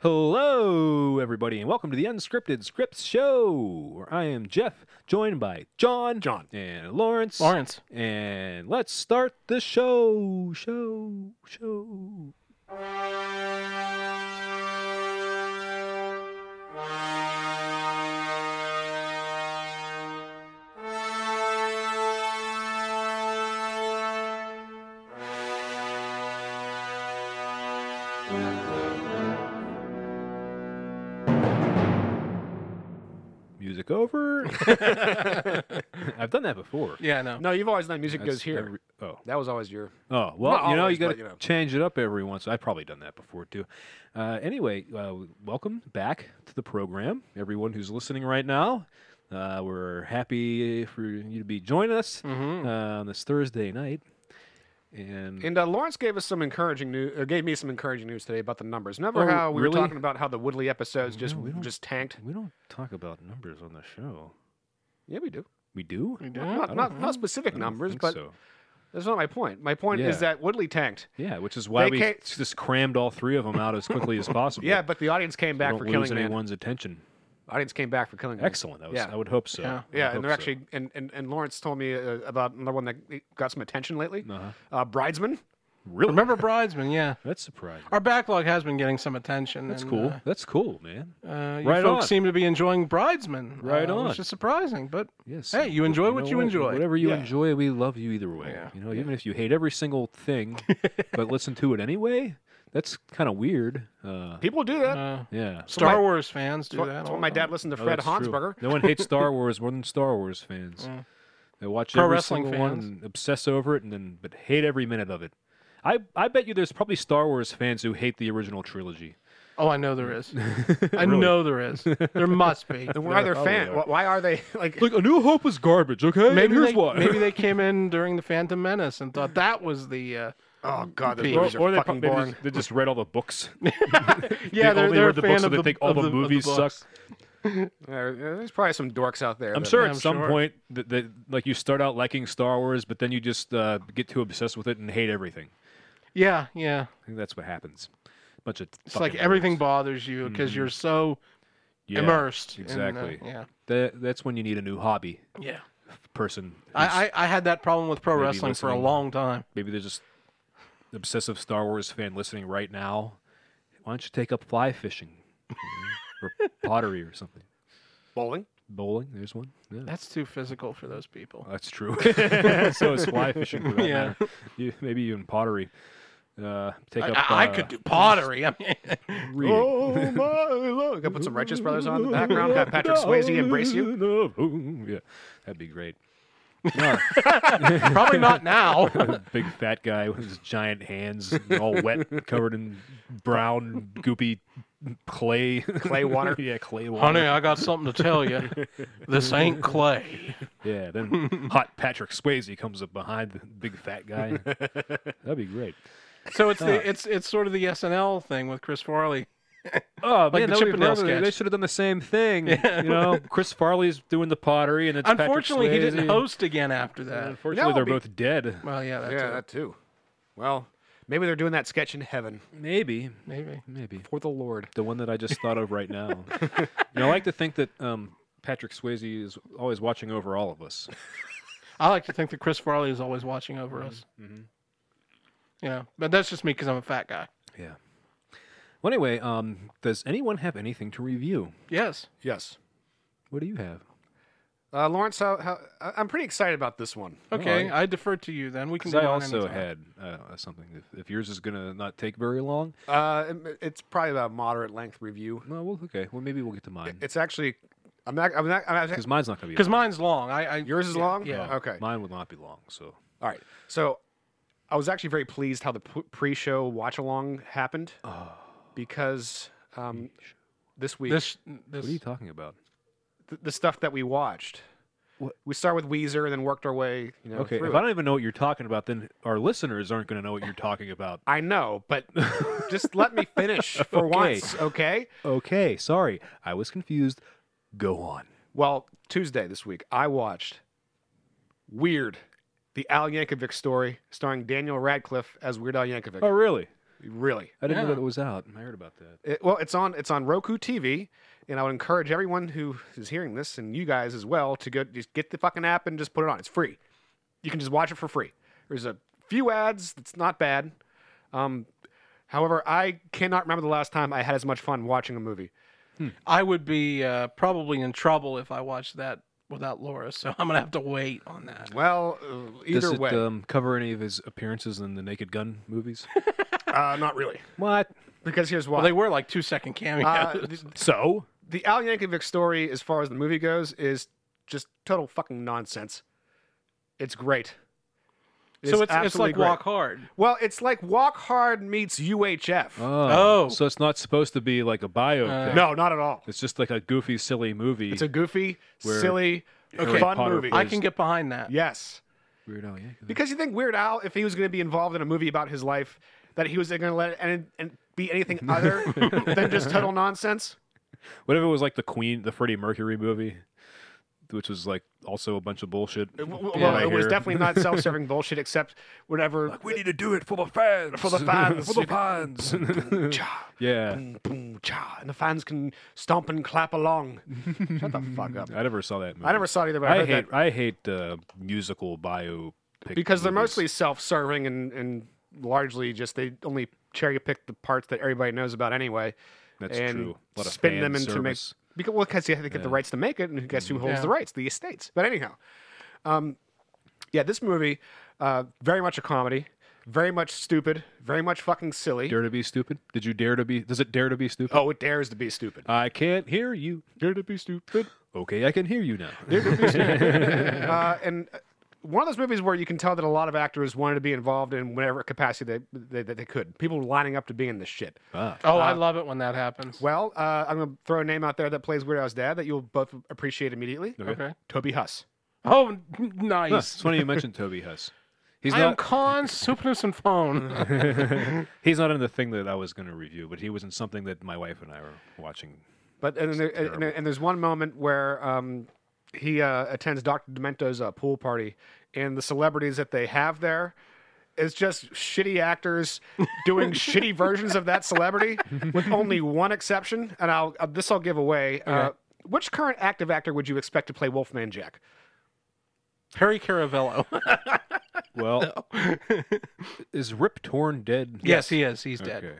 Hello, everybody, and welcome to the Unscripted Scripts Show, where I am Jeff, joined by John, John. and Lawrence, Lawrence. and let's start the show, show, show. Music over. I've done that before. Yeah, no. No, you've always done music That's goes here. every- oh. That was always your. Oh well, Not you know always, you got but, to you know. change it up every once. I've probably done that before too. Uh, anyway, uh, welcome back to the program, everyone who's listening right now. Uh, we're happy for you to be joining us Mm-hmm. uh, on this Thursday night. And And uh, Lawrence gave us some encouraging news, or gave me some encouraging news today about the numbers. Remember Oh, how we really? were talking about how the Woodley episodes just No, we don't- just tanked? we don't talk about numbers on the show. Yeah, we do. We do? We do? Not- I Not, not, don't- not I specific don't numbers, think but so. that's not my point. My point Yeah. is that Woodley tanked. yeah, which is why they we can't- just crammed all three of them out as quickly as possible. Yeah, but the audience came back don't for lose Killing Man. anyone's attention. Audience came back for Killing Man. Excellent. That was, Yeah. I would hope so. Mm. Yeah. I would Yeah, hope and they're so. actually and, and, and Lawrence told me uh, about another one that got some attention lately. Uh-huh. Uh, Bridesman. really Remember Bridesman? Yeah. That's surprising. Our backlog has been getting some attention. That's and, cool. That's cool, man. Uh, uh, you Right folks on. seem to be enjoying Bridesman. Right uh, on. Which is surprising, but Yes. Hey, you enjoy what you enjoy. Whatever you Yeah. enjoy, we love you either way. Yeah. You know, even if you hate every single thing, but listen to it anyway. That's kind of weird. Uh, People do that. uh, yeah. Star my- Wars fans do That's what- that. that's all what my the dad time. listened to No, Fred that's true. Hansberger. No one hates Star Wars more than Star Wars fans. Mm. They watch Pro every wrestling single one, fans. and obsess over it, and then but hate every minute of it. I, I bet you there's probably Star Wars fans who hate the original trilogy. Oh, I know there is. I Really? know there is. There must be. And why There they're probably fan? are. Why are they like? Like a New Hope was garbage, okay? Maybe here's they, why. maybe they came in during the Phantom Menace and thought that was the. Uh, Oh God, those Or- movies are they fucking prob- they boring. Just, they just read all the books. yeah, they they're, only they're read a the fan books, so of they the, think all of the of movies suck. books. Uh, there's probably some dorks out there. I'm that- sure Yeah, at I'm some sure. point that, that like you start out liking Star Wars, but then you just uh, get too obsessed with it and hate everything. Yeah, yeah. I think that's what happens. Bunch of It's like everything bothers you because you're so immersed. in the- Mm-hmm. exactly. yeah. That, that's when you need a new hobby Yeah. person. who's- I, I, I had that problem with pro Maybe wrestling for a listening. long time. maybe there's just an obsessive Star Wars fan listening right now. Why don't you take up fly fishing you know, or pottery or something? bowling. Bowling, there's one. Yeah. That's too physical for those people. That's true. so is fly fishing. For that Yeah. matter. You, maybe even pottery. Uh, take I, up. I- I uh, could do pottery. I mean, reading. Oh my lord! Gotta put some Righteous Brothers on in the background. Have Patrick Swayze embrace you. Oh, Yeah, that'd be great. Yeah, probably not now. a big fat guy with his giant hands, all wet, covered in brown, goopy clay. Clay water. yeah, clay water. Honey, I got something to tell you. This ain't clay. Yeah, then hot Patrick Swayze comes up behind the big fat guy. That'd be great. Uh, So it's the it's it's sort of the SNL thing with Chris Farley. Oh Like man, the that would be Chippendale lovely. sketch. They should have done the same thing. You know, Chris Farley's doing the pottery, and it's Patrick Unfortunately, he didn't Swayze. host again after And that. Unfortunately, That they're would both dead. Well, yeah, that's Yeah, it. that too. Well, maybe they're doing that sketch in heaven Maybe, maybe. maybe for the Lord. the one that I just thought of right now. You know, I like to think that um, Patrick Swayze is always watching over all of us. I like to think that Chris Farley is always watching over us. Mm-hmm. You know, but that's just me because I'm a fat guy. Yeah. Well, anyway, um, does anyone have anything to review? Yes. Yes. What do you have? Uh, Lawrence, how, how, I- I'm pretty excited about this one. Okay, I defer to you then. We can. Because do I mine also anytime. had uh, something. If, if yours is gonna not take very long, Uh, it- it's probably about a moderate length review. no, well, okay. Well, maybe we'll get to mine It's actually, I'm not, I'm not, I'm not because mine's not gonna be. Because long. mine's long. I, I yours is long. Oh, Yeah. Okay. mine would not be long. So All right. So I was actually very pleased how the p- pre-show watch along happened Oh. because um, this week this this what are you talking about? th- the stuff that we watched. What- We start with Weezer and then worked our way, you know. Okay, through if it. I don't even know what you're talking about, then our listeners aren't gonna know what you're talking about. I know, but just let me finish for Okay. once, okay? Okay, sorry, I was confused. Go on. Well, Tuesday this week, I watched Weird, the Al Yankovic story starring Daniel Radcliffe as Weird Al Yankovic. Oh, really? Really. I didn't know Yeah. that it was out. I heard about that. It, well, it's on it's on Roku TV, and I would encourage everyone who is hearing this and you guys as well to go just get the fucking app and just put it on. It's free. You can just watch it for free. There's a few ads. It's not bad. Um, however, I cannot remember the last time I had as much fun watching a movie. Hmm. I would be uh, probably in trouble if I watched that without Laura, so I'm gonna have to wait on that. Well, uh, either Does it way, um, cover any of his appearances in the Naked Gun movies? uh, not really. what? Because here's why. Well, they were like two second cameos. Uh, th- So the Al Yankovic story, as far as the movie goes, is just total fucking nonsense. It's great. so it's it's absolutely like great. Walk Hard. Well, it's like Walk Hard meets UHF. Oh, Oh. so it's not supposed to be like a biopic. no, not at all. It's just like a goofy, silly movie. It's a goofy, Where silly, Harry fun Potter movie. plays- I can get behind that. yes, Weird Al Yankovic. because you think Weird Al, if he was going to be involved in a movie about his life, that he was going to let it and, and be anything other than just total nonsense. What if it was like the Queen, the Freddie Mercury movie, which was like also a bunch of bullshit? Uh, W- from Well, what I it was hear? definitely not self-serving bullshit, except whatever. we need to do it for the fans, For the fans. for the fans. cha, yeah, boom, boom, cha, and the fans can stomp and clap along. Shut the fuck up. I never saw that movie. I never saw it either, but I, I heard hate. that I hate uh, musical bio. because they're mostly self-serving and and largely just they only cherry pick the parts that everybody knows about anyway. That's and true. A lot of spin fan them into make service. Mm-hmm. because well, because you have to get the rights to make it, and guess who holds Yeah. the rights? The estates. But anyhow, um, yeah, this movie, uh, very much a comedy, very much stupid, very much fucking silly. dare to be stupid. Did you dare to be? Does it dare to be stupid? Oh, it dares to be stupid. I can't hear you. Dare to be stupid. Okay, I can hear you now. uh, and uh, one of those movies where you can tell that a lot of actors wanted to be involved in whatever capacity they, they, that they could. People were lining up to be in this shit. Ah, Oh, I love it when that happens. Uh, Well, uh, I'm going to throw a name out there that plays Weird Al's dad that you'll both appreciate immediately. okay. Toby Huss. Oh, n- Huh, nice. it's funny you mentioned Toby Huss. He's I am not. con supnus and phone. he's not in the thing that I was going to review, but he was in something that my wife and I were watching. But and, there, and, and there's one moment where um, he uh, attends Doctor Demento's uh, pool party, and the celebrities that they have there is just shitty actors doing shitty versions of that celebrity, with only one exception. And I'll uh, this I'll give away. Uh, which current active actor would you expect to play Wolfman Jack? Perry Caravello. Well, is Rip Torn dead? yes, he is. He's dead. Okay.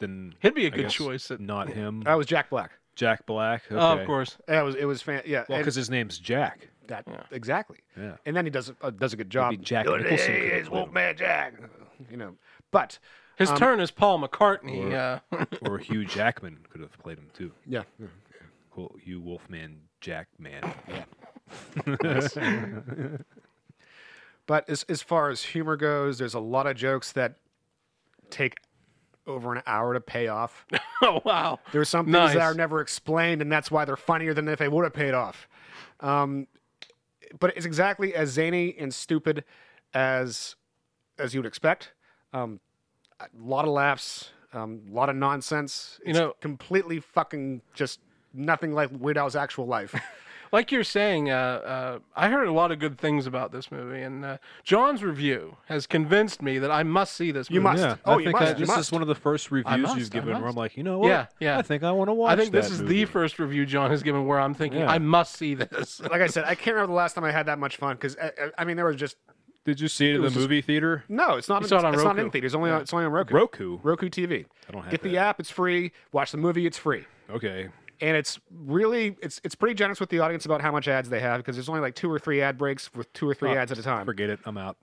Then He'd be a I good guess choice. At, Not him. That was Jack Black. Jack Black. Okay. Oh, of course. That was it was fan- yeah. Well, and because his name's Jack. that exactly. Yeah. And then he does uh, does a good job. Maybe Jack Nicholson Hey, could've it's played him. Wolfman Jack. You know, but um, His turn is Paul McCartney. uh, Or Hugh Jackman could have played him too. yeah. Cool. Hugh Wolfman Jackman. But as as far as humor goes, there's a lot of jokes that take over an hour to pay off. oh wow. There's some things that Nice. are never explained, and that's why they're funnier than if they would have paid off. Um, but it's exactly as zany and stupid as as you would expect. Um, a lot of laughs, um, a lot of nonsense. It's know- completely fucking just nothing like Weird Al's actual life. Like you're saying, uh, uh, I heard a lot of good things about this movie, and uh, John's review has convinced me that I must see this movie. You must. Yeah, Oh, I you think must. I, you this must. is one of the first reviews must, you've I given where I'm must. like, you know what? Yeah, yeah. I think I want to watch. I think this that is movie. the first review John has given where I'm thinking Yeah. I must see this. like I said, I can't remember the last time I had that much fun because I, I- I mean there was just Did you see it, in the movie theater? no. It's not. You It's, saw it on it's not Roku. in theaters. Only on, it's only on Roku. Roku. Roku TV. I don't have Get the that. app. It's free. Watch the movie. It's free. Okay. And it's really it's it's pretty generous with the audience about how much ads they have because there's only like two or three ad breaks with two or three ads at a time. Oh, Forget it. I'm out.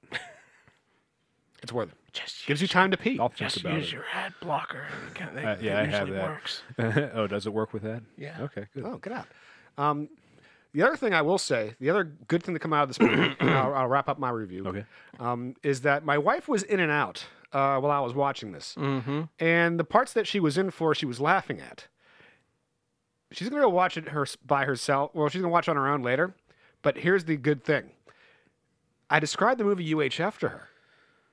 It's worth it. Just, Gives you time to pee. I'll think about it. your ad blocker. Uh, yeah, I have that. oh, does it work with that? Yeah. Okay. Good. Oh, get out. Um, the other thing I will say, the other good thing to come out of this movie, and I'll, I'll wrap up my review, Okay. um, is that my wife was in and out uh, while I was watching this. Mm-hmm. And the parts that she was in for, she was laughing at. She's going to go watch it her, by herself. Well, she's going to watch on her own later. But here's the good thing I described the movie UHF to her.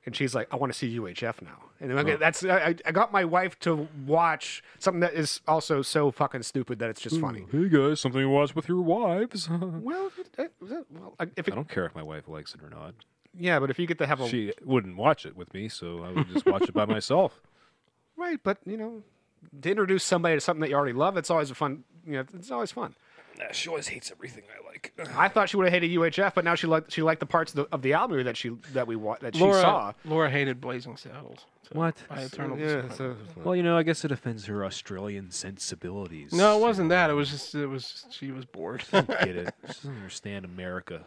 And she's like, I want to see UHF now. And then, okay, that's I, I- I got my wife to watch something that is also so fucking stupid that it's just funny. Hey guys, something to watch with your wives. I Well, if it- uh, uh, well, uh, if it, don't care if my wife likes it or not. yeah, but if you get to have a She wouldn't watch it with me, so I would just watch it by myself. Right, but you know, to introduce somebody to something that you already love, it's always a fun. You know, it's always fun. Uh, she always hates everything I like. I thought she would have hated UHF, but now she liked she liked the parts of the, of the album that she that we wa- that she Laura, saw. Laura hated Blazing Saddles. So What? My eternal Yeah, disappointment. so, Well, you know, I guess it offends her Australian sensibilities. No, it wasn't that. It was just it was just- she was bored. Get it? She doesn't understand America.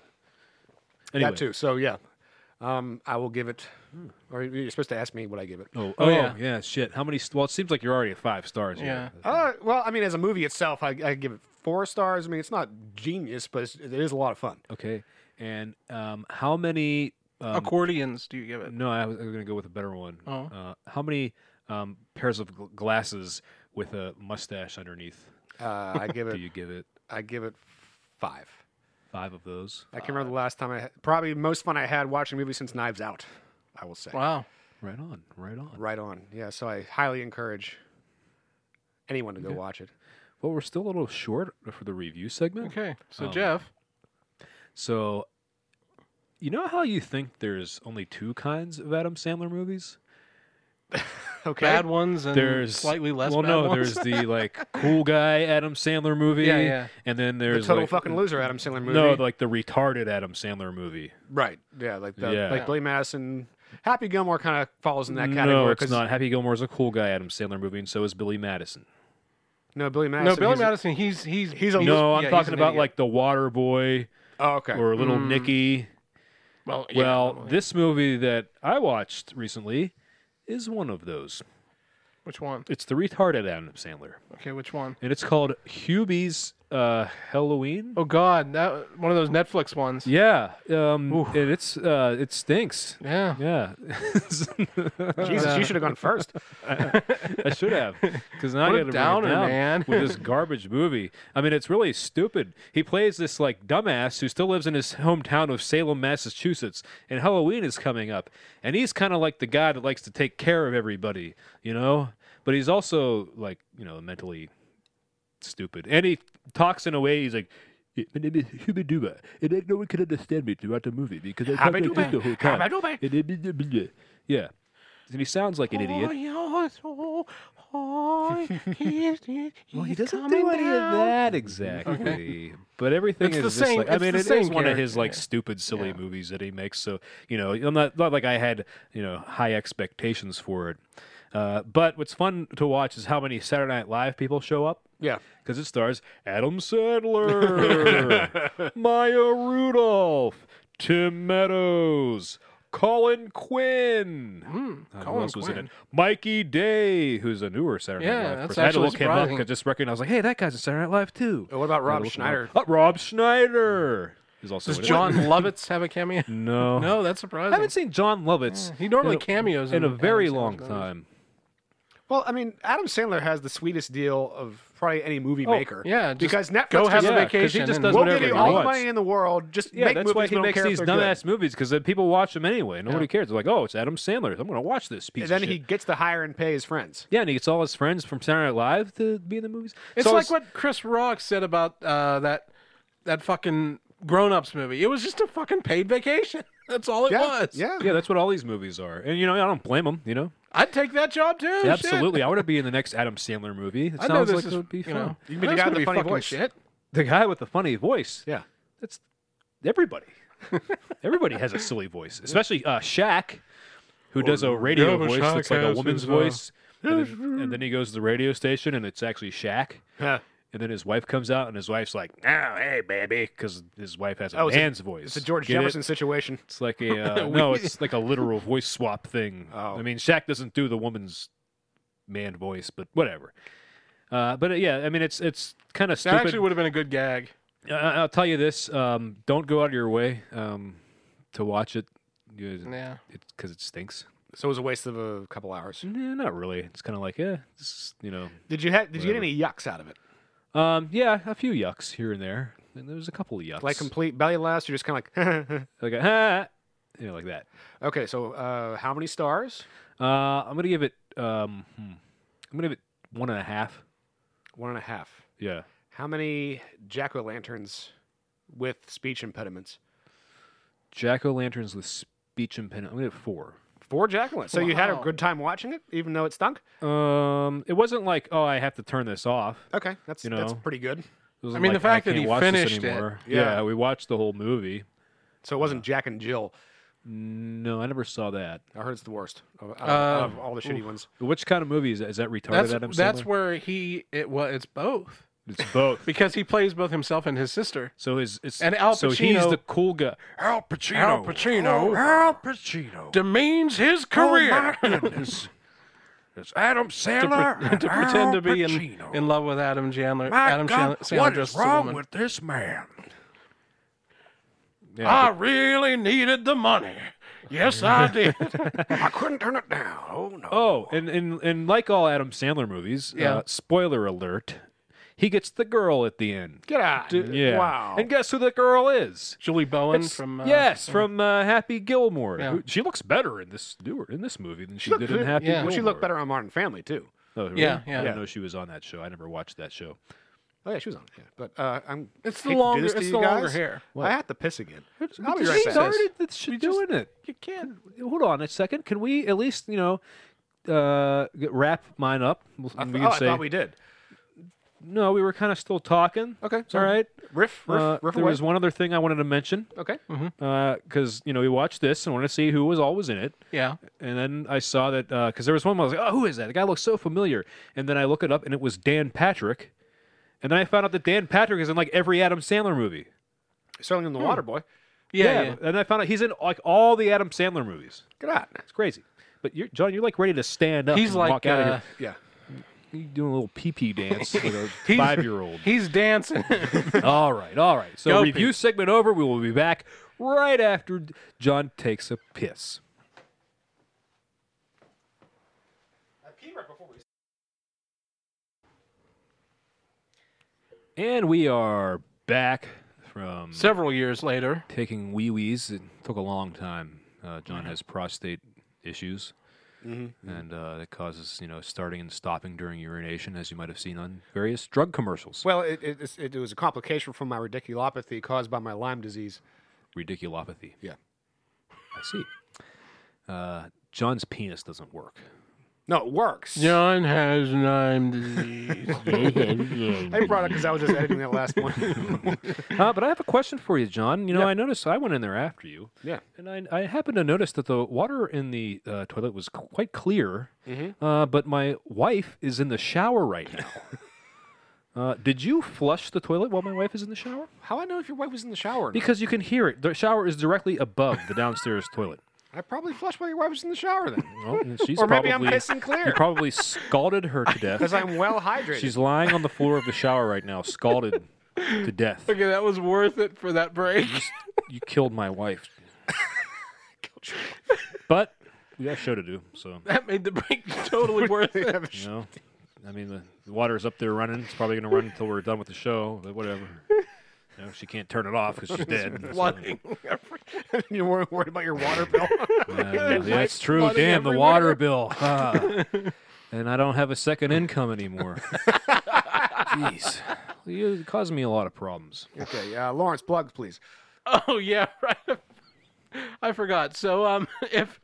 Anyway. that too. So yeah, um, I will give it. hmm, Or you're supposed to ask me what I give it. Oh, oh, Oh, yeah. yeah. shit. How many? Well, it seems like you're already at five stars. here. Uh, well, I mean, as a movie itself, I, I give it four stars. I mean, it's not genius, but it's, it is a lot of fun. Okay. And um, how many? Um, Accordions, do you give it? no, I was, I was going to go with a better one. Oh. Uh, how many um, pairs of gl- glasses with a mustache underneath Uh, I give do it. you give it? I give it five. Five of those, I can remember the last time I had, probably most fun I had watching a movie since Knives Out. I will say. Wow. right on, right on. Right on. Yeah. So I highly encourage anyone to go watch it. Well, we're still a little short for the review segment. Okay. So Um, Jeff, So, you know how you think there's only two kinds of Adam Sandler movies? Okay. bad ones and There's slightly less Well, bad no, ones. there's the like cool guy Adam Sandler movie. Yeah, yeah. And then the there's total like, fucking loser Adam Sandler movie. No, like the retarded Adam Sandler movie. right. Yeah. Like the Yeah. like Billy Madison. Happy Gilmore kind of falls in that no, category. it's 'cause- not. Happy Gilmore's a cool guy Adam Sandler movie, and so is Billy Madison. No, Billy Madison. no, Billy he's- Madison. He's he's he's a- no, yeah, I'm he's talking an about idiot. like The Water Boy Oh, okay. or Little Nicky. well, yeah, Well, probably. this movie that I watched recently is one of those. which one? It's the retarded Adam Sandler, Okay, which one? and it's called Hubie's uh, Halloween. Oh God, that one of those Netflix ones. Yeah, um, and it's uh, it stinks. Yeah. Yeah, Jesus, you should have gone first. I should have because now What I a got to downer, down man. with this garbage movie. I mean, it's really stupid. He plays this like dumbass who still lives in his hometown of Salem, Massachusetts, and Halloween is coming up, and he's kind of like the guy that likes to take care of everybody, you know. But he's also like you know mentally stupid, and he talks in a way he's like. "Yeah, My name is Hubiduba, and like, no one can understand me throughout the movie because I talk like this the whole time. Habiduba. And then- blah, blah, blah. Yeah, and he sounds like an idiot. Well, he doesn't do any of that exactly, but everything It's is the just same- like. I it's mean, the it is same one of his character, like yeah. stupid, silly movies that he makes. So you know, I'm not not like I had you know high expectations for it. Uh, but what's fun to watch is how many Saturday Night Live people show up Yeah. because it stars Adam Sandler, Maya Rudolph, Tim Meadows, Colin Quinn. Uh, who Colin else was in Quinn. it? Mikey Day, who's a newer Saturday Yeah, Night Live that's person. I had to actually look him up surprising. because just recognized, like, hey, that guy's in Saturday Night Live too. What about I Rob looked him up. Schneider? Oh, Rob Schneider is also Does in it. John Lovitz have a cameo? No, No, that's I surprising. haven't seen John Lovitz. he normally in a- cameos in a Adam very Sandler's long movies. time. Well, I mean, Adam Sandler has the sweetest deal of probably any movie maker. Oh, yeah, just because Netflix go have just- a Yeah, 'cause he vacation. just and- does We'll whatever give you he all the wants. money in the world. Just Yeah, make that's movies. why we he don't makes care if these they're good. dumbass movies because then people watch them anyway. Nobody cares. They're like, oh, it's Adam Sandler. I'm going to watch this piece. And then of he shit. gets to hire and pay his friends. yeah, and he gets all his friends from Saturday Night Live to be in the movies. It's So like what Chris Rock said about uh, that that fucking Grown Ups movie. It was just a fucking paid vacation. That's all it Yeah, was. yeah. Yeah, that's what all these movies are, and you know I don't blame him. You know, I'd take that job too. Oh, shit. absolutely, I want to be in the next Adam Sandler movie. It I know sounds this like is, it would be you fun. know, You can be the I know it's guy gonna with the funny fucking voice. Shit. The guy with the funny voice. Yeah. that's everybody. everybody has a silly voice, especially uh, Shaq, who does a radio but voice Shaq that's like a has woman's his, uh, voice, and then, and then he goes to the radio station and it's actually Shaq. Huh. And then his wife comes out, and his wife's like, "Oh, hey, baby," because his wife has a Oh, it's a- man's voice. It's a George Get it? Jefferson situation. It's like a uh, no, it's like a literal voice swap thing. Oh. I mean, Shaq doesn't do the woman's man voice, but whatever. Uh, but uh, yeah, I mean, it's it's kind of That stupid. actually would have been a good gag. I- I- I'll tell you this: um, don't go out of your way um, to watch it, because Yeah. it stinks. So it was a waste of a couple hours. Nah, not really. It's kind of like, yeah, it's, you know, Did you have? Did you get Whatever. any yucks out of it? um, yeah, a few yucks here and there. And there's a couple of yucks, Like complete belly laughs? You're just kind of like, like a, "Ah," you know, like that. okay. So uh, how many stars? Uh, I'm gonna give it. Um, hmm, I'm gonna give it one and a half. One and a half. Yeah. How many jack o' lanterns with speech impediments? Jack o' lanterns with speech impediment. I'm gonna get four. Four Jacqueline. So you had a Wow. good time watching it, even though it stunk. Um, it wasn't like oh, I have to turn this off. Okay, that's You that's know. pretty good. It wasn't I mean, the like, fact that can't he watch this finished it, anymore. yeah. yeah, we watched the whole movie. So it wasn't Jack and Jill. No, I never saw that. I heard it's the worst of, out Uh, of all the shitty ones. Which kind of movie is that? Is that retarded That's Adam Sandler? that's where he it well it's both it's both. because he plays both himself and his sister. So is it's And Al so he's Pacino- the cool guy. Al Pacino. Al Pacino. Oh, Al Pacino. Demeans his Oh career my goodness. It's Adam Sandler. and to pretend Al to be in, Pacino. in love with Adam Chandler. My Adam God, Chandler, Sandler what is dressed as a wrong woman. with this man? Yeah, Ah, I really needed the money. Yes, I did. I couldn't turn it down. Oh no. Oh, and, and and like all Adam Sandler movies, Yeah. uh, spoiler alert, he gets the girl at the end. Get out. Yeah. Wow. And guess who the girl is? Julie Bowen It's- from uh, yes, from uh, Happy Gilmore. Yeah. Who- She looks better in this newer in this movie than she, looked did in good. Happy Yeah. Gilmore. Well, she looked better on Modern Family too. Oh, really? Yeah, I yeah. didn't know she was on that show. I never watched that show. Oh yeah, she was on. it, Yeah, but uh, I'm. It's the hate to do longer- this to it's you the guys. longer hair. I have to piss again. I'll be She right back. started that she's doing it. You can. Hold on a second. Can we at least you know uh, get- wrap mine up? We I, can th- oh, I say- thought we did. no. We were kind of still talking. Okay, All sorry. right. Riff, riff, Uh, riff there away. was one other thing I wanted to mention Okay. Mm-hmm. because you know we watched this and wanted to see who was always in it, Yeah. and then I saw that because there was one I was like, oh, who is that? The guy looks so familiar, and then I look it up and it was Dan Patrick, and then I found out that Dan Patrick is in like every Adam Sandler movie. Selling him the Water Boy. Hmm. Uh, Yeah. yeah. and I found out he's in like all the Adam Sandler movies. Get out. It's crazy. But you're, John, you're like ready to stand up He's and like, walk out of uh, here. Yeah. You're doing a little pee pee dance with a He's- five year old. He's dancing. All right, all right. So Go review pee. segment over. We will be back right after John takes a piss. And we are back from Several years later. taking wee wees. It took a long time. Uh, John has prostate issues, Mm-hmm. and uh, that causes you know starting and stopping during urination, as you might have seen on various drug commercials. Well, it, it, it's- it, it was a complication from my radiculopathy caused by my Lyme disease. Ridiculopathy. Yeah. I see. Uh, John's penis doesn't work. No, it works. John has Lyme disease. I brought it because I was just editing that last one. Uh, but I have a question for you, John. You know, I noticed I went in there after you. Yeah. And I, I happened to notice that the water in the uh, toilet was c- quite clear, Mm-hmm. uh, but my wife is in the shower right now. uh, did you flush the toilet while my wife is in the shower? How I know if your wife was in the shower? or not? Because you can hear it. The shower is directly above the downstairs toilet. I probably flushed while your wife was in the shower then. Well, and she's Or maybe probably, I'm pissing clear. You probably scalded her to Because death. I'm well hydrated. She's lying on the floor of the shower right now, scalded to death. okay, that was worth it for that break. You killed my wife. But we got a show to do, so that made the break totally worth it. you know. I mean, the, the water's up there running. It's probably going to run until we're done with the show, but whatever. You know, she can't turn it off because she's dead. So, Flooding. You're wor- worried about your water bill. uh, yeah, that's true. flooding Damn, the water bill. Ah. and I don't have a second income anymore. Jeez. You caused me a lot of problems. okay, uh, Lawrence, plugs, please. Oh yeah, right. I forgot. So um, if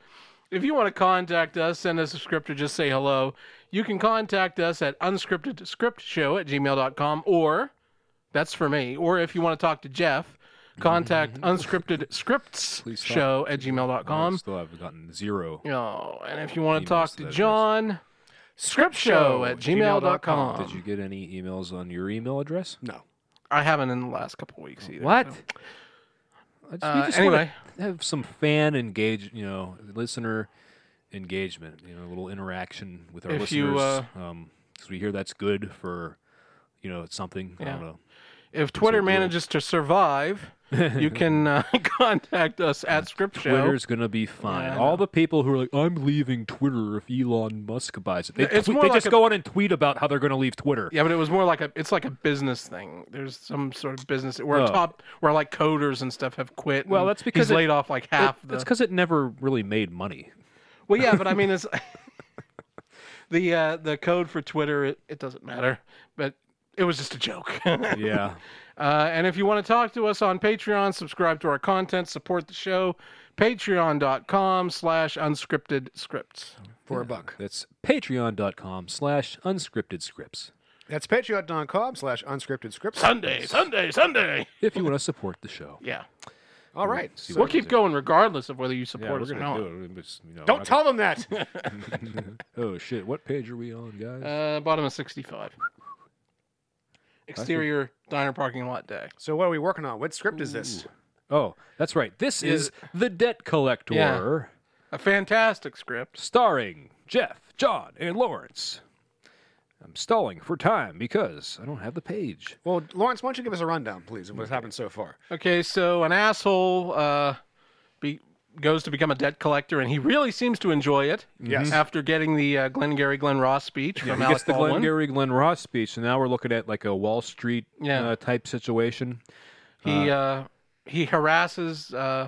if you want to contact us, send us a script or just say hello. You can contact us at unscripted script show at gmail.com or that's for me. Or if you want to talk to Jeff, contact unscripted scripts Mm-hmm. stop. show at gmail.com. Still haven't gotten zero. Oh, and if you want to Emails talk to to that John, script show at gmail.com. Did you get any emails on your email address? No. I haven't in the last couple weeks either. What? so- I just, Uh, we just anyway. wanna have some fan engage, you know, listener engagement, you know, a little interaction with our If listeners. you, uh, um, 'cause we hear that's good for, you know, it's something. I Yeah. don't know. If Twitter manages to survive, you can uh, contact us at script show. Twitter's gonna be fine. I All the people who are like, "I'm leaving Twitter if Elon Musk buys it," they, It's tweet- more they like just a- go on and tweet about how they're gonna leave Twitter. Yeah, but it was more like a it's like a business thing. There's some sort of business where Oh. top where like coders and stuff have quit. Well, and that's because he's it- laid off like half It- the. It's because it never really made money. well, yeah, but I mean, it's the uh, the code for Twitter. It, it doesn't matter, but it was just a joke. Yeah. Uh, and if you want to talk to us on Patreon, subscribe to our content, support the show, patreon.com slash unscripted scripts. for a buck. That's patreon.com slash unscripted scripts. That's patreon.com slash unscripted scripts. Sunday, Sunday, Sunday. If you want to support the show. Yeah. All right. See We'll what we keep do. going regardless of whether you Yeah, support we're us or gonna not. do it. It's, you know, Don't I- tell them that. Oh shit! What page are we on, guys? Uh, bottom of 65. Exterior diner parking lot day. so what are we working on? What script is this? oh, that's right. This is the Debt Collector, A fantastic script. starring Jeff, John, and Lawrence. I'm stalling for time because I don't have the page. Well, Lawrence, why don't you give us a rundown, please, of what's happened so far? Okay, so an asshole uh, be- goes to become a debt collector, and he really seems to enjoy it. Yes. After getting the uh, Glengarry Glenn Ross speech from He Alec gets the Baldwin. Glenn Gary Glenn Ross speech, and now we're looking at like a Wall Street Yeah. uh, type situation. He uh, he harasses uh,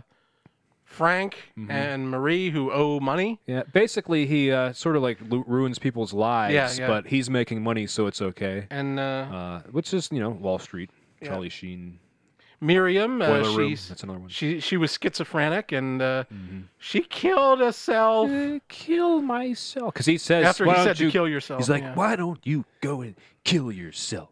Frank Mm-hmm. and Marie who owe money. Yeah, basically he uh, sort of like lu- ruins people's lives, yeah. but he's making money, so it's okay. And uh, Uh, which is you know Wall Street, Charlie Sheen. Miriam, uh, Boiler Room, she's, that's another one. Mm-hmm. she she was schizophrenic and uh, she killed herself kill myself because he says after "Why he don't said you-" to kill yourself. He's like, yeah. why don't you go and kill yourself?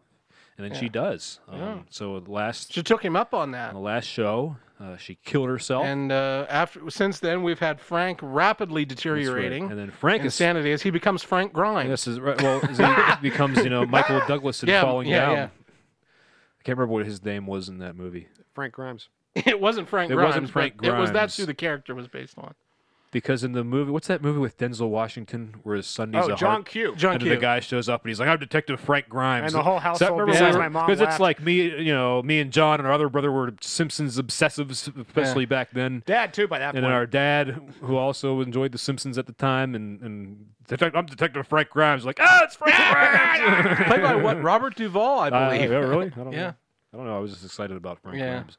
And then she does. Um, So the last She took him up on that. the last show, uh, she killed herself. And uh, after since then, we've had Frank rapidly That's right. deteriorating. And then Frank is insanity as he becomes Frank Grimes. This is right. Well, is he becomes you know Michael Douglas in Yeah, falling yeah, down. yeah. I can't remember what his name was in that movie Frank Grimes. It wasn't Frank It Grimes. wasn't Frank but It was that's Grimes. who the character was based on. because in the movie, what's that movie with Denzel Washington where his son needs Oh, a John heart? Q. John and Q. the guy shows up and he's like, "I'm Detective Frank Grimes," And the whole house. household because besides my mom it's laughed. like me, you know, me and John and our other brother were Simpsons obsessives, especially back then. Dad, too, by And that point. then our dad, who also enjoyed The Simpsons at the time, and, and detect- I'm Detective Frank Grimes, like, ah, it's Frank Grimes! Played by what? Robert Duvall, I Uh, believe. yeah, really? I don't Yeah. know. I don't know. I was just excited about Frank Yeah. Grimes.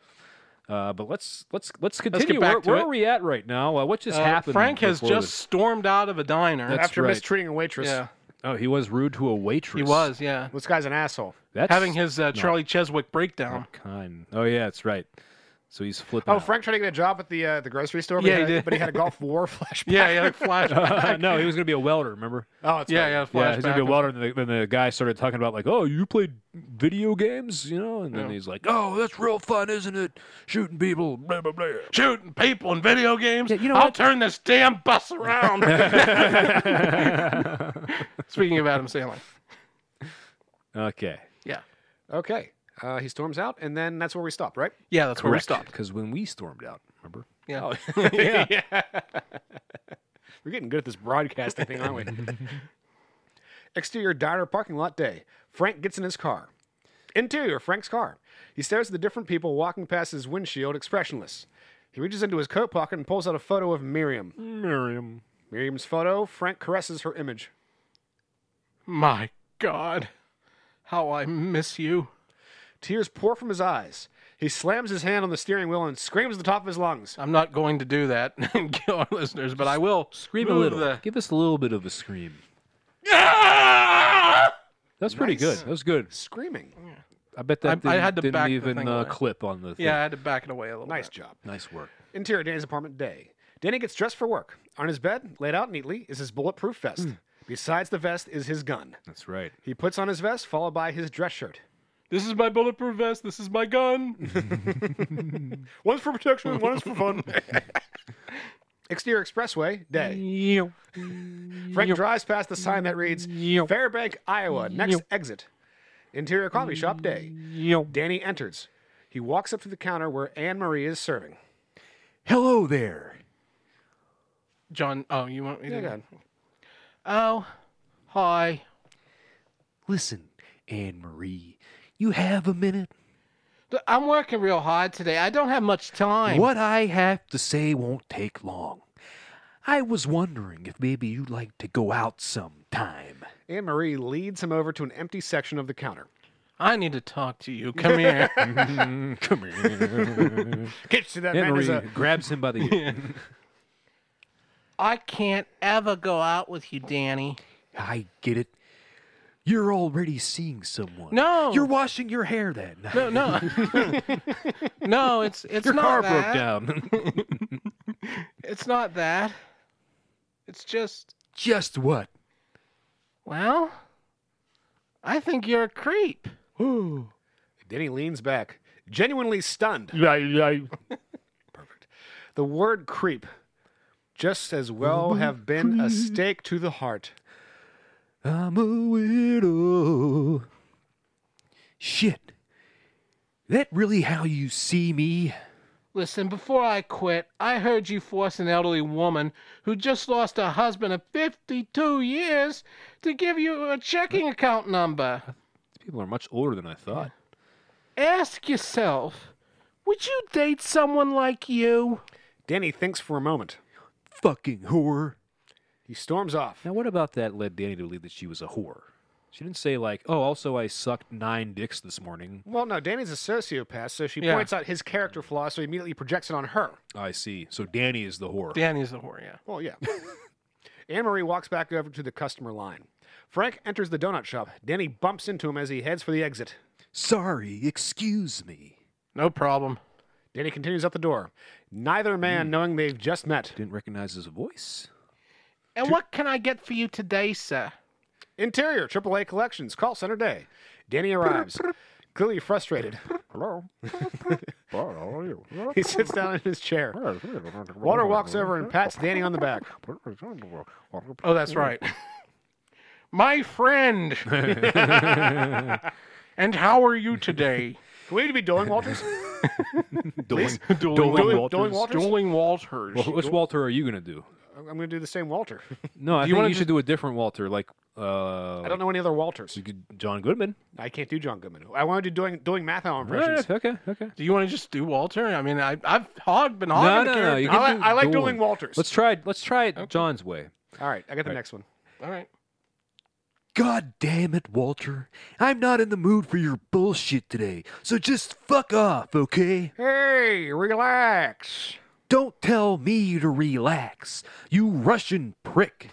Uh, but let's let's let's continue. back where to where it. are we at right now? Uh, what just Uh, happened? Frank has before just stormed out of a diner. That's- After right. mistreating a waitress. yeah, this? Oh, he was rude to a waitress. he was. Yeah, This guy's an asshole. That's having his uh, Charlie Cheswick breakdown. kind. Oh yeah, that's right. So he's flipping. Oh, out. Frank tried to get a job at the uh, the grocery store, but, he Yeah, he had, did. but he had a Gulf War flashback. Yeah, yeah, flashback. no, he was gonna be a welder. Remember? Oh, it's yeah, yeah, flashback. Yeah, he's gonna be a welder. And the, and the guy started talking about like, oh, you played video games, you know? And then he's like, oh, that's real fun, isn't it? Shooting people, blah blah blah. Shooting people in video games. you know I'll what? turn this damn bus around. Speaking of Adam Sandler. "Oh, Okay. Yeah. Okay. Uh, he storms out, and then that's where we stop, right? Yeah, that's where we stopped. Because when we stormed out, remember? Oh, Yeah. Oh. Yeah. We're getting good at this broadcasting thing, aren't we? Exterior diner parking lot day. Frank gets in his car. Interior Frank's car. He stares at the different people walking past his windshield, expressionless. He reaches into his coat pocket and pulls out a photo of Miriam. Miriam. Miriam's photo, Frank caresses her image. My God. How I miss you. Tears pour from his eyes. He slams his hand on the steering wheel and screams at the top of his lungs. I'm not going to do that and kill our listeners, but I will Scream a move little. The... Give us a little bit of a scream. Ah! That's pretty good. That was good. Screaming. I bet that I- I didn't, had to didn't back the even thing uh, away. clip on the thing. Yeah, I had to back it away a little. Nice bit. job. Nice work. Interior Danny's apartment day. Danny gets dressed for work. On his bed, laid out neatly, is his bulletproof vest. Besides the vest is his gun. Hmm. That's right. He puts on his vest, followed by his dress shirt. This is my bulletproof vest. This is my gun. One's for protection, one is for fun. Exterior Expressway, day. Frank drives past the sign that reads Fairbank, Iowa, next exit. Interior coffee shop, day. Danny enters. He walks up to the counter where Anne Marie is serving. Hello there. John, oh, you want me to? Go ahead. Oh, hi. Listen, Anne Marie, you have a minute. Th- I'm working real hard today. I don't have much time. What I have to say won't take long. I was wondering if maybe you'd like to go out sometime. Anne Marie leads him over to an empty section of the counter. I need to talk to you. Come here. Come here. Get to that man Henry is a grabs him by the I can't ever go out with you, Danny. I get it. You're already seeing someone. No. You're washing your hair that night. No, no, no. It's it's Your not car that. broke down. It's not that. It's just, Just what? well, I think you're a creep. Denny leans back, genuinely stunned. Perfect. The word creep just as well have been a stake to the heart. I'm a widow. Shit. That really how you see me? Listen, before I quit, I heard you force an elderly woman who just lost her husband of 52 years to give you a checking account number. These people are much older than I thought. Ask yourself, would you date someone like you? Danny thinks for a moment. Fucking whore. He storms off. Now, what about that led Danny to believe that she was a whore? She didn't say like, "Oh, also I sucked nine dicks this morning." Well, no, Danny's a sociopath, so she Yeah. points out his character flaw, so he immediately projects it on her. I see. So Danny is the whore. Danny's the whore, yeah. Well, yeah. Anne Marie walks back over to the customer line. Frank enters the donut shop. Danny bumps into him as he heads for the exit. Sorry, excuse me. No problem. Danny continues up the door, neither man knowing they've just met. Didn't recognize his voice. And what can I get for you today, sir? Interior, AAA Collections, call center day. Danny arrives, clearly frustrated. Hello. he sits down in his chair. Walter walks over and pats Danny on the back. Oh, that's right. My friend! and how are you today? Can we be doing Walters? Doing, Doing- doing Walters? Dueling Walters. Which Walter are you gonna do? I'm going to do the same Walter. No, I you think you wanna should do a different Walter, like uh, I don't know any other Walters. like John Goodman. I can't do John Goodman. I want to do doing, doing math hour impressions. Alright, okay, okay. Do you want to just do Walter? I mean, I, I've hog, been hogging No, the no, no. character. You I, can like- do I like dueling. doing Walters. Let's try it. Let's try it John's way. All right, I got the next one. All right. God damn it, Walter. I'm not in the mood for your bullshit today, so just fuck off, okay? Hey, relax. Don't tell me to relax, you Russian prick.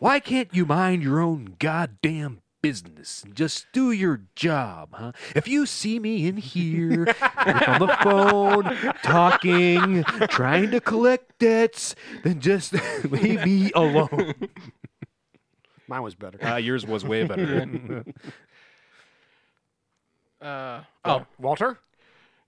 Why can't you mind your own goddamn business and just do your job, huh? If you see me in here on the phone, talking, trying to collect debts, then just leave me alone. Mine was better. Uh, yours was way better. Uh, oh, Walter?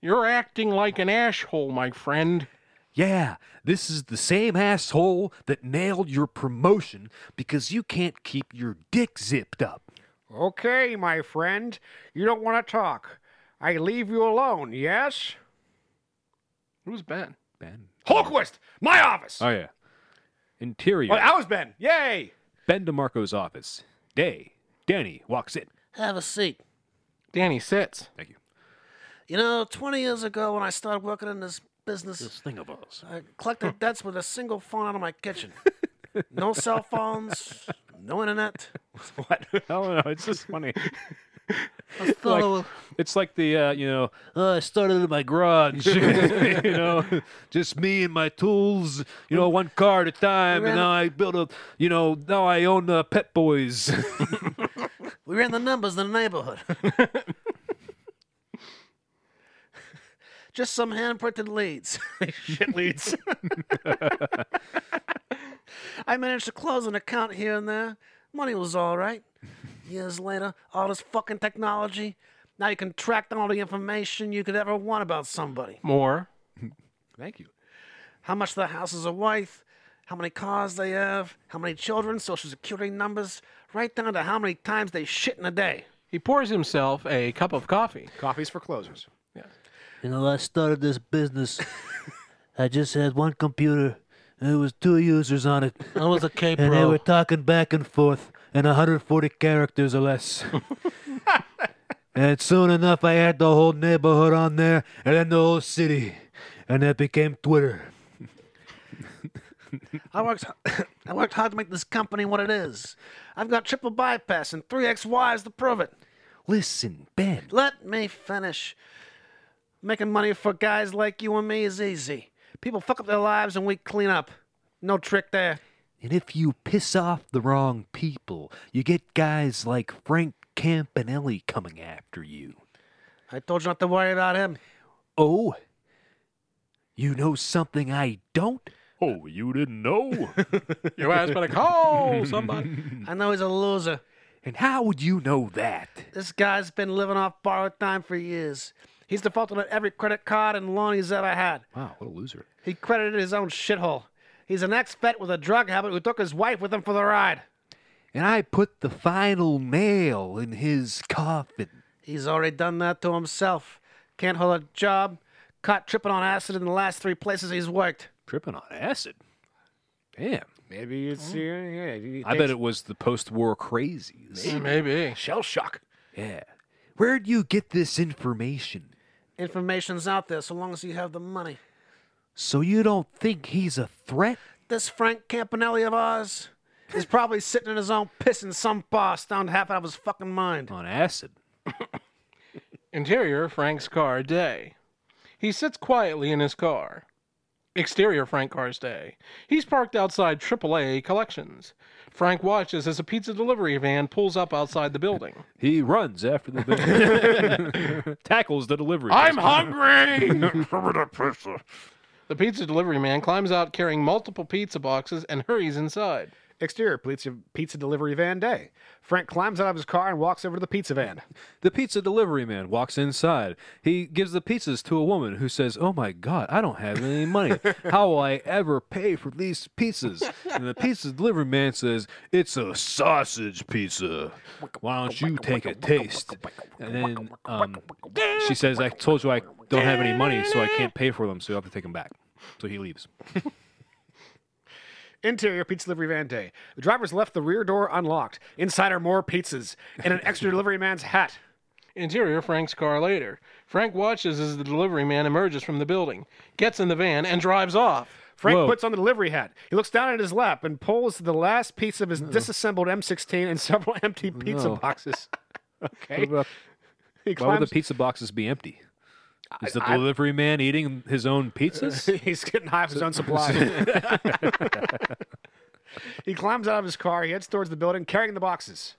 you're acting like an asshole, my friend. Yeah, this is the same asshole that nailed your promotion because you can't keep your dick zipped up. Okay, my friend. You don't want to talk. I leave you alone, yes? Who's Ben? ben. Holquist! My office! Oh yeah. Interior. Well, I was Ben. Yay! ben DeMarco's office. Day. Danny walks in. Have a seat. Danny sits. Thank you. You know, 20 years ago when I started working in this business, Thing of us. I collected debts with a single phone out of my kitchen. No cell phones, no internet. What? I don't know. It's just funny. I thought it was- It's like the uh, you know oh, I started in my garage, you know, just me and my tools, you know, one car at a time, and now I built a, you know, now I own uh, Pet Boys. we ran the numbers in the neighborhood. Just some hand printed leads. Shit leads. I managed to close an account here and there. Money was all right. Years later, all this fucking technology. Now you can track down all the information you could ever want about somebody. More. Thank you. How much their houses are worth, how many cars they have, how many children, social security numbers, right down to how many times they shit in a day. He pours himself a cup of coffee. Coffee's for closers. You know, I started this business. I just had one computer. and It was two users on it, I was a K and they were pro. talking back and forth in 140 characters or less. and soon enough, I had the whole neighborhood on there, and then the whole city, and that became Twitter. I worked, I worked hard to make this company what it is. I've got triple bypass and three XYs to prove it. Listen, Ben, Let me finish. Making money for guys like you and me is easy. People fuck up their lives and we clean up. No trick there. and if you piss off the wrong people, you get guys like Frank Campanelli coming after you. I told you not to worry about him. Oh, you know something I don't? Oh, you didn't know? Your ass better call somebody. I know he's a loser. and how would you know that? This guy's been living off borrowed time for years. He's defaulted on every credit card and loan he's ever had. Wow, what a loser. He credited his own shithole. He's an ex vet with a drug habit who took his wife with him for the ride. And I put the final nail in his coffin. He's already done that to himself. Can't hold a job. Caught tripping on acid in the last three places he's worked. Tripping on acid. Damn. Maybe it's Oh. yeah. yeah he I bet it was the post-war crazies. Maybe. shell shock. Yeah. Where'd you get this information? Information's out there so long as you have the money. So you don't think he's a threat? This Frank Campanelli of ours is probably sitting in his own piss in some bar, stoned half out of his fucking mind. On acid. Interior Frank's car day. He sits quietly in his car. Exterior Frank Car's day. He's parked outside AAA Collections. Frank watches as a pizza delivery van pulls up outside the building. He runs after the bill. tackles the delivery. I'm hungry! the pizza delivery man climbs out carrying multiple pizza boxes and hurries inside. Exterior pizza, pizza delivery van day. Frank climbs out of his car and walks over to the pizza van. The pizza delivery man walks inside. He gives the pizzas to a woman who says, "Oh my God, I don't have any money. How will I ever pay for these pizzas?" And the pizza delivery man says, "It's a sausage pizza. Why don't you take a taste?" And then um, she says, "I told you I don't have any money, so I can't pay for them. So you have to take them back." So he leaves. Interior pizza delivery van day. The driver's left the rear door unlocked. Inside are more pizzas and an extra delivery man's hat. Interior Frank's car later. Frank watches as the delivery man emerges from the building, gets in the van, and drives off. Frank Whoa. puts on the delivery hat. He looks down at his lap and pulls the last piece of his disassembled M16 and several empty pizza No. boxes. Okay. about- Why He would the climbs. pizza boxes be empty? Is the delivery man eating his own pizzas? He's getting high off his own supply. he climbs out of his car. He heads towards the building, carrying the boxes.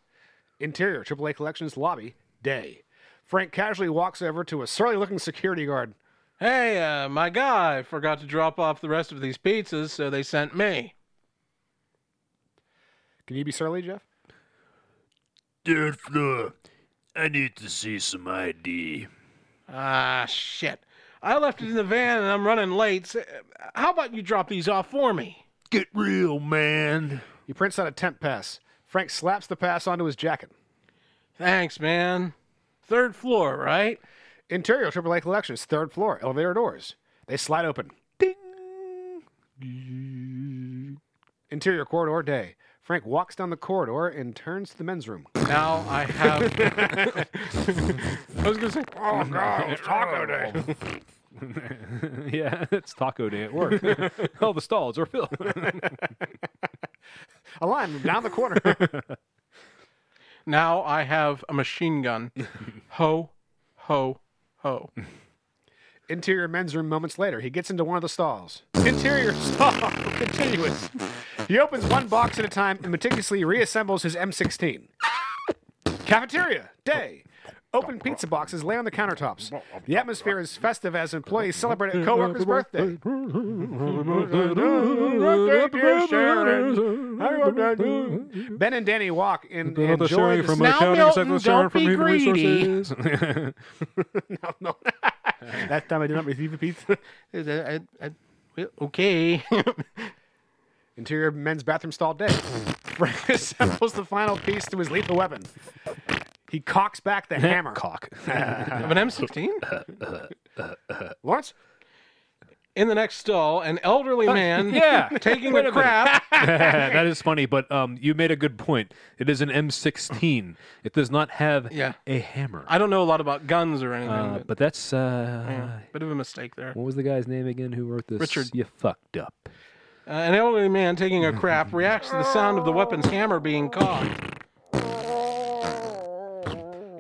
Interior AAA Collections lobby day. Frank casually walks over to a surly-looking security guard. Hey, uh, my guy forgot to drop off the rest of these pizzas, so they sent me. Can you be surly, Jeff? Third floor. I need to see some ID. Ah, shit. I left it in the van and I'm running late. So, uh, how about you drop these off for me? Get real, man. He prints out a temp pass. Frank slaps the pass onto his jacket. Thanks, man. Third floor, right? Interior AAA Collections, third floor, elevator doors. They slide open. Interior corridor day. Frank walks down the corridor and turns to the men's room. Now I have. I was gonna say, oh god, yeah, it's taco day at work. All the stalls are filled. A line moved down the corner. Now I have a machine gun. ho, ho, ho. Interior men's room moments later. He gets into one of the stalls. Interior stall continuous. He opens one box at a time and meticulously reassembles his M16. Cafeteria, day. Open pizza boxes lay on the countertops. The atmosphere is festive as employees celebrate a coworker's birthday. Mm-hmm. Ben and Danny walk and enjoy the Now, Milton, don't be greedy. That time I did not receive a pizza. I- I- I- well, okay. Interior men's bathroom stall day. Frank assembles the final piece to his lethal weapon. He cocks back the hammer. Cock. of an M16? Lawrence? In the next stall, an elderly man Uh, yeah. taking a crap. that is funny, but um, you made a good point. It is an M16. It does not have Yeah. a hammer. I don't know a lot about guns or anything, Uh, but, but that's uh, yeah, bit of a mistake there. what was the guy's name again who wrote this? Richard. You fucked up. Uh, an elderly man taking a crap reacts to the sound of the weapon's hammer being cocked.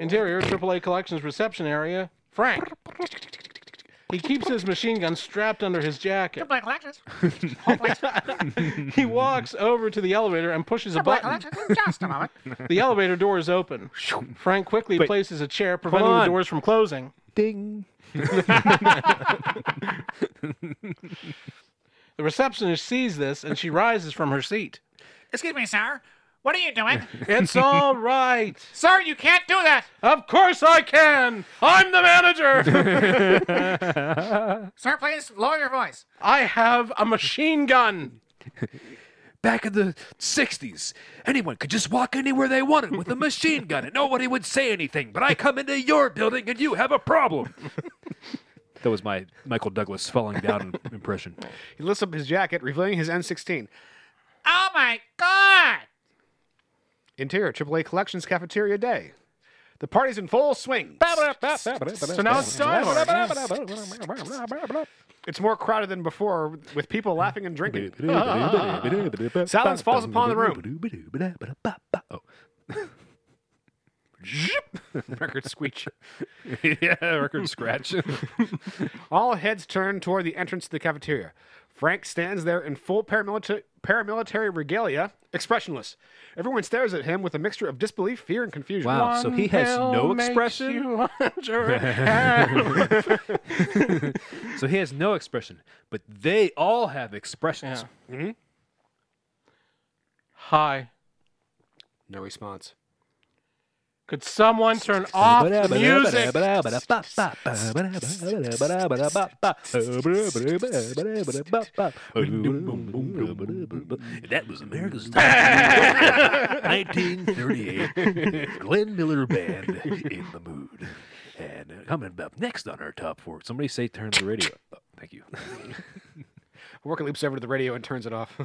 Interior AAA Collections reception area. Frank. He keeps his machine gun strapped under his jacket. he walks over to the elevator and pushes a button. Just a moment. The elevator door is open. Frank quickly places a chair, preventing Hold the on. doors from closing. Ding. The receptionist sees this and she rises from her seat. Excuse me, sir. What are you doing? It's all right. sir, you can't do that. Of course I can. I'm the manager. Sir, please lower your voice. I have a machine gun. Back in the 60s, anyone could just walk anywhere they wanted with a machine gun and nobody would say anything. But I come into your building and you have a problem. That was my Michael Douglas falling down impression. He lifts up his jacket, revealing his N16. Oh my God! Interior AAA Collections Cafeteria Day. The party's in full swing. So now it's Star Wars. It's more crowded than before, with people laughing and drinking. Silence falls upon the room. Oh, Record squeech. yeah, record scratch. All heads turn toward the entrance to the cafeteria. Frank stands there in full paramilita- paramilitary regalia, expressionless. Everyone stares at him with a mixture of disbelief, fear, and confusion. Wow. So he has no expression? so he has no expression, but they all have expressions. Mm-hmm. Hi. No response. Could someone turn off the music? That was America's Top 1938 Glenn Miller Band in the mood. And uh, coming up next on our top four, somebody say turn the radio. up. Oh, thank you. Worker leaps over to the radio and turns it off.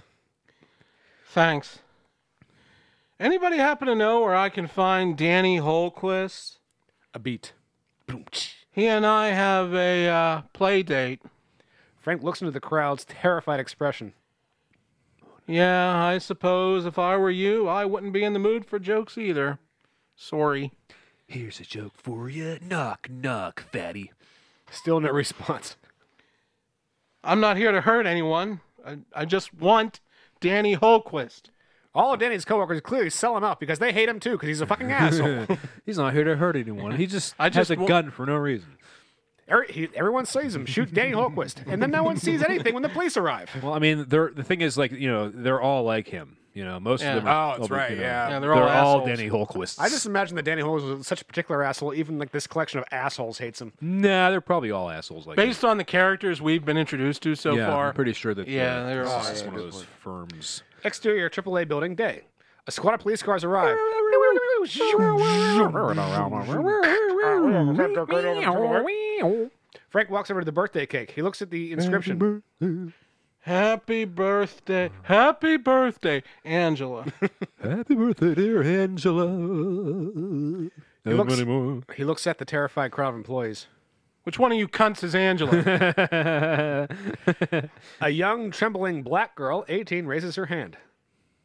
Thanks. Anybody happen to know where I can find Danny Holquist? a beat. He and I have a uh, play date. Frank looks into the crowd's terrified expression. Yeah, I suppose if I were you, I wouldn't be in the mood for jokes either. Sorry. Here's a joke for you. Knock, knock, fatty. Still no response. I'm not here to hurt anyone. I, I just want Danny Holquist. All of Danny's coworkers clearly sell him out because they hate him too because he's a fucking asshole. He's not here to hurt anyone. He just I has just a wa- gun for no reason. Every, he, everyone sees him shoot Danny Holquist, and then no one sees anything when the police arrive. Well, I mean, they're, the thing is, like, you know, they're all like him. You know, most Yeah. of them. Are, Oh, that's you right, know, yeah. Yeah, they're, they're all all, assholes. Danny Holquists. I just imagine that Danny Holquist was such a particular asshole. Even like this collection of assholes hates him. nah, they're probably all assholes. Like, Based on the characters we've been introduced to so yeah, far, I'm pretty sure that. Yeah, uh, they're all- this is yeah, one of those firms. Exterior AAA building day. A squad of police cars arrive. Frank walks over to the birthday cake. He looks at the inscription. happy birthday, happy birthday, Angela. Happy birthday, dear Angela. He looks, he looks at the terrified crowd of employees. Which one of you cunts is Angela? A young, trembling black girl, 18, raises her hand.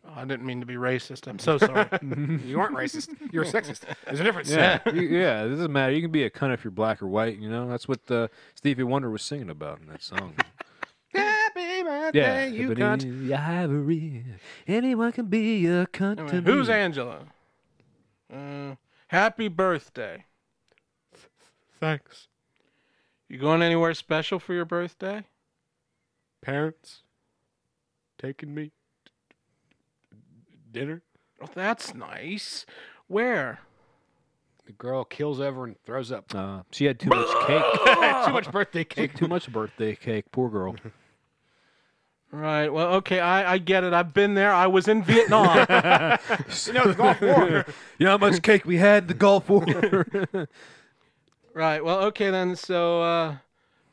Oh, I didn't mean to be racist. I'm so sorry. You aren't racist. You're sexist. There's a difference. Yeah, you- yeah, it doesn't matter. You can be a cunt if you're black or white. You know, that's what uh, Stevie Wonder was singing about in that song. Happy birthday, Yeah, you but cunt. The Ivory. Anyone can be a cunt to me. Who's Angela? Uh, happy birthday. Thanks, You going anywhere special for your birthday? parents. Taking me to dinner. Oh, that's nice. Where? The girl kills over and throws up. Uh, she had too much cake. Too much birthday cake. too much birthday cake. Poor girl. Right. Well, okay. I, I get it. I've been there. I was in Vietnam. You know, the Gulf War. You know how much cake we had in the Gulf War? right. Well, okay then. So, uh,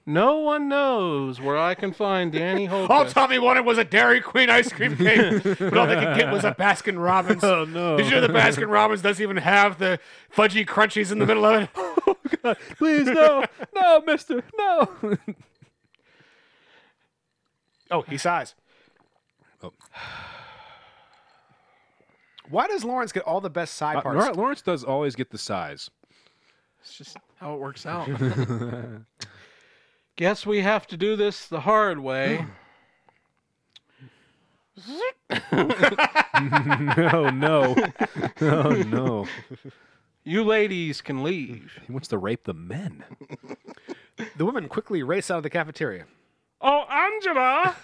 no one knows where I can find Danny All Holquist. Tommy wanted was a Dairy Queen ice cream cake, but all they could get was a Baskin Robbins. Oh no! Did you know the Baskin Robbins doesn't even have the fudgy crunchies in the middle of it? Please no, no, Mister, no. Oh, he sighs. Oh. Why does Lawrence get all the best side parts? Laura- Uh, Lawrence does always get the size. it's just how it works out. Guess we have to do this the hard way. oh no, oh no. You ladies can leave. He wants to rape the men. The women quickly race out of the cafeteria. Oh, Angela!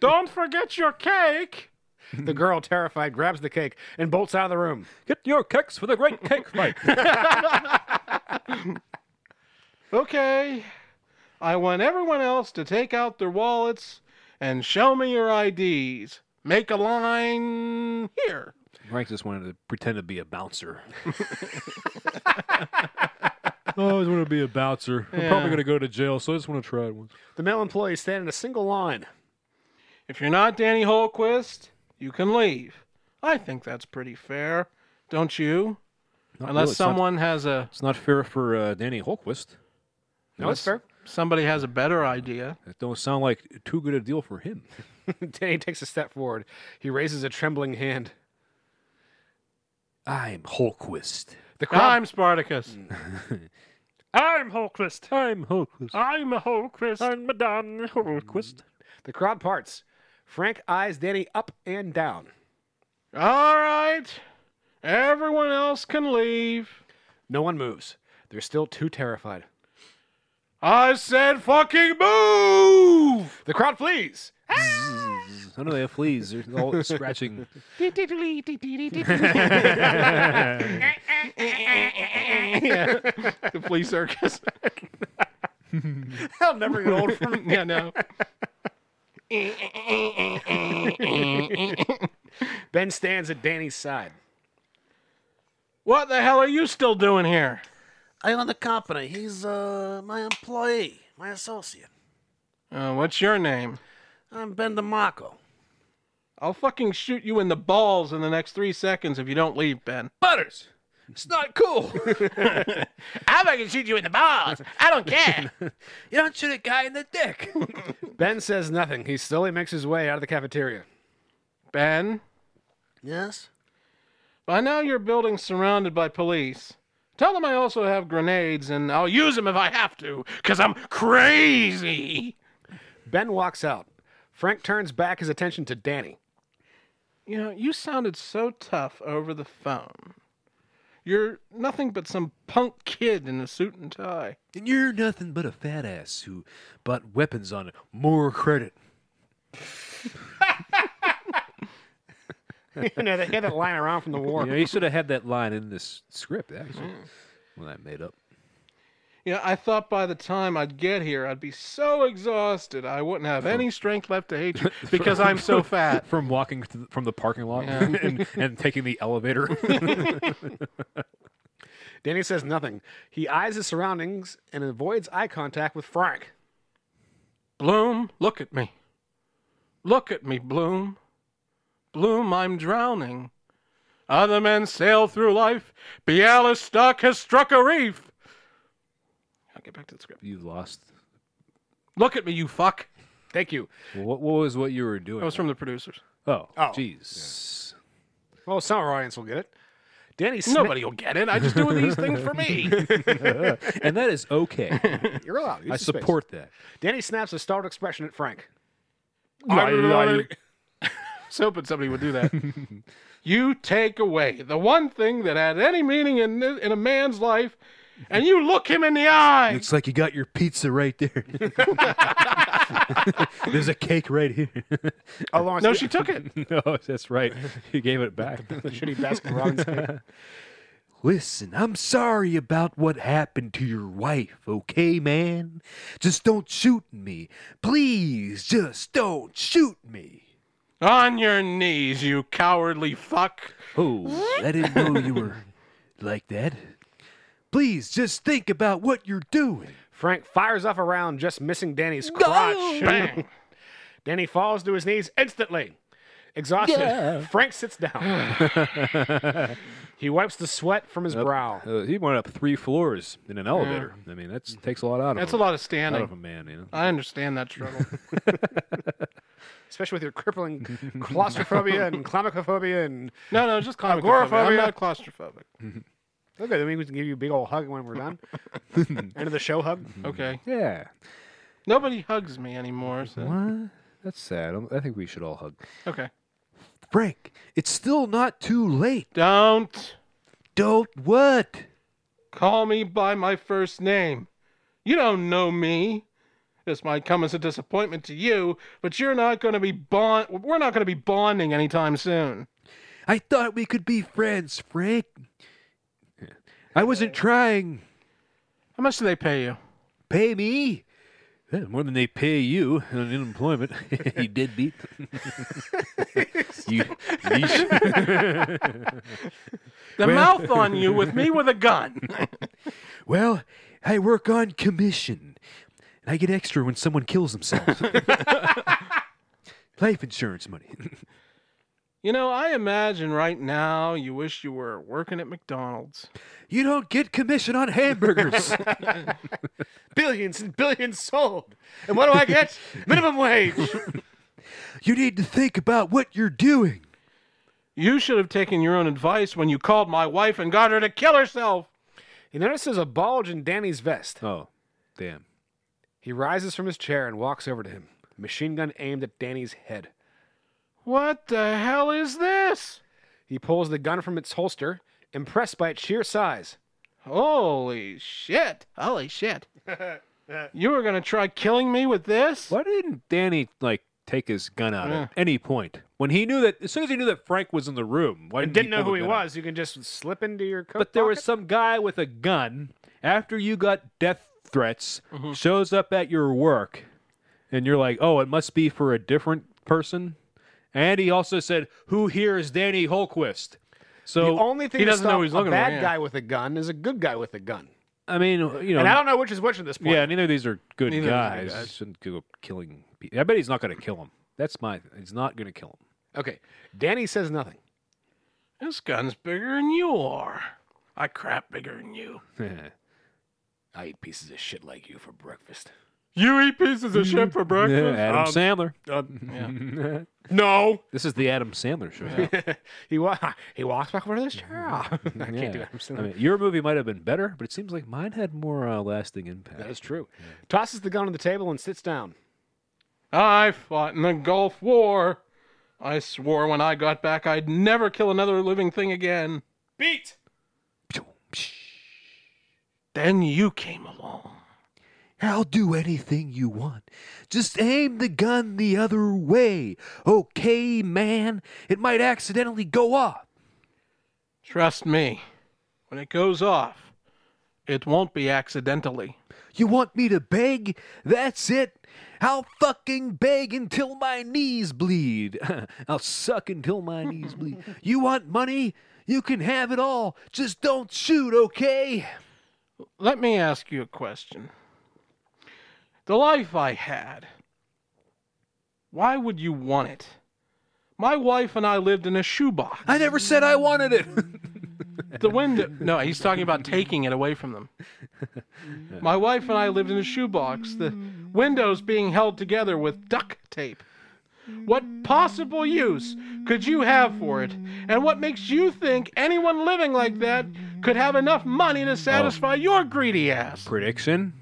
don't forget your cake! The girl, terrified, grabs the cake and bolts out of the room. Get your kicks for the great cake fight. Okay. I want everyone else to take out their wallets and show me your IDs. Make a line here. Frank just wanted to pretend to be a bouncer. Oh, I always want to be a bouncer. I'm probably probably gonna going to go to jail, so I just want to try it once. The male employees stand in a single line. If you're not Danny Holquist, you can leave. I think that's pretty fair, don't you? Unless someone has a It's not fair for uh, Danny Holquist. No, it's fair. somebody has a better idea. That don't sound like too good a deal for him. Danny takes a step forward. He raises a trembling hand. I'm Holquist. The crowd, I'm Spartacus. I'm Holquist. I'm Holquist. I'm a Holquist. I'm Madame Holquist. the crowd parts. Frank eyes Danny up and down. All right. Everyone else can leave. No one moves. They're still too terrified. I said fucking move! The crowd flees. Ah! I know they have fleas. They're all scratching. Yeah. the flea circus. I'll never get old from yeah, no. Ben stands at Danny's side. What the hell are you still doing here? I own the company. He's uh, my employee, my associate. Uh, what's your name? I'm Ben DeMarco. I'll fucking shoot you in the balls in the next three seconds if you don't leave, Ben. Butters! It's not cool. I'm gonna shoot you in the balls. I don't care. you don't shoot a guy in the dick. Ben says nothing. He slowly makes his way out of the cafeteria. ben, Yes? by now your building's surrounded by police. Tell them I also have grenades and I'll use them if I have to, because I'm crazy. Ben walks out. Frank turns back his attention to Danny. You know, you sounded so tough over the phone. You're nothing but some punk kid in a suit and tie. And you're nothing but a fat ass who bought weapons on more credit. you know, they had that line around from the war. Mm. you know, you should have had that line in this script, actually. Well, that made up. You know, I thought by the time I'd get here, I'd be so exhausted I wouldn't have any strength left to hate you because I'm so fat. From walking to the, from the parking lot and, and taking the elevator. Danny says nothing. He eyes his surroundings and avoids eye contact with Frank. Bloom, look at me. Look at me, Bloom. Bloom, I'm drowning. Other men sail through life. Bialystok has struck a reef. I'll get back to the script. you lost. Look at me, you fuck. Thank you. What, what was what you were doing? That was from the producers. Oh, Oh. jeez. Well, some of our audience will get it. Danny Smith. Nobody will get it. I just do these things for me. and that is okay. You're allowed. Oh, Use I the space. support that. Danny snaps a startled expression at Frank. So hoping somebody would do that. you take away the one thing that had any meaning in thi- in a man's life, and you look him in the eye. Looks like you got your pizza right there. There's a cake right here. Oh, Lawrence, No, she took it. no, that's right. You gave it back. shitty Baskin Robbins. cake. Listen, I'm sorry about what happened to your wife, okay, man? Just don't shoot me. Please, just don't shoot me. On your knees, you cowardly fuck. oh, I didn't know you were like that. Please, just think about what you're doing. Frank fires off a round, just missing Danny's crotch. Bang. Danny falls to his knees instantly. Exhausted, Frank sits down. he wipes the sweat from his brow. uh, he went up three floors in an elevator. I mean, that takes a lot out of That's a him. lot of out of standing. a man. You know, I understand that struggle. especially with your crippling claustrophobia and clamicophobia. And No, no, just claustrophobic. I'm Agoraphobia. not claustrophobic. okay, then we can give you a big old hug when we're done. End of the show hug. Okay. yeah, Nobody hugs me anymore. So. that's sad. I'm- I think we should all hug. Okay. Frank, it's still not too late. Don't Don't what? call me by my first name. You don't know me. This might come as a disappointment to you, but you're not going to be bond. We're not going to be bonding anytime soon. I thought we could be friends, Frank. I wasn't trying. How much do they pay you? Pay me. Eh, Yeah, more than they pay you in unemployment. you did beat. you, you sh- The mouth on you with me with a gun. Well, I work on commission. And I get extra when someone kills themselves. Life insurance money. you know, I imagine right now you wish you were working at McDonald's. You don't get commission on hamburgers. Billions and billions sold. And what do I get? Minimum wage. you need to think about what you're doing. You should have taken your own advice when you called my wife and got her to kill herself. He notices a bulge in Danny's vest. oh, damn. He rises from his chair and walks over to him. Machine gun aimed at Danny's head. What the hell is this? He pulls the gun from its holster, impressed by its sheer size. Holy shit. Holy shit. you were going to try killing me with this? Why didn't Danny like take his gun out at any point when he knew that as soon as he knew that Frank was in the room? Why And didn't, didn't know pull who the he gun out? was. You can just slip into your coat. But there pocket. was some guy with a gun after you got death threats Mm-hmm. shows up at your work, and you're like, "Oh, it must be for a different person." And he also said, "Who here is Danny Holquist?" the So only thing he to doesn't know stop who he's looking a for, bad yeah. guy with a gun is a good guy with a gun. I mean, you know, And I don't know which is which at this point. yeah, neither of these are good Neither of these are good guys. Shouldn't go killing. People. I bet he's not going to kill him. That's my. He's not going to kill him. Okay. Danny says nothing. This gun's bigger than you are. I crap bigger than you. I eat pieces of shit like you for breakfast. You eat pieces of shit for breakfast? Adam Sandler. Um, Uh, No. This is the Adam Sandler show. he wa- he walks back over to this chair. I can't do Yeah. that. I'm still- I mean, your movie might have been better, but it seems like mine had more uh, lasting impact. that is true. Tosses the gun on the table and sits down. I fought in the Gulf War. I swore when I got back I'd never kill another living thing again. Beat! Then you came along. I'll do anything you want. Just aim the gun the other way. Okay, man? It might accidentally go off. Trust me, when it goes off, it won't be accidentally. You want me to beg? That's it. I'll fucking beg until my knees bleed. I'll suck until my knees bleed. You want money? You can have it all. Just don't shoot, okay? Let me ask you a question. The life I had, why would you want it? My wife and I lived in a shoebox. I never said I wanted it. the window. No, he's talking about taking it away from them. My wife and I lived in a shoebox, the windows being held together with duct tape. What possible use could you have for it? And what makes you think anyone living like that could have enough money to satisfy Oh. your greedy ass? Prediction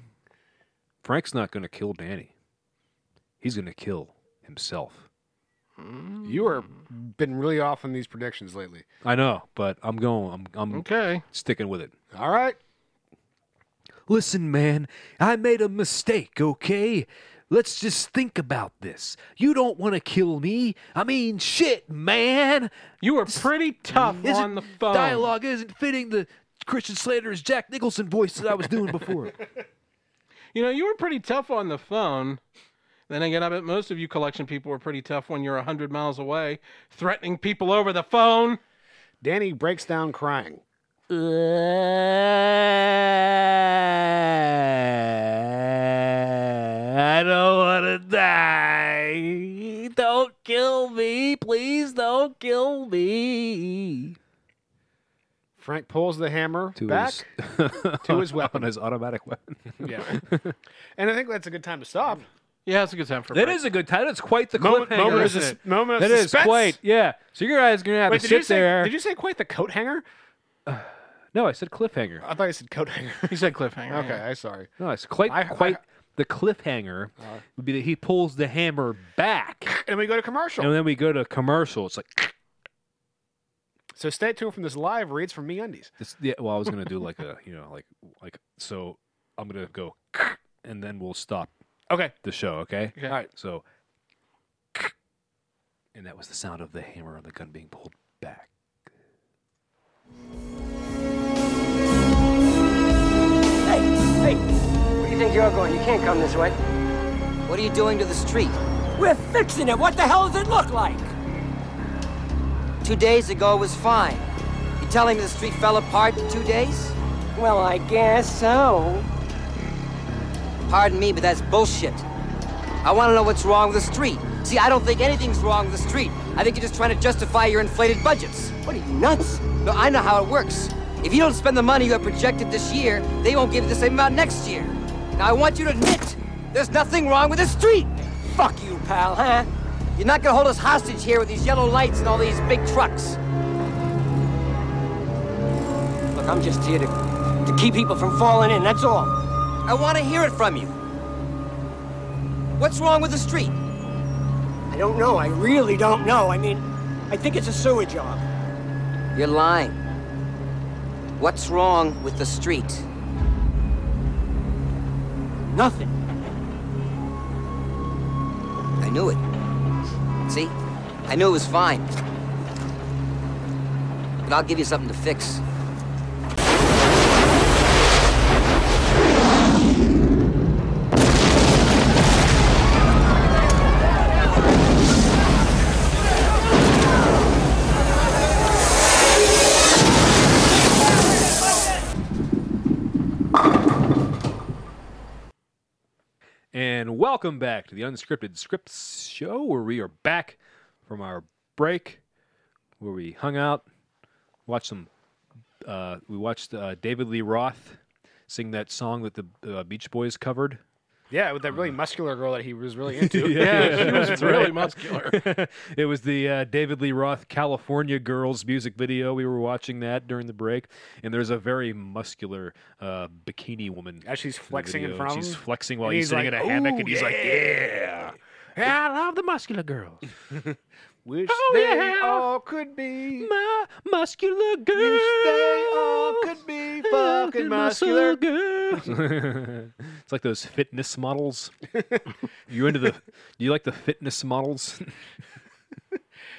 Frank's not going to kill Danny. He's going to kill himself. Hmm. You are been really off on these predictions lately. I know, but I'm going. I'm, I'm Okay. sticking with it. All right. Listen, man, I made a mistake, okay? Let's just think about this. You don't want to kill me. I mean, shit, man. You were pretty tough on the phone. Dialogue isn't fitting the Christian Slater's Jack Nicholson voice that I was doing before. You know, you were pretty tough on the phone. Then again, I bet most of you collection people were pretty tough when you're 100 miles away, threatening people over the phone. Danny breaks down crying. Uh, Eh, I don't want to die. Don't kill me. Please don't kill me. Frank pulls the hammer To back his, to his on weapon. his automatic weapon. yeah. and I think that's a good time to stop. Yeah, it's a good time for a That break. is a good title. It's quite the Moment- cliffhanger. moment of isn't sus- it? moment of That is suspense. quite. Yeah. So you guys are gonna have Wait, to did you, sit say, there. did you say quite the coat hanger? No, I said cliffhanger. I thought you said coat hanger. He said cliffhanger. okay, I'm sorry. No, it's quite I- Uh. I- quite. the cliffhanger would be that he pulls the hammer back, And we go to commercial. and then we go to commercial. It's like So stay tuned from this live reads from Me Undies. It's, yeah, well, I was gonna do like a you know like like so I'm gonna go and then we'll stop Okay. the show, okay? Okay. All right. So, and that was the sound of the hammer on the gun being pulled back. Hey, where do you think you're going? You can't come this way. What are you doing to the street? We're fixing it. What the hell does it look like? Two days ago it was fine. You telling me the street fell apart in two days? Well, I guess so. Pardon me, but that's bullshit. I want to know what's wrong with the street. See, I don't think anything's wrong with the street. I think you're just trying to justify your inflated budgets. What are you nuts? No, I know how it works. If you don't spend the money you have projected this year, they won't give you the same amount next year. Now I want you to admit there's nothing wrong with the street. Fuck you, pal, huh? You're not gonna hold us hostage here with these yellow lights and all these big trucks. Look, I'm just here to, to keep people from falling in. That's all. I want to hear it from you. What's wrong with the street? I don't know. I really don't know. I mean, I think it's a sewer job. You're lying. What's wrong with the street? Nothing. I knew it. See? I knew it was fine. But I'll give you something to fix. And welcome back to the Unscripted Scripts Show, where we are back from our break, where we hung out, watched some. Uh, we watched uh, David Lee Roth sing that song that the uh, Beach Boys covered. Yeah, with that really muscular girl that he was really into. Yeah, she was that's really right. muscular. it was the uh, David Lee Roth California Girls music video. We were watching that during the break, and there's a very muscular uh, bikini woman. As she's in the flexing in video. front of She's him, flexing while and he's he's sitting like, in a hammock, "Ooh, and he's like, "Yeah." Yeah, I love the muscular girls. Wish Oh, they yeah. all could be. My muscular girl. Wish they all could be fucking muscular. it's like those fitness models. you into the? Do you like the fitness models?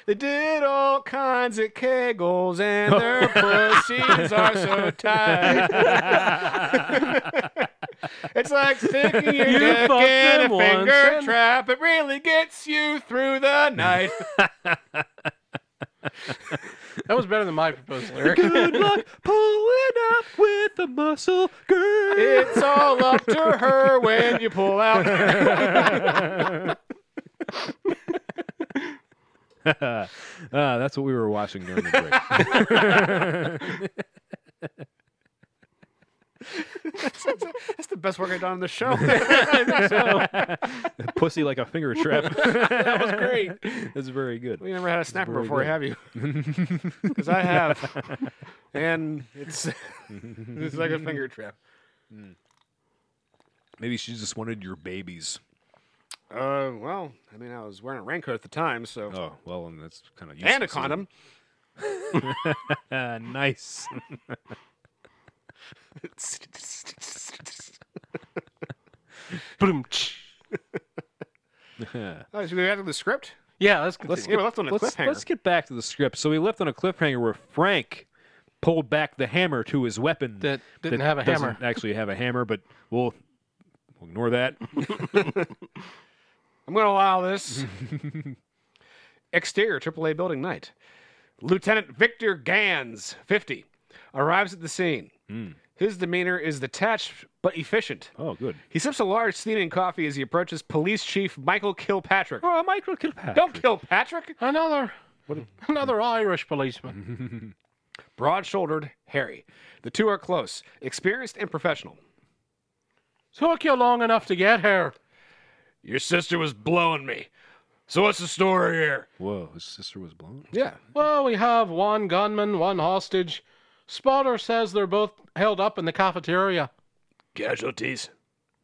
They did all kinds of kegels and their pussies are so tight. it's like sticking your You dick fucked in a them once finger and- trap. It really gets you through the night. That was better than my proposal, Eric. Good luck pulling up with a muscle girl. it's all up to her when you pull out. Ah, that's what we were watching during the break. That's the best work I've done on the show. Pussy like a finger trap. that was great. That's very good. We never had a snapper very before, good. have you? Because I have, and it's it's like a finger trap. Maybe she just wanted your babies. Uh, well, I mean, I was wearing a raincoat at the time, so Oh well, and that's kind of and a condom. Uh, nice. Boom, tch. Oh, should we go back to the script? yeah, let's continue. Yeah, we're left on a let's, cliffhanger. let's get back to the script. So we left on a cliffhanger where Frank pulled back the hammer to his weapon That didn't have a doesn't hammer. Actually, have a hammer, but we'll, we'll ignore that. I'm going to allow this. Exterior AAA building night. Lieutenant Victor Gans, 50, arrives at the scene. His demeanor is detached but efficient. Hmm. Oh, good. He sips a large steaming coffee as he approaches Police Chief Michael Kilpatrick. Oh, Michael Kilpatrick. Don't kill Patrick! Another, another Irish policeman. Broad shouldered Harry. The two are close, experienced and professional. Took you long enough to get here. Your sister was blowing me. So what's the story here? Whoa, his sister was blown. Yeah. Well, we have one gunman, one hostage. Spotter says they're both held up in the cafeteria. Casualties.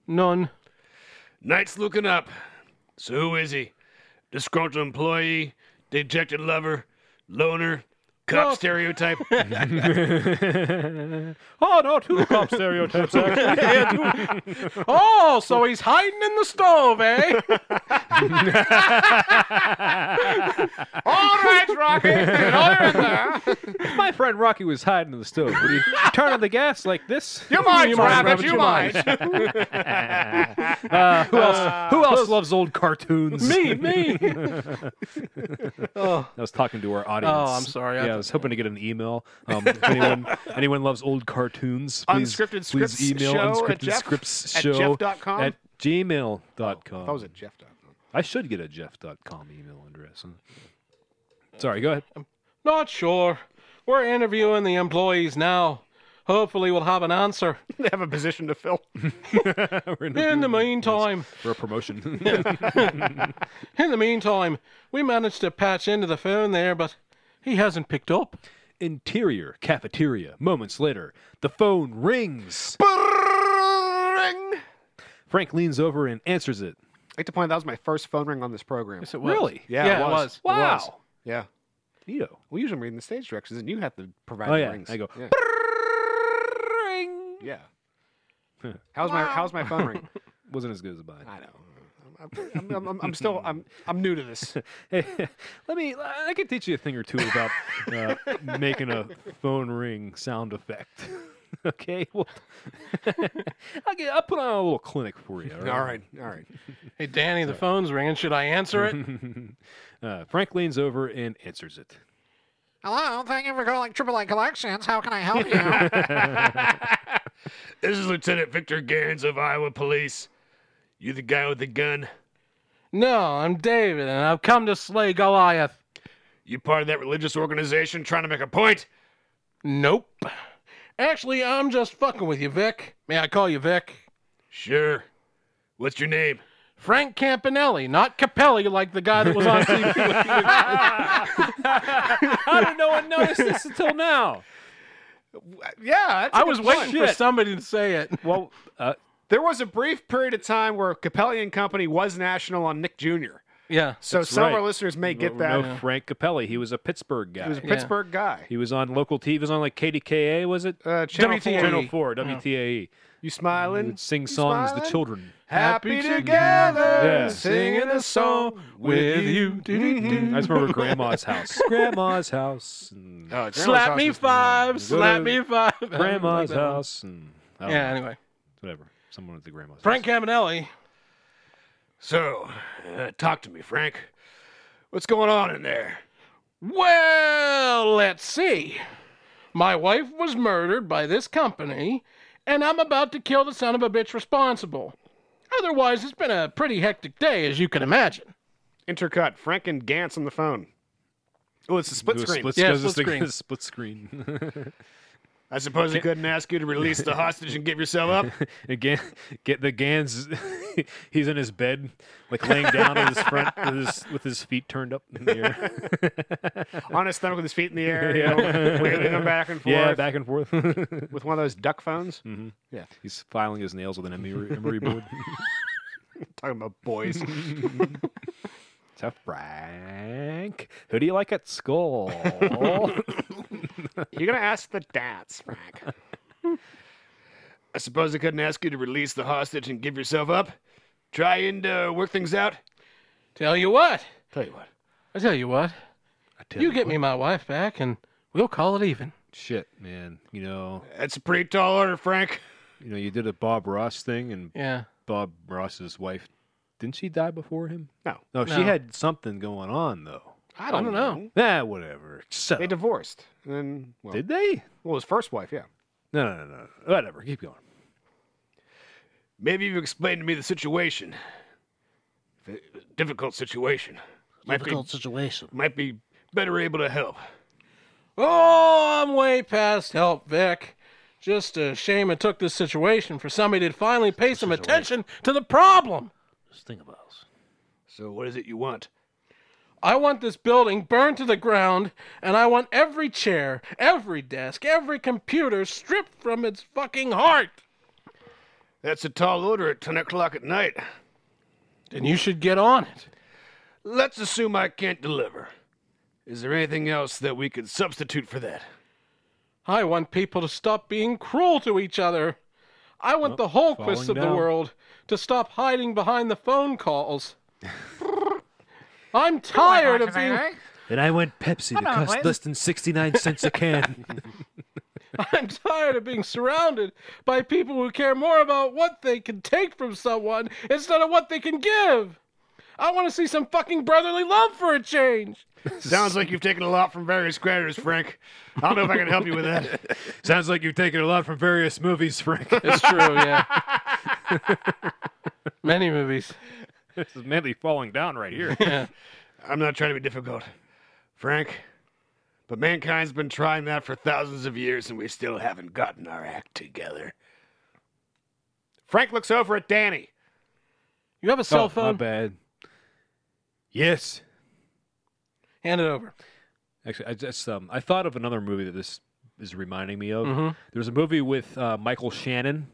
None. Knight's looking up. So who is he? Disgruntled employee, dejected lover, loner, Cop stereotype. Oh no, two cop stereotypes. Actually. Oh, so he's hiding in the stove, eh? All right, Rocky. All right, there. My friend Rocky was hiding in the stove. Would you turn on the gas like this? You mind, You mind, Rabbit, Rabbit, You, you mind. Uh, who else? who else loves old cartoons? me, me. Oh. I was talking to our audience. Oh, I'm sorry. I Yeah, I, thought- was hoping to get an email. Um, if anyone, anyone loves old cartoons, please, Unscripted please Scripts email Show at unscripted Jeff- scripts at show jeff.com? at gmail.com. That was at Jeff. I should get a jeff.com email address. Huh? Sorry, go ahead. Not sure. We're interviewing the employees now. Hopefully, we'll have an answer. They have a position to fill. We're in In the meantime, for a promotion. in the meantime, we managed to patch into the phone there, but he hasn't picked up. Interior cafeteria. Moments later, the phone rings. ring. Frank leans over and answers it. I like to point out that was my first phone ring on this program. Yes, it was. Really? Yeah, yeah it was. It was. Wow. yeah. Neato. Well, usually I'm reading the stage directions, and you have to provide Oh the yeah, rings. I go, Yeah. yeah. How's my How's my phone ring? Wasn't as good as mine. I know. I'm- I'm, I'm, I'm, I'm still I'm I'm new to this. Hey, let me. I can teach you a thing or two about uh, making a phone ring sound effect. okay, well, I'll, get, I'll put on a little clinic for you. All right. all right, all right. Hey, Danny, the phone's ringing. Should I answer it? Uh, Frank leans over and answers it. Hello, thank you for calling AAA Collections. How can I help you? This is Lieutenant Victor Gaines of Iowa Police. You the guy with the gun? no, I'm David, and I've come to slay Goliath. You part of that religious organization trying to make a point? Nope. Actually, I'm just fucking with you, Vic. May I call you Vic? Sure. What's your name? Frank Campanelli, not Capelli like the guy that was on TV. How did no one notice this until now? Yeah, that's a I good was point. waiting for somebody to say it. Well, uh, There was a brief period of time where Capelli and Company was national on Nick Jr. Yeah. So That's some of our right. listeners may get that. no Frank Capelli. He was a Pittsburgh guy. He was a Yeah. Pittsburgh guy. He was on local TV. He was on like KDKA, was it? Uh, Channel WTAE. 4. E. Channel 4, WTAE. You smiling? E. Sing songs to smiling? children. Happy together, Yeah. singing a song with you. I just remember Grandma's house. Grandma's house. And Oh, Slap me five, slap me five. grandma's Like that one. house. And, I don't Yeah, know, anyway. whatever. Someone at the grandma's Frank house. Campanelli. So, uh, talk to me, Frank. What's going on in there? Well, let's see. My wife was murdered by this company, and I'm about to kill the son of a bitch responsible. Otherwise, it's been a pretty hectic day, as you can imagine. Intercut. Frank and Gantz on the phone. Oh, it's a split Do a screen. Split, Yeah, does this split thing- screen. split screen. I suppose he couldn't ask you to release the hostage and give yourself up? Again, get the Gans. he's in his bed, like laying down on his front with his, with his feet turned up in the air. on his stomach with his feet in the air, you know, waving them back and forth yeah, back and forth. Mm-hmm. with one of those duck phones. he's filing his nails with an emery, emery board. Talking about boys. to Frank. Who do you like at school? You're gonna ask the dance, Frank. I suppose he couldn't ask you to release the hostage and give yourself up? Try and uh, work things out? Tell you what, Tell you what. I tell you what, you get me my wife back, and we'll call it even. Shit, man. You know, That's a pretty tall order, Frank. you know, you did a Bob Ross thing, and Yeah. Bob Ross's wife didn't she die before him? No. no, No. she had something going on though. I don't, don't know. know. Ah, whatever. Shut They up. divorced. And then, well, Did they? well, his first wife, yeah. No, no, no, no. Whatever. Keep going. Maybe you've explained to me the situation. If it- a difficult situation. Might Difficult situation. Be, might be better able to help. Oh, I'm way past help, Vic. Just a shame it took this situation for somebody to finally pay some attention to the problem. Just think about this. So what is it you want? I want this building burned to the ground, and I want every chair, every desk, every computer stripped from its fucking heart. That's a tall order at 10 o'clock at night. And you should get on it. Let's assume I can't deliver. Is there anything else that we could substitute for that? I want people to stop being cruel to each other. I want the Holquist falling of the down. world to stop hiding behind the phone calls. I'm tired of being. And I want Pepsi Come to on, cost Clint. less than 69 cents a can. I'm tired of being surrounded by people who care more about what they can take from someone instead of what they can give. I want to see some fucking brotherly love for a change. Sounds like you've taken a lot from various creditors, Frank. I don't know if I can help you with that. Sounds like you've taken a lot from various movies, Frank. It's true, yeah. Many movies. This is mainly falling down right here. I'm not trying to be difficult, Frank, but mankind's been trying that for thousands of years and we still haven't gotten our act together. Frank looks over at Danny. You have a cell phone? Oh, My bad. Yes. Hand it over. Actually, I just um, I thought of another movie that this is reminding me of. Mhm. There's a movie with uh, Michael Shannon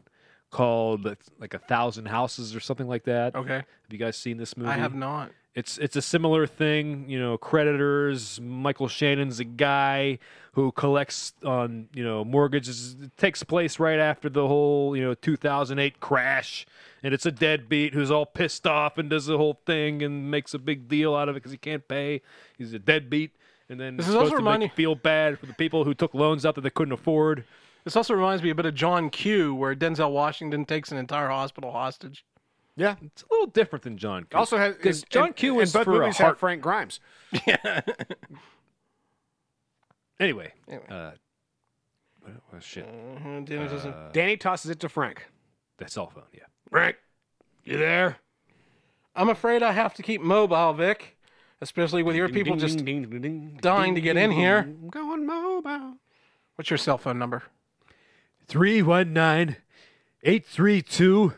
called uh, like a thousand houses or something like that. Okay. Have you guys seen this movie? I have not. Mm-hmm. It's it's a similar thing, you know. Creditors. Michael Shannon's a guy who collects on you know mortgages. It takes place right after the whole you know 2008 crash, and it's a deadbeat who's all pissed off and does the whole thing and makes a big deal out of it because he can't pay. He's a deadbeat, and then This it's is also supposed to make reminding- you feel bad for the people who took loans out that they couldn't afford. This also reminds me a bit of John Q, where Denzel Washington takes an entire hospital hostage. Yeah. It's a little different than John. Q. Also has because and- John and- Q and is both for movies a heart. have Frank Grimes. Anyway, Uh, well, well, shit. Uh-huh, Danny doesn't. Uh, Danny tosses it to Frank. The cell phone. Yeah. Frank, you there? I'm afraid I have to keep mobile, Vic, especially with your Ding, people ding, just ding, ding, ding, dying to ding, get ding, in here. ding. Going mobile. What's your cell phone number? 319 832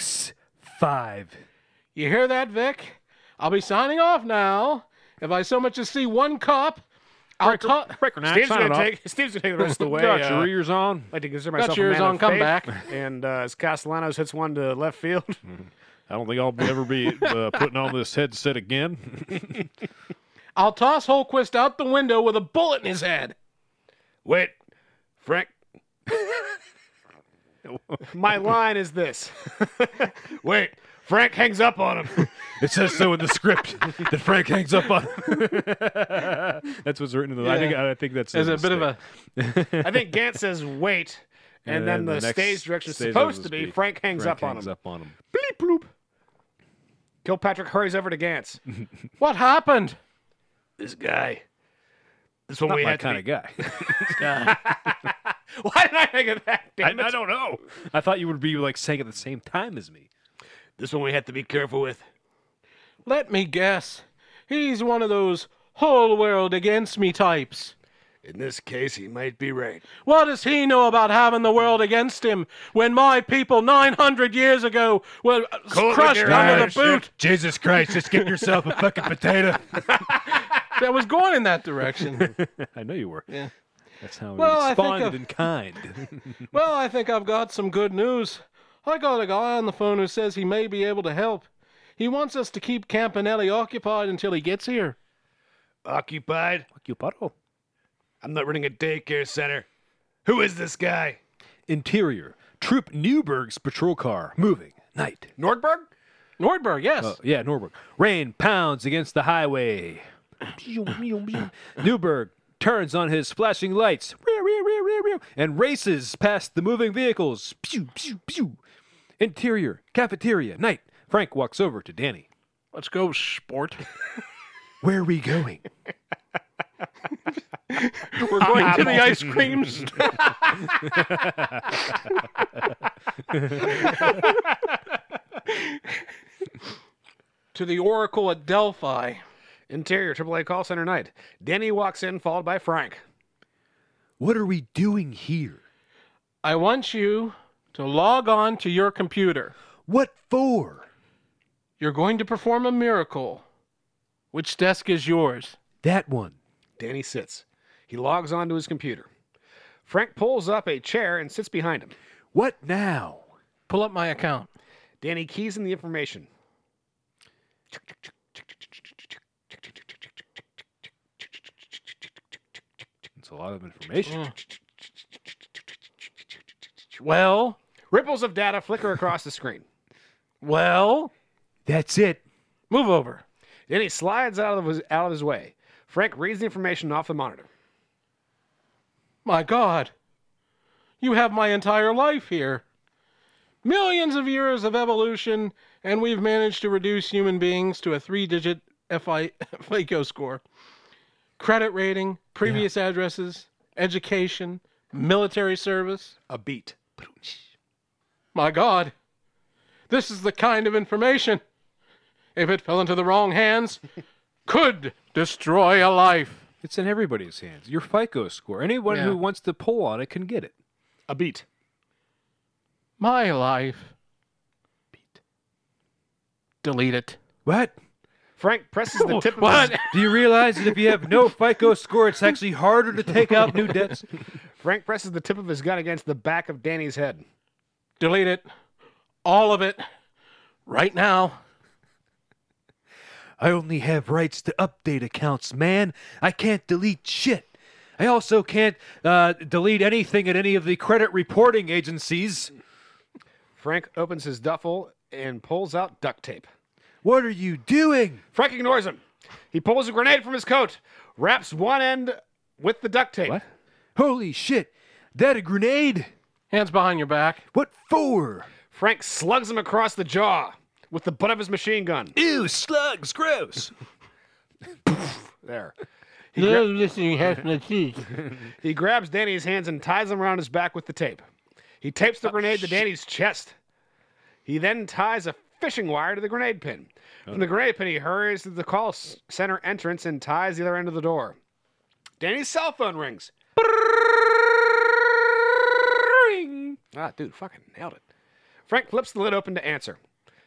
4765. You hear that, Vic? I'll be signing off now. If I so much as see one cop, I'll talk. Sign Steve's gonna it off. take. Steve's gonna take the rest of the way. Got uh, your ears on. I'd like to consider myself yours a man on, of come faith. back. And uh, as Castellanos hits one to left field, I don't think I'll ever be uh, putting on this headset again. I'll toss Holquist out the window with a bullet in his head. Wait, Frank, my line is this: wait. Frank hangs up on him. It says so in the script that Frank hangs up on. that's what's written in the. I think I think that's There's a bit of a. I think Gant says wait, and, then the, next stage direction is stage supposed directions to be be Frank hangs Frank up on hangs him. up on him. Bleep bloop. Kilpatrick hurries over to Gantz. What happened? This guy. This one Not we my had kind to of guy. Why did I think of that? I, Damn it. I don't know. I thought you would be like saying at the same time as me. be, This one we had to be careful with. Let me guess. He's one of those whole world against me types. In this case, he might be right. What does he know about having the world against him when my people 900 years ago were uh, Call it crushed their under the eyes. boot? Jesus Christ, just get yourself a fucking potato. That was going in that direction. I know you were. Yeah. That's how Well, we I think responded of- in kind. well, I think I've got some good news. I got a guy on the phone who says he may be able to help. He wants us to keep Campanelli occupied until he gets here. Occupied? Ocupado. I'm not running a daycare center. Who is this guy? Interior. Troop Newberg's patrol car moving. Night. Nordberg? Nordberg, yes. Uh, yeah, Norberg. Rain pounds against the highway. Newberg turns on his flashing lights and races past the moving vehicles. Pew, pew, pew. Interior, cafeteria, night. Frank walks over to Danny. Let's go, sport. Where are we going? We're going to the ice cream store. to the Oracle at Delphi. Interior AAA call center night. Danny walks in, followed by Frank. What are we doing here? I want you to log on to your computer. What for? You're going to perform a miracle. Which desk is yours? That one. Danny sits. He logs onto his computer. Frank pulls up a chair and sits behind him. What now? Pull up my account. Danny keys in the information. That's a lot of information. Mm. Well, ripples of data flicker across the screen. Well, that's it. Move over. Then he slides out of his, out of his way. Frank reads the information off the monitor. My God, you have my entire life here. Millions of years of evolution, and we've managed to reduce human beings to a three digit FI- FICO score. Credit rating, previous addresses, education, military service. A beat. My God, this is the kind of information, if it fell into the wrong hands, could destroy a life. It's in everybody's hands. Your FICO score. Anyone Yeah. who wants to pull on it can get it. A beat. My life. Delete it. What? Frank presses the tip of What? his Do you realize that if you have no FICO score, it's actually harder to take out new debts? Frank presses the tip of his gun against the back of Danny's head. Delete it. All of it. Right now. I only have rights to update accounts, man. I can't delete shit. I also can't uh, delete anything at any of the credit reporting agencies. Frank opens his duffel and pulls out duct tape. What are you doing? Frank ignores him. He pulls a grenade from his coat, wraps one end with the duct tape. What? Holy shit. That a grenade? Hands behind your back. What for? Frank slugs him across the jaw with the butt of his machine gun. Ew, slugs, gross. There. Listening has no teeth. He grabs Danny's hands and ties them around his back with the tape. He tapes Oh, the grenade to Danny's chest. He then ties a fishing wire to the grenade pin. From Oh. the grenade pin, he hurries to the call s- center entrance and ties the other end of the door. Danny's cell phone rings. Ring. Ah, dude, fucking nailed it. Frank flips the lid open to answer.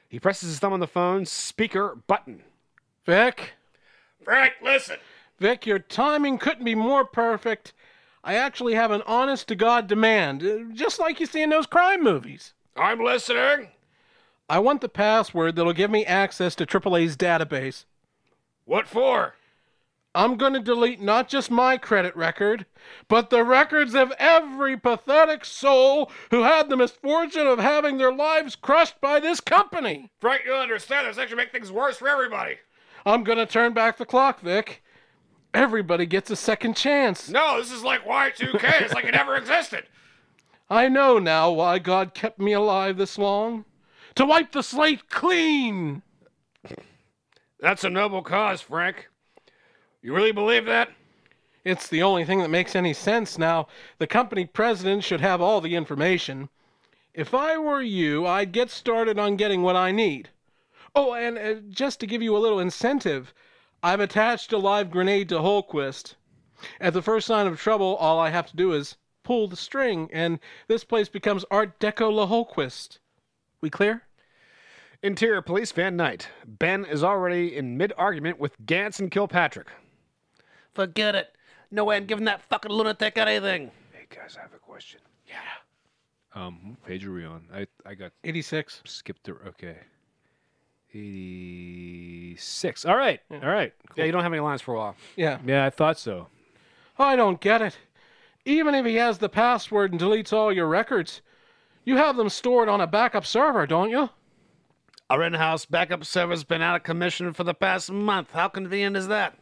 He presses his thumb on the phone speaker button. Vic, Frank, listen. Vic, your timing couldn't be more perfect. I actually have an honest to God demand, uh, just like you see in those crime movies. I'm listening. I want the password that'll give me access to AAA's database. What for? I'm going to delete not just my credit record, but the records of every pathetic soul who had the misfortune of having their lives crushed by this company. Frank, you understand this actually make things worse for everybody. I'm going to turn back the clock, Vic. Everybody gets a second chance. No, this is like Y2K. it's like it never existed. I know now why God kept me alive this long. To wipe the slate clean. That's a noble cause, Frank. You really believe that? It's the only thing that makes any sense now. The company president should have all the information. If I were you, I'd get started on getting what I need. Oh, and uh, just to give you a little incentive, I've attached a live grenade to Holquist. At the first sign of trouble, all I have to do is pull the string, and this place becomes Art Deco La Holquist. We clear? Interior Police Van Knight. Ben is already in mid argument with Gantz and Kilpatrick. Forget it. No way I'm giving that fucking lunatic anything. Hey guys, I have a question. Yeah. Um, what page are we on? I I got 86. skipped. The, okay. Eighty-six. All right. All right. Yeah, you don't have any lines for a while. Yeah. Yeah, I thought so. I don't get it. Even if he has the password and deletes all your records, you have them stored on a backup server, don't you? Our in house backup server's been out of commission for the past month. How convenient is that?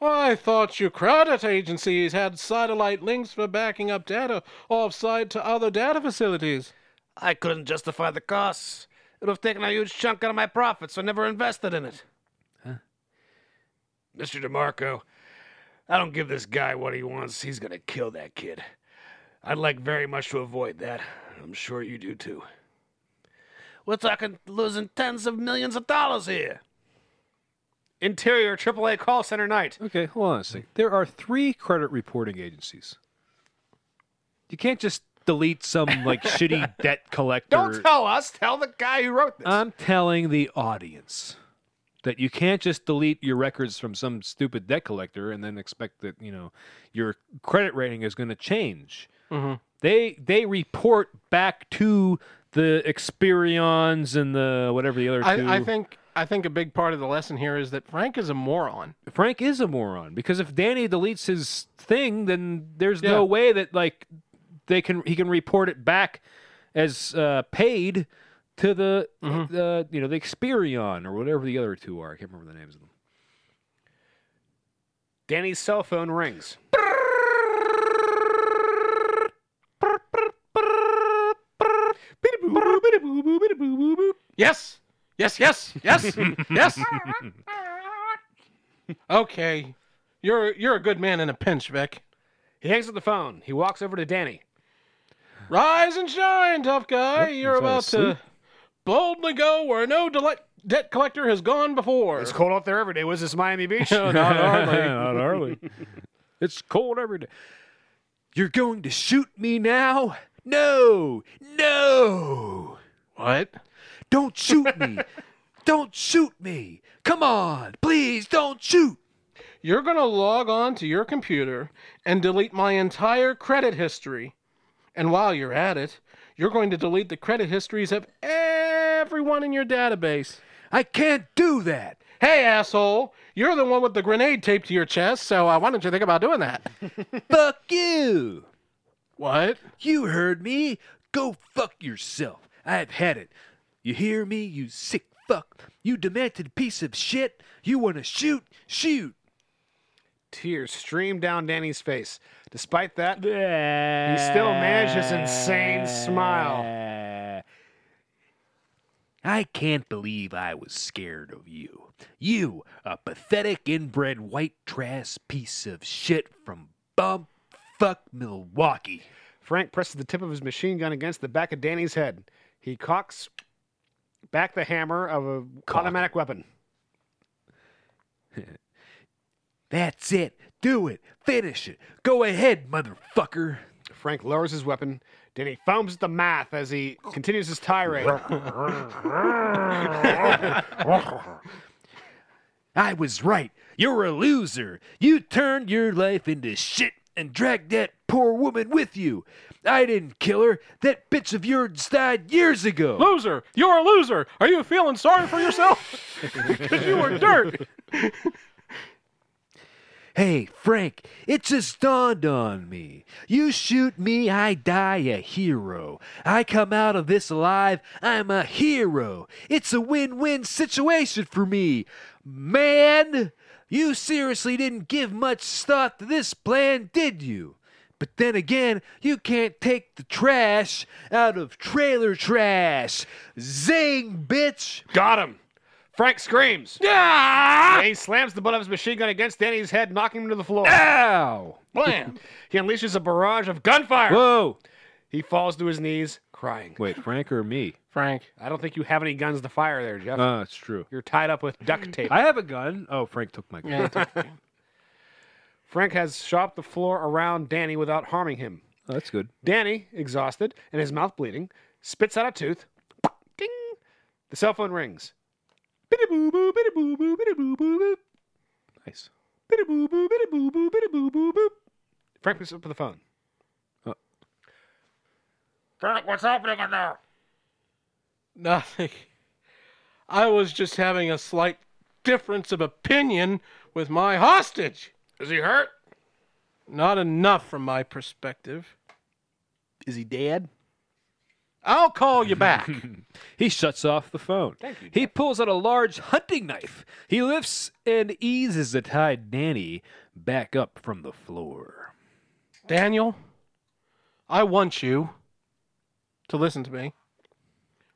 I thought your credit agencies had satellite links for backing up data offsite to other data facilities. I couldn't justify the costs. It would have taken a huge chunk out of my profits, so I never invested in it. Huh? Mr. DeMarco, I don't give this guy what he wants. He's going to kill that kid. I'd like very much to avoid that. I'm sure you do too. We're talking losing tens of millions of dollars here. Interior AAA Call Center Night. Okay, hold on a second. There are three credit reporting agencies. You can't just delete some like shitty debt collector. Don't tell us, tell the guy who wrote this. I'm telling the audience that you can't just delete your records from some stupid debt collector and then expect that you know your credit rating is going to change. Mm-hmm. They they report back to the Experions and the whatever the other two. I, I think I think a big part of the lesson here is that Frank is a moron. Frank is a moron because if Danny deletes his thing, then there's Yeah. no way that like they can he can report it back as uh, paid to the Mm-hmm. the you know the Experion or whatever the other two are. I can't remember the names of them. Danny's cell phone rings. Yes, yes, yes, yes, yes. okay, you're you're a good man in a pinch, Vic. He hangs up the phone. He walks over to Danny. Rise and shine, tough guy. You're he's about asleep. to boldly go where no dele- debt collector has gone before. It's cold out there every day. Was this Miami Beach? Not hardly. Not hardly. It's cold every day. You're going to shoot me now? No, no! What? Don't shoot me. don't shoot me. Come on. Please don't shoot. You're gonna log on to your computer and delete my entire credit history. And while you're at it, you're going to delete the credit histories of everyone in your database. I can't do that. Hey, asshole, you're the one with the grenade taped to your chest, so uh, why don't you think about doing that? Fuck you. what? You heard me. Go fuck yourself. I've had it. You hear me, you sick fuck? You demented piece of shit. You want to shoot? Shoot. Tears stream down Danny's face. Despite that, he still manages an insane smile. Uh, I can't believe I was scared of you. You, a pathetic inbred white trash piece of shit from bum fuck Milwaukee. Frank presses the tip of his machine gun against the back of Danny's head. He cocks back the hammer of a automatic weapon. That's it. Do it. Finish it. Go ahead, motherfucker. Frank lowers his weapon. Danny foams at the mouth as he continues his tirade. I was right. You're a loser. You turned your life into shit and dragged that poor woman with you. I didn't kill her. That bitch of yours died years ago. Loser! You're a loser! Are you feeling sorry for yourself? Because you were dirt! Hey, Frank, it just dawned on me. You shoot me, I die a hero. I come out of this alive, I'm a hero. It's a win win situation for me. Man, you seriously didn't give much thought to this plan, did you? But then again, you can't take the trash out of trailer trash. Zing, bitch! Got him! Frank screams. Yeah! And he slams the butt of his machine gun against Danny's head, knocking him to the floor. Ow! Blam! He unleashes a barrage of gunfire. Whoa! He falls to his knees, crying. Wait, Frank or me? Frank. I don't think you have any guns to fire there, Jeff. Ah, it's true. You're tied up with duct tape. I have a gun. Oh, Frank took my gun. Yeah, Frank has shot the floor around Danny without harming him. Oh, that's good. Danny, exhausted and his mouth bleeding, spits out a tooth. Ding! The cell phone rings. Bidi-boo-boo, bidi-boo-boo, bidi-boo-boo-boo. Nice. Bidi-boo-boo, bidi-boo-boo, bidi-boo-boo-boo. Frank picks up the phone. Nothing. I was just having a slight difference of opinion with my hostage. Is he hurt? Not enough from my perspective. Is he dead? I'll call you back. He shuts off the phone. Thank you. He pulls out a large hunting knife. He lifts and eases the tied Danny back up from the floor. Daniel, I want you to listen to me.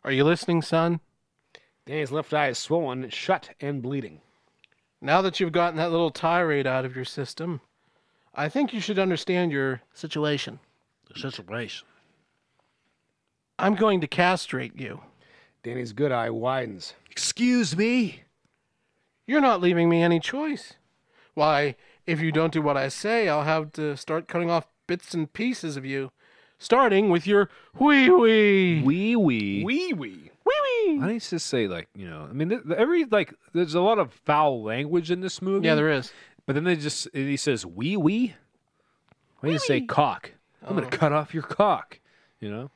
Are you listening, son? Danny's left eye is swollen, shut, and bleeding. Now that you've gotten that little tirade out of your system, I think you should understand your situation. Situation. I'm going to castrate you. Danny's good eye widens. Excuse me? You're not leaving me any choice. Why, if you don't do what I say, I'll have to start cutting off bits and pieces of you, starting with your wee wee. Wee wee. Wee wee. Wee wee. I need to say, like, you know, I mean, th- every, like, there's a lot of foul language in this movie. Yeah, there is. But then they just, he says, wee wee. Oh. Why do you say cock? I'm going to cut off your cock, you know?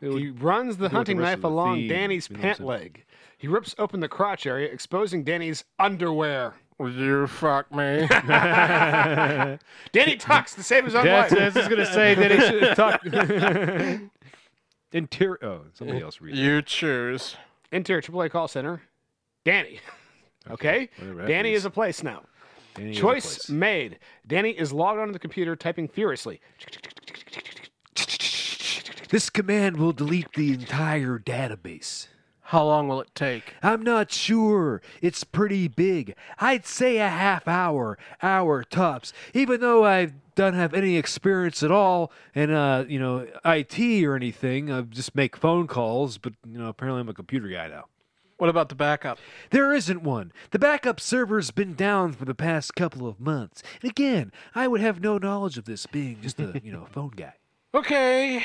He runs the with the hunting rest of knife the along thieves, Danny's you know what I'm pant saying? leg. He rips open the crotch area, exposing Danny's underwear. Would you fuck Danny me? tucks to save his own That's, life. I was just gonna say that he should talk. Interior. Oh, somebody else read. You choose. Interior AAA call center. Danny. Okay? whatever that Danny means. is a place now. Danny is a Choice place. made. Danny is logged onto the computer, typing furiously. This command will delete the entire database. How long will it take? I'm not sure. It's pretty big. I'd say a half hour, hour tops. Even though I don't have any experience at all in, uh, you know, IT or anything, I just make phone calls. But you know, apparently I'm a computer guy now. What about the backup? There isn't one. The backup server's been down for the past couple of months. And again, I would have no knowledge of this being just a, you know, phone guy. Okay,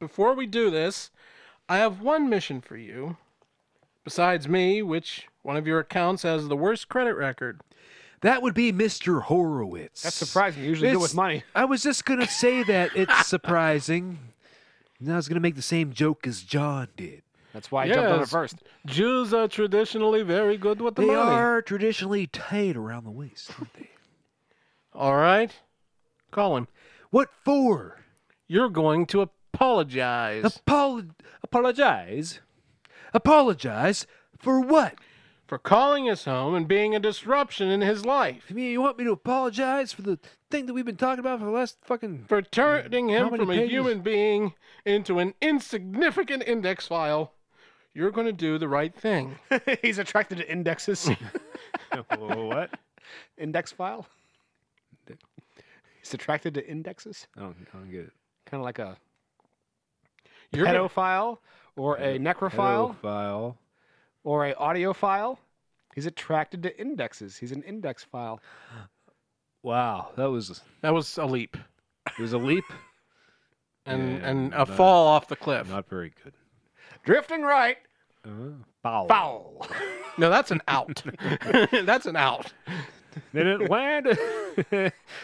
before we do this, I have one mission for you. Besides me, which one of your accounts has the worst credit record? That would be Mr. Horowitz. That's surprising. You usually It's- good with money. I was just gonna say that it's surprising. And I was gonna make the same joke as John did. That's why I jumped on it Yes. first. Jews are traditionally very good with the they money. are traditionally tight around the waist, aren't they? All right, call him. What for? You're going to apologize Apolo- apologize. Apologize for what? for calling us home and being a disruption in his life, I mean, you want me to apologize for the thing that we've been talking about for the last fucking? for turning How him many from a pages? human being into an insignificant index file. You're going to do the right thing. He's attracted to indexes. Oh. what? Index file. He's attracted to indexes. I don't, I don't get it. Kind of like a You're gonna- pedophile or a necrophile File. or a audiophile. He's attracted to indexes. He's an index file. Wow, that was that was a leap. it was a leap. and Yeah, and a not- fall off the cliff. Not very good. Uh-huh. Drifting right. Bow. Foul. No, that's an out. that's an out. Then it landed.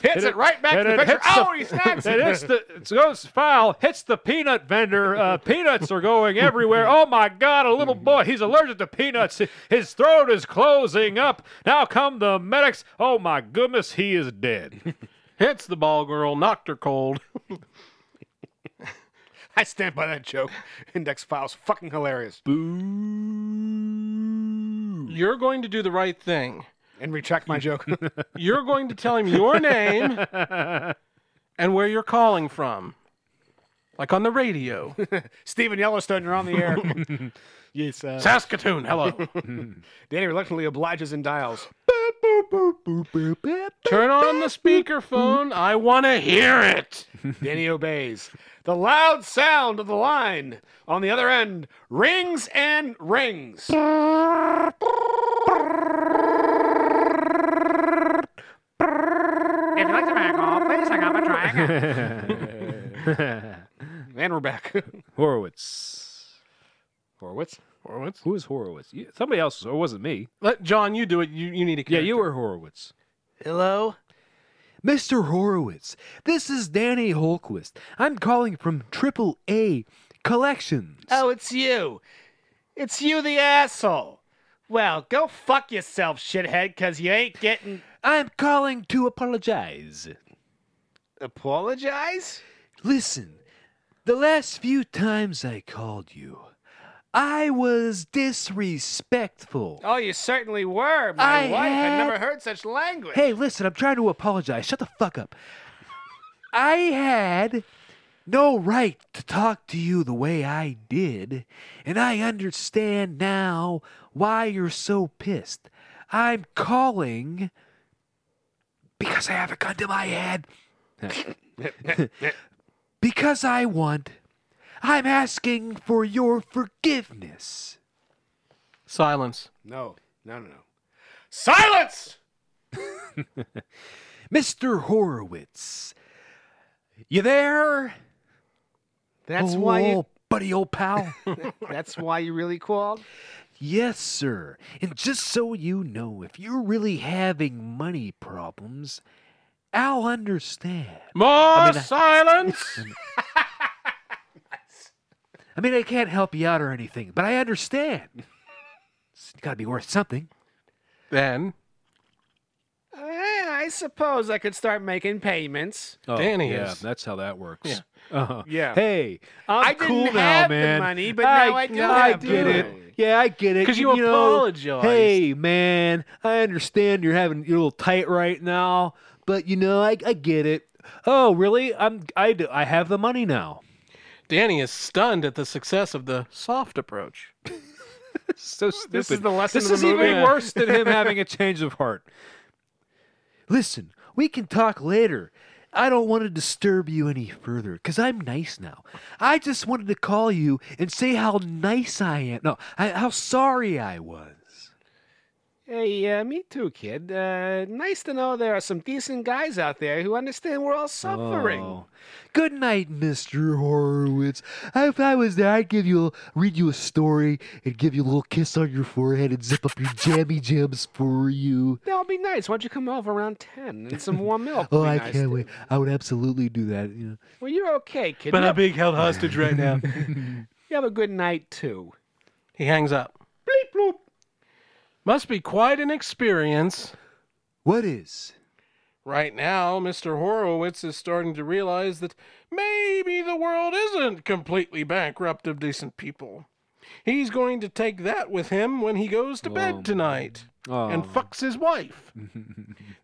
Hits it right back to and the it picture. hits the- Oh, he snaps It it. hits the it goes foul, hits the peanut vendor. Uh, peanuts are going everywhere. Oh my God! A little boy, he's allergic to peanuts. His throat is closing up. Now come the medics. Oh my goodness, he is dead. Hits the ball girl, knocked her cold. I stand by that joke. Index file's fucking hilarious. You're going to do the right thing. And retract my joke. You're going to tell him your name and where you're calling from. Like on the radio. Stephen Yellowstone, you're on the air. yes. Uh, Saskatoon, hello. Danny reluctantly obliges and dials. Turn on the speakerphone. I want to hear it. Danny obeys. The loud sound of the line on the other end rings and rings. If you like to back off, please hang up and try again. And we're back. Horowitz. Horowitz. Horowitz? Who is Horowitz? You- Somebody else. It wasn't me. Let John, you do it. You, you need a Yeah, character. you were Horowitz. Hello? Mr. Horowitz, this is Danny Holquist. I'm calling from Triple A Collections. Oh, it's you. It's you, the asshole. Well, go fuck yourself, shithead, because you ain't getting. I'm calling to apologize. Apologize? Listen, the last few times I called you, I was disrespectful. Oh, you certainly were. My I wife had had- never heard such language. Hey, listen, I'm trying to apologize. Shut the fuck up. I had no right to talk to you the way I did, and I understand now why you're so pissed. I'm calling because I have a gun to my head. because I want. I'm asking for your forgiveness. Silence. No, no, no, no. Silence! Mr. Horowitz, you there? That's oh, why you. buddy, old pal. That's why you really called. yes, sir. And just so you know, if you're really having money problems, I'll understand. More silence. I I mean, I can't help you out or anything, but I understand. It's got to be worth something. Then Eh, I suppose I could start making payments. Oh, Danny yeah, is. that's how that works. Yeah. Oh. Uh-huh. Yeah. Hey, I'm I didn't cool now, have the man. money, but I, now I do I have the get it. money. Yeah, I get it. 'Cause you know, apologized. hey, man, I understand you're having you're a little tight right now, but you know, I, I get it. Oh, really? I'm I do, I have the money now. Danny is stunned at the success of the soft approach. So stupid. This is the lesson This of is the movie. even worse than him having a change of heart. Listen, we can talk later. I don't want to disturb you any further because I'm nice now. I just wanted to call you and say how nice I am. No, I, how sorry I was. Hey, uh, me too, kid. Uh, nice to know there are some decent guys out there who understand we're all suffering. Oh. Good night, Mr. Horowitz. If I was there, I'd give you, a, read you a story and give you a little kiss on your forehead and zip up your jammy jams for you. That'll be nice. Why don't you come over around 10 and some warm milk? Oh, would be I nice can't too. wait. I would absolutely do that. You know. Well, you're okay, kid. But you, I'm have, being held hostage right now. you have a good night, too. he hangs up. Bleep, bloop. Must be quite an experience. What is? Right now, Mr. Horowitz is starting to realize that maybe the world isn't completely bankrupt of decent people. He's going to take that with him when he goes to Oh, bed tonight and fucks his wife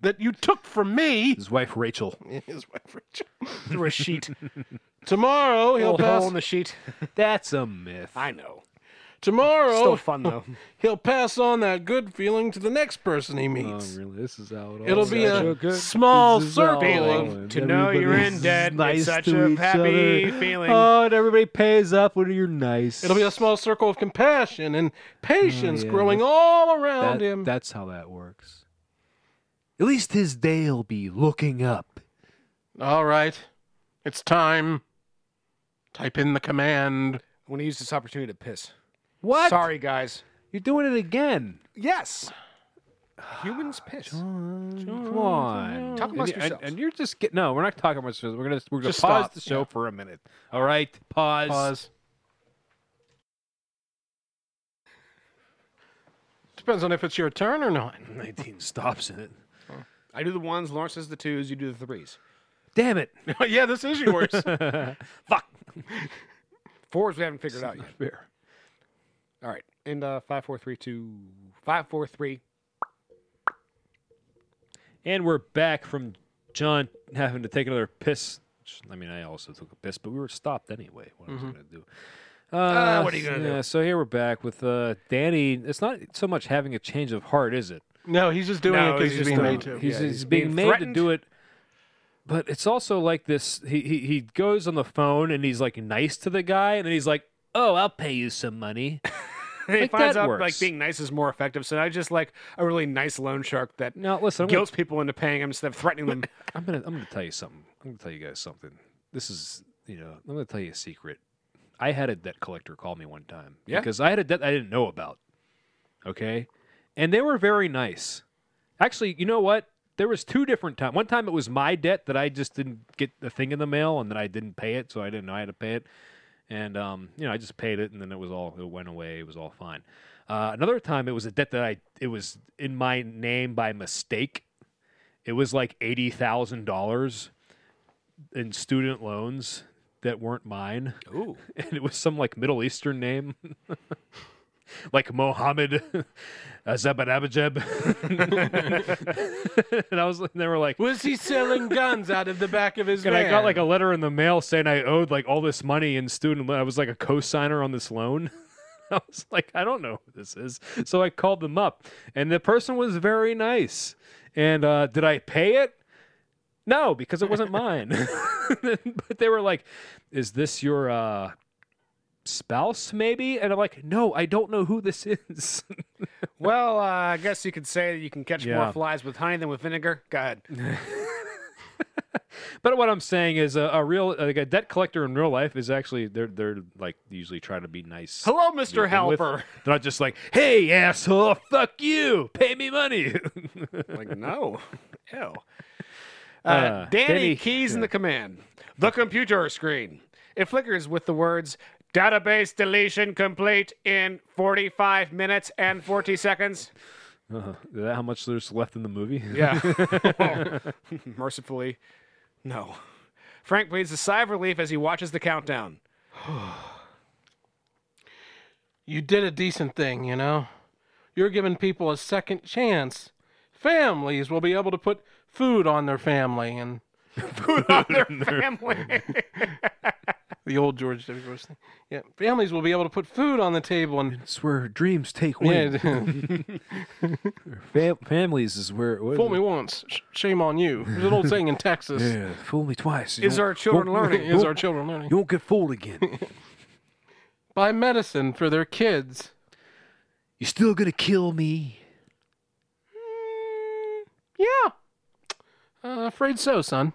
that you took from me. His wife Rachel. His wife, Rachel. Through a sheet. Tomorrow he'll Little hole pass. in the sheet. That's a myth. I know. Still Tomorrow fun, though. he'll pass on that good feeling to the next person he Oh, meets. really? This is how it all It'll be starts. a Good. small This is how it circle all of- ends. to know you're in Everybody's debt. It's nice such to a each happy other. feeling. Oh, and everybody pays up when you're nice. It'll be a small circle of compassion and patience yeah, growing all around that, um, him. That's how that works. At least his day'll be looking up. All right. It's time. Type in the command. I want to use this opportunity to piss. What? Sorry, guys. You're doing it again. Yes. Humans piss. Come on. Talk amongst and, and- yourselves. and you're just get, no. We're not talking about yourselves. We're gonna we're gonna Just pause stop. the show for a minute. All right, pause. Pause. Depends on if it's your turn or not. 19 stops in it. I do the ones. Lawrence does the twos. You do the threes. Damn it. Oh, yeah, this is yours. Fours we haven't figured out yet. Fair. All right. And uh, five, four, three, two, five, four, three. And we're back from John having to take another piss. I mean, I also took a piss, but we were stopped anyway. What was I gonna do? Uh, Ah, what are you gonna yeah, do? So here we're back with uh, Danny. It's not so much having a change of heart, is it? no, he's just doing it No, because he's, he's just being doing made it. to. He's, Yeah, he's he's being, being made threatened. to do it. But it's also like this. He, he he goes on the phone and he's like nice to the guy, and then he's like, "Oh, I'll pay you some money." And he Like, finds that out works. like being nice is more effective. So I just like a really nice loan shark that Now listen, I'm gonna, guilts people into paying him instead of threatening them. I'm gonna I'm gonna tell you something. I'm gonna tell you guys something. This is you know I'm gonna tell you a secret. I had a debt collector call me one time Yeah? because I had a debt I didn't know about. Okay, and they were very nice. Actually, you know what? There was two different times. One time it was my debt that I just didn't get the thing in the mail and then I didn't pay it, so I didn't know I had to pay it. And um, you know, I just paid it, and then it was all it went away. It was all fine. Uh, another time it was a debt that I it was in my name by mistake. It was like eighty thousand dollars in student loans that weren't mine. Ooh, and it was some like Middle Eastern name, like Mohammed uh, Azabadabajeb. and I was, and they were like, Was he selling guns out of the back of his and van? I got like a letter in the mail saying I owed like all this money in student loan. I was like a co-signer on this loan. I was like, I don't know who this is. So I called them up, and the person was very nice. And uh, did I pay it? No, because it wasn't mine. but they were like, "Is this your uh, spouse, maybe?" And I'm like, "No, I don't know who this is." well, uh, I guess you could say that you can catch Yeah. more flies with honey than with vinegar. Go ahead. But what I'm saying is, a, a real like a debt collector in real life is actually they're they're like usually trying to be nice. Hello, to Mr. begin with. Helper. They're not just like, "Hey, asshole, fuck you, pay me money." like, no. Ew. Uh, Uh, Danny, Danny- keys in the command. The computer screen. It flickers with the words database deletion complete in 45 minutes and 40 seconds. Uh, is that how much there's left in the movie? Oh. Yeah. Mercifully, no. Frank breathes a sigh of relief as he watches the countdown. You did a decent thing, you know? You're giving people a second chance. Families will be able to put food on their family and Family. the old George W. Bush thing. Yeah, families will be able to put food on the table and It's where dreams take yeah, wing. Fam- families is where. What is fool it? me once, sh- shame on you. There's an old saying in Texas. Yeah, fool me twice. Is our children learning? Is our children learning? You won't get fooled again. Buy medicine for their kids. You're still gonna kill me. Yeah. Uh, afraid so, son.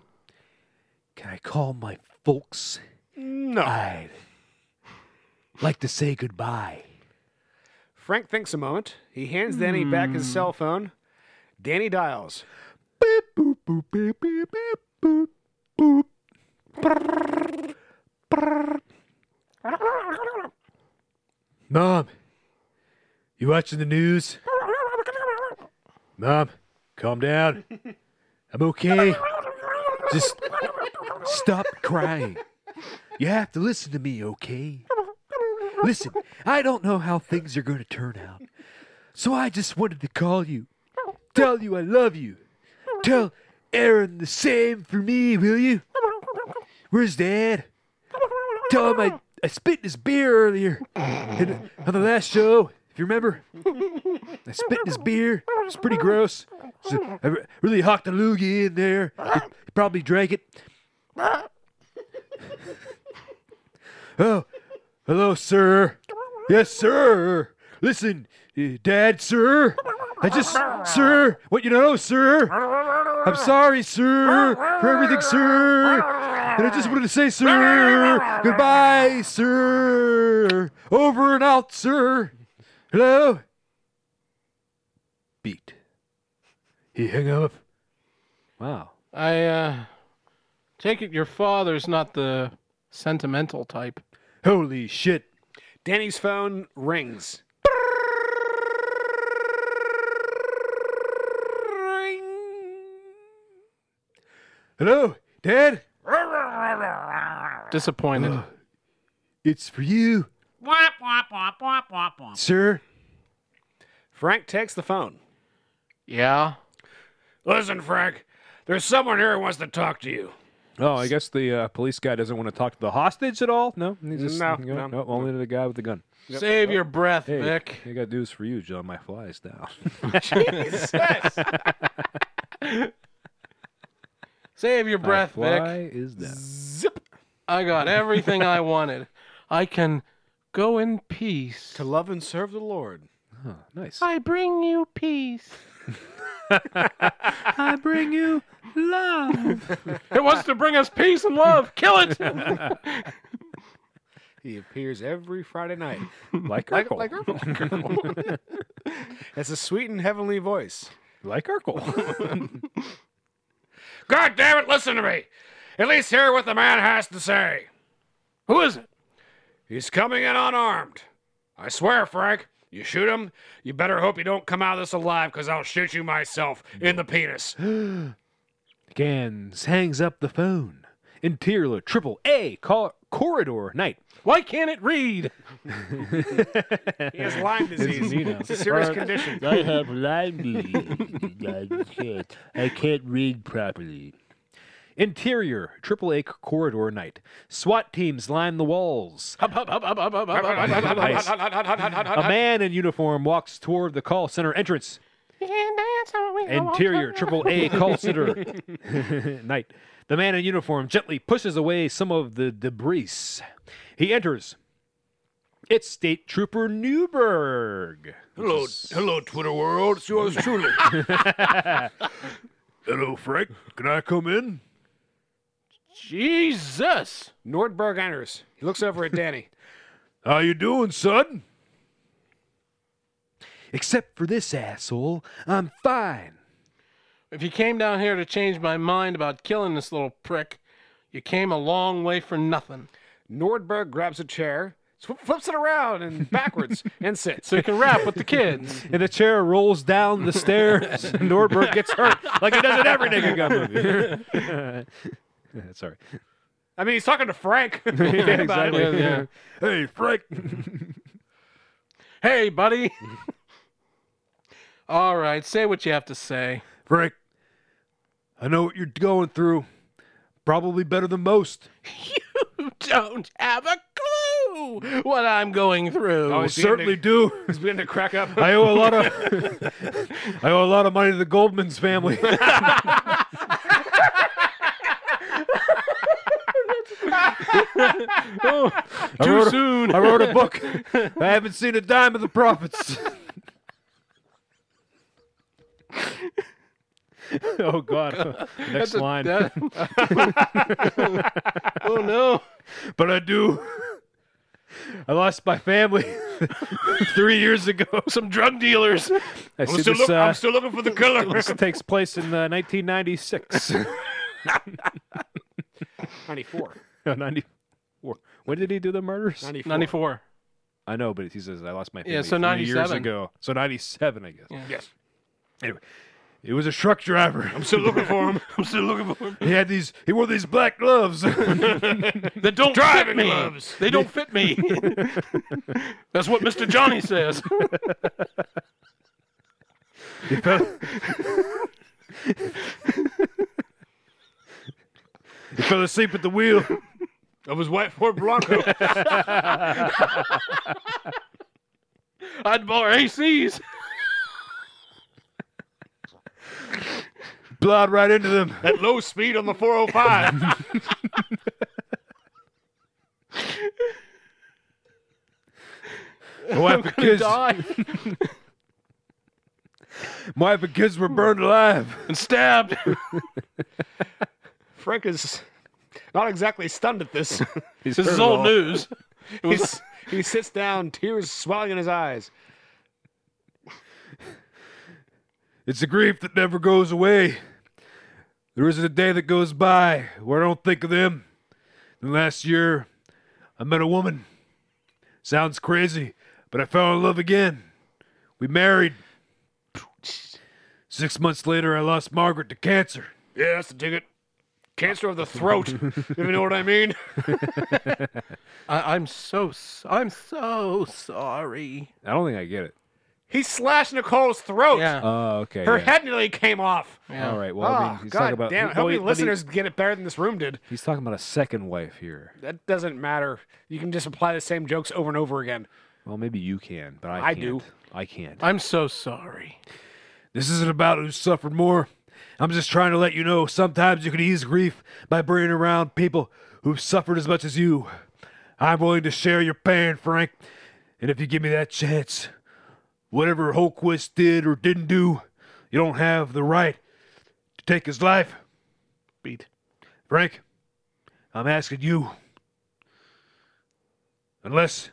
Can I call my folks? No. I'd like to say goodbye. Frank thinks a moment. He hands Danny back his cell phone. Danny dials. Hmm. Beep, boop, boop, beep, beep, beep, boop, boop. Brrr, brrr. Mom, you watching the news? Mom, calm down. I'm okay. Just stop crying. You have to listen to me, okay? Listen, I don't know how things are going to turn out. So I just wanted to call you, tell you I love you. Tell Aaron the same for me, will you? Where's Dad? Tell him I, I spit in his beer earlier. And on the last show, if you remember, I spit in his beer. It's pretty gross. So I re- really hocked a loogie in there. He he probably drank it. oh, hello, sir. Yes, sir. Listen, eh, Dad, sir. I just, sir, what you know, sir. I'm sorry, sir, for everything, sir. And I just wanted to say, sir, goodbye, sir. Over and out, sir. Hello? Beat. He hung up. Wow. I uh, take it your father's not the sentimental type. Holy shit. Danny's phone rings. Hello, Dad? Disappointed. It's for you, Womp, womp, womp, womp, womp, womp. sir. Frank takes the phone. yeah. Listen, Frank, there's someone here who wants to talk to you. Oh, I guess the uh, police guy doesn't want to talk to the hostage at all. No, He's just, No, no, no, only to the guy with the gun. Save your breath, Hey, Vic. I got to do this for you, John. My fly's down. Save your breath, My fly Vic. is down. I got everything I wanted. I can go in peace. To love and serve the Lord. Huh, nice. I bring you peace. I bring you love. It wants to bring us peace and love. Kill it. He appears every Friday night. Like Like, Urkel. like Urkel. That's a sweet and heavenly voice. Like Urkel. God damn it, listen to me. At least hear what the man has to say. Who is it? He's coming in unarmed. I swear, Frank, you shoot him, you better hope you don't come out of this alive, because I'll shoot you myself in the penis. Gans hangs up the phone. Interior triple A call corridor night. Why can't it read? He has Lyme disease. it's a serious condition. I have Lyme disease. I can't read properly. Interior triple A corridor night. SWAT teams line the walls. Up, up, up, up, up, up, up, up, up, up. Nice. A man in uniform walks toward the call center entrance. Oh, Interior triple A call center night. The man in uniform gently pushes away some of the debris. He enters. It's State Trooper Newberg. Hello, hello, Twitter world. It's yours truly. Hello, Frank. Can I come in? Jesus. Nordberg enters. He looks over at Danny. How you doing, son? Except for this asshole, I'm fine. If you came down here to change my mind about killing this little prick, you came a long way for nothing. Nordberg grabs a chair, sw- flips it around and backwards and sits. So you can rap with the kids. And the chair rolls down the stairs. and Nordberg gets hurt like he does in every Naked Gun movie. Sorry. I mean, he's talking to Frank. Think about it. exactly, yeah. Hey, Frank. Hey, buddy. All right, say what you have to say. Frank, I know what you're going through. Probably better than most. You don't have a clue what I'm going through. I certainly do. He's beginning to crack up. I owe a lot of I owe a lot of money to the Goldman's family. I Oh, Too wrote a- soon. I wrote a book. I haven't seen a dime of the profits. Oh, God. Next That's a- line. that- oh no. but I do. I lost my family three years ago. Some drug dealers. I see Still this, look- uh, I'm still looking for the color. this takes place in uh, 1996. 94. No, 94. When did he do the murders? 94. 94. I know, but he says I lost my family Yeah, so three years 97. ago. So 97, I guess. Yes. It was a truck driver. I'm still looking for him. I'm still looking for him. He had these. He wore these black gloves. They don't fit Driving me. gloves. They don't fit me. That's what Mr. Johnny says. he fell asleep at the wheel. Of his white Ford Bronco. I'd borrow ACs. Plowed right into them. at low speed on the 405. My wife and kids. Die My wife and kids were burned alive. and stabbed. Frank is not exactly stunned at this. He's This is hurt old at all. news. It was He's- he sits down, tears swelling in his eyes. It's a grief that never goes away. There isn't a day that goes by where I don't think of them. And last year, I met a woman. Sounds crazy, but I fell in love again. We married. Six months later, I lost Margaret to cancer. yeah, that's the ticket. Cancer of the throat. if you know what I mean. I, I'm so s- I'm so sorry. I don't think I get it. He slashed Nicole's throat. Yeah. Oh, okay. Her yeah. head nearly came off. All right. Well, I mean, Ah, he's God talking about. damn it. well, How many he- but he- listeners get it better than this room did? he's talking about a second wife here. That doesn't matter. You can just apply the same jokes over and over again. Well, maybe you can, but I, I can't. do. I can't. I'm so sorry. This isn't about who suffered more. I'm just trying to let you know sometimes you can ease grief by bringing around people who've suffered as much as you. I'm willing to share your pain, Frank, and if you give me that chance, whatever Holquist did or didn't do, you don't have the right to take his life. Beat. Frank, I'm asking you. Unless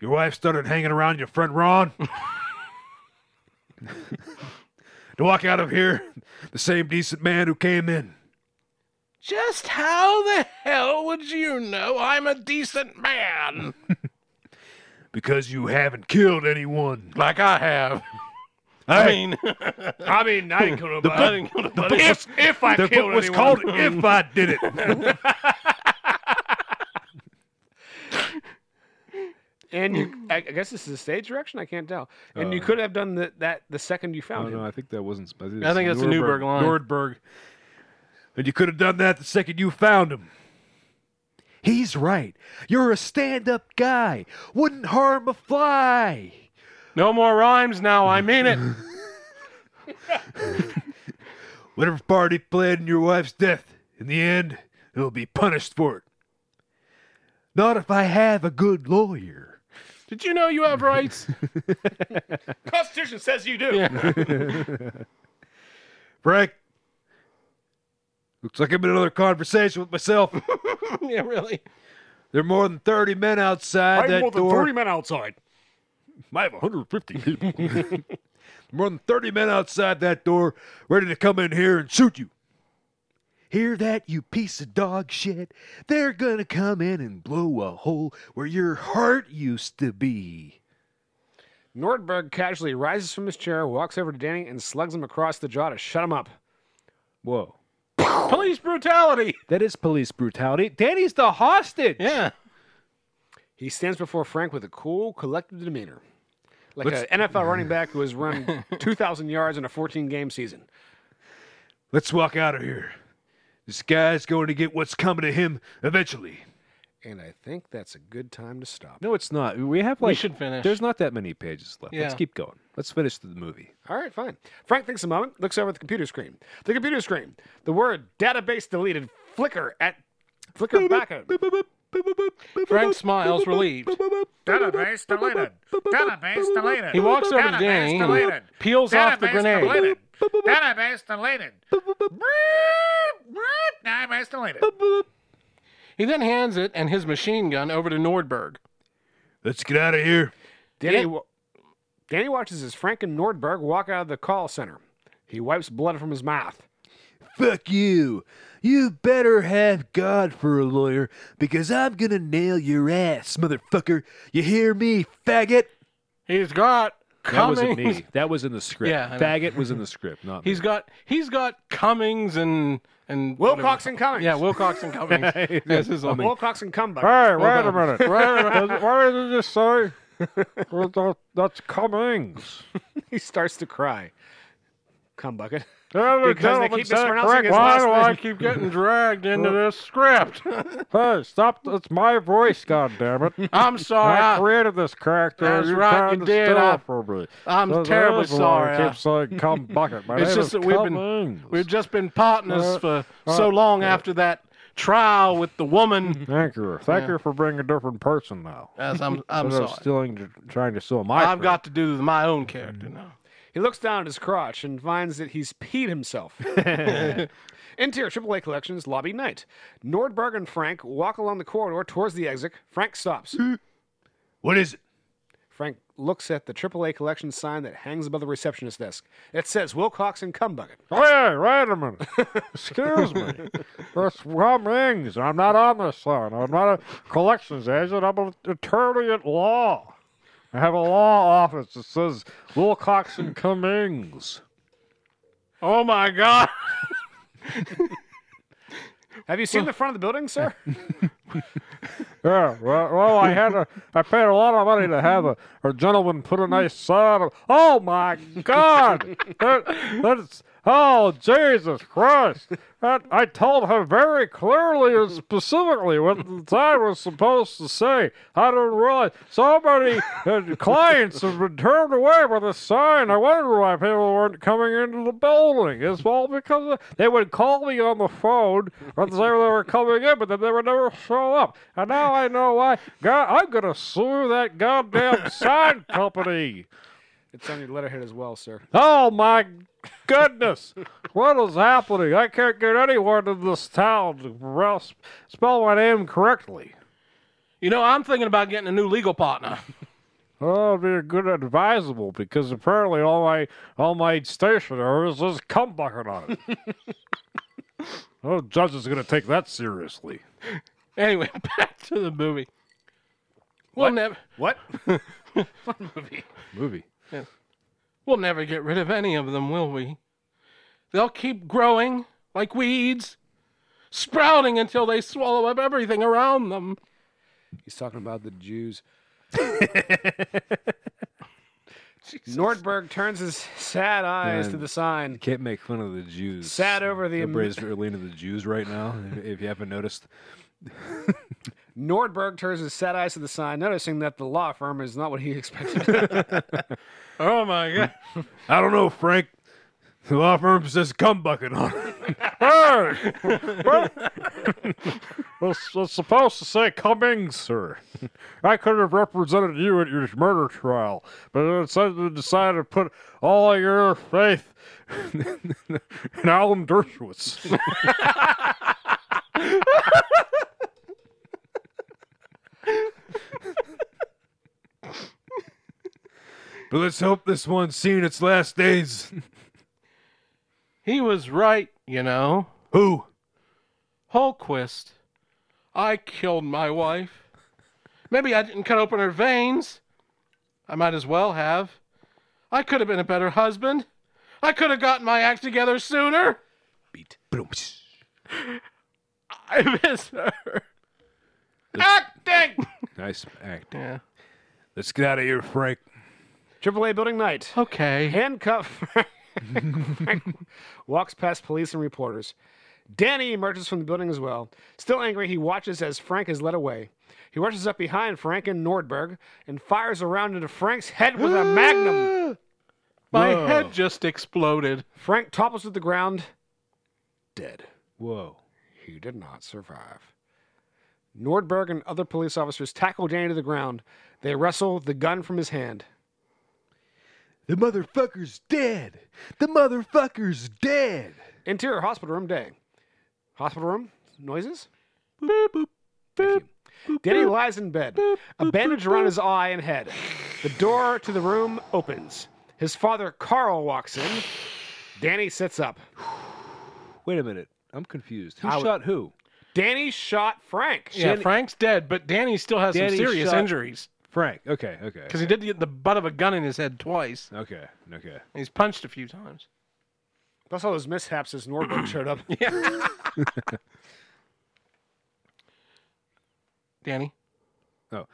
your wife started hanging around your friend Ron, to walk out of here the same decent man who came in. Just how the hell would you know I'm a decent man? Because you haven't killed anyone. like I have. I mean, I mean, I didn't kill nobody. I didn't go to But buddy. if, if I the killed book was anyone, called If I Did It. And you, I I guess this is a stage direction. I can't tell. And Uh. you could have done the, that the second you I found don't know. him. I think that wasn't. I think, I think that's a Newberg line. Nordberg. And you could have done that the second you found him. He's right. You're a stand up guy. Wouldn't harm a fly. no more rhymes now. I mean it. Whatever part he played in your wife's death, in the end, he'll be punished for it. Not if I have a good lawyer. Did you know you have rights? Constitution says you do. Frank, looks like I'm in another conversation with myself. yeah, really. there are more than 30 men outside I that have more than door. 30 men outside. I have 150 people. more than 30 men outside that door ready to come in here and shoot you. Hear that, you piece of dog shit? They're gonna come in and blow a hole where your heart used to be. Nordberg casually rises from his chair, walks over to Danny, and slugs him across the jaw to shut him up. Whoa. Police brutality. That is police brutality. Danny's the hostage. Yeah. He stands before Frank with a cool, collected demeanor. Like Let's- an NFL running back who has run 2,000 yards in a 14 game season. Let's walk out of here. This guy's going to get what's coming to him eventually. And I think that's a good time to stop. No, it's not. We have like should finish. There's not that many pages left. Let's Yeah. keep going. Let's finish the movie. All right, fine. Frank thinks a moment, looks over at the computer screen. The computer screen. The word database deleted flicker at flicker back out. Frank smiles relieved. Database deleted. Database deleted. He walks over to Database Danny and deleted. peels off the Database grenade. Deleted. Database deleted. Brrrp, brrrp, Database deleted. He then hands it and his machine gun over to Nordberg. Let's get out of here. Danny, Yeah. wa- Danny watches as Frank and Nordberg walk out of the call center. He wipes blood from his mouth. Fuck you. You better have God for a lawyer because I'm going to nail your ass, motherfucker. You hear me, faggot? He's got That Cummings. wasn't me. That was in the script. Yeah, I know. Faggot was in the script, not me. He's got he's got Cummings and and Wilcox whatever. and Cummings. Yeah, Wilcox and Cummings. yes, his old name. Wilcox and Cumbuck. Hey, wait a minute. what did you say? that's Cummings. He starts to cry. Cumbucket. Because they keep mispronouncing his last name. I keep getting dragged into this script. Hey, stop! It's my voice, goddammit. I'm sorry. I- created this character. That's you right, can't you did. steal I- I'm So terribly that is why I sorry. keep saying, "Come bucket." My It's name just is that we've been- We've just been partners Uh, for so long after that trial with the woman. Thank you. Thank Yeah. you for bringing a different person now. Yes, I'm I'm Instead of sorry. stealing, trying to steal my. I've got to do my own character now. He looks down at his crotch and finds that he's peed himself. Interior AAA Collections lobby night. Nordberg and Frank walk along the corridor towards the exit. Frank stops. What is it? Frank looks at the AAA Collection sign that hangs above the receptionist desk. It says Wilcox and Cumbucket. Oh, Hey, wait a minute. Excuse me. That's Cummings. I'm not on this line. I'm not a collections agent. I'm an attorney at law. I have a law office that says Wilcox and Cummings. Oh my God! Have you seen the front of the building, sir? Yeah, well, well, I had a, I paid a lot of money to have a, a gentleman put a nice sign. up. Oh my God, That- that's oh Jesus Christ! That, I told her very clearly and specifically what the sign was supposed to say. I didn't realize so many uh, clients have been turned away by the sign. I wonder why people weren't coming into the building. It's all because of, they would call me on the phone and say they were coming in, but then they would never show up. And now I know why. God, I'm gonna sue that goddamn sign company. it's on your letterhead as well, sir. Oh my goodness! what is happening? I can't get anyone in this town to re- spell my name correctly. You know, I'm thinking about getting a new legal partner. Oh, it'd be a good advisable because apparently all my all my stationers is cum bucket on it. no judge is gonna take that seriously. Anyway, back to the movie. We'll never, What? Movie. we'll never get rid of any of them, will we? They'll keep growing like weeds, sprouting until they swallow up everything around them. He's talking about the Jews. Nordberg turns his sad eyes to Man. the sign. Can't make fun of the Jews. Sad over the- Everybody's really into the Jews right now. if- If you haven't noticed, Nordberg turns his sad eyes to the sign, noticing that the law firm is not what he expected. Oh my God! I don't know, Frank. The law firm says cum bucket on it. hey, what? it's, it's supposed to say Cummings, sir. I could have represented you at your murder trial, but instead you decided to put all your faith in Alan Dershowitz. But let's hope this one's seen its last days. He was right, you know. Who? Holquist, I killed my wife. Maybe I didn't cut open her veins. I might as well have. I could have been a better husband. I could have gotten my act together sooner. Beat. I miss her. Acting! Nice act. Yeah. Let's get out of here, Frank. AAA building night. Okay. Handcuff. walks past police and reporters. Danny emerges from the building as well. Still angry, he watches as Frank is led away. He rushes up behind Frank and Nordberg and fires around into Frank's head with a magnum. My head just exploded. Frank topples to the ground, dead. Whoa. He did not survive. Nordberg and other police officers tackle Danny to the ground. They wrestle the gun from his hand. The motherfucker's dead. The motherfucker's dead. Interior hospital room day. Hospital room noises. Thank you. Danny lies in bed, a bandage around his eye and head. The door to the room opens. His father Carl walks in. Danny sits up. Wait a minute. I'm confused. Who I would- shot who? Danny shot Frank. Yeah, Frank's dead, but Danny still has Danny some serious shot- injuries Frank. Okay, okay. because he did get the butt of a gun in his head twice. Okay, okay. And he's punched a few times. That's all those mishaps as Norberg showed up. Danny, Oh.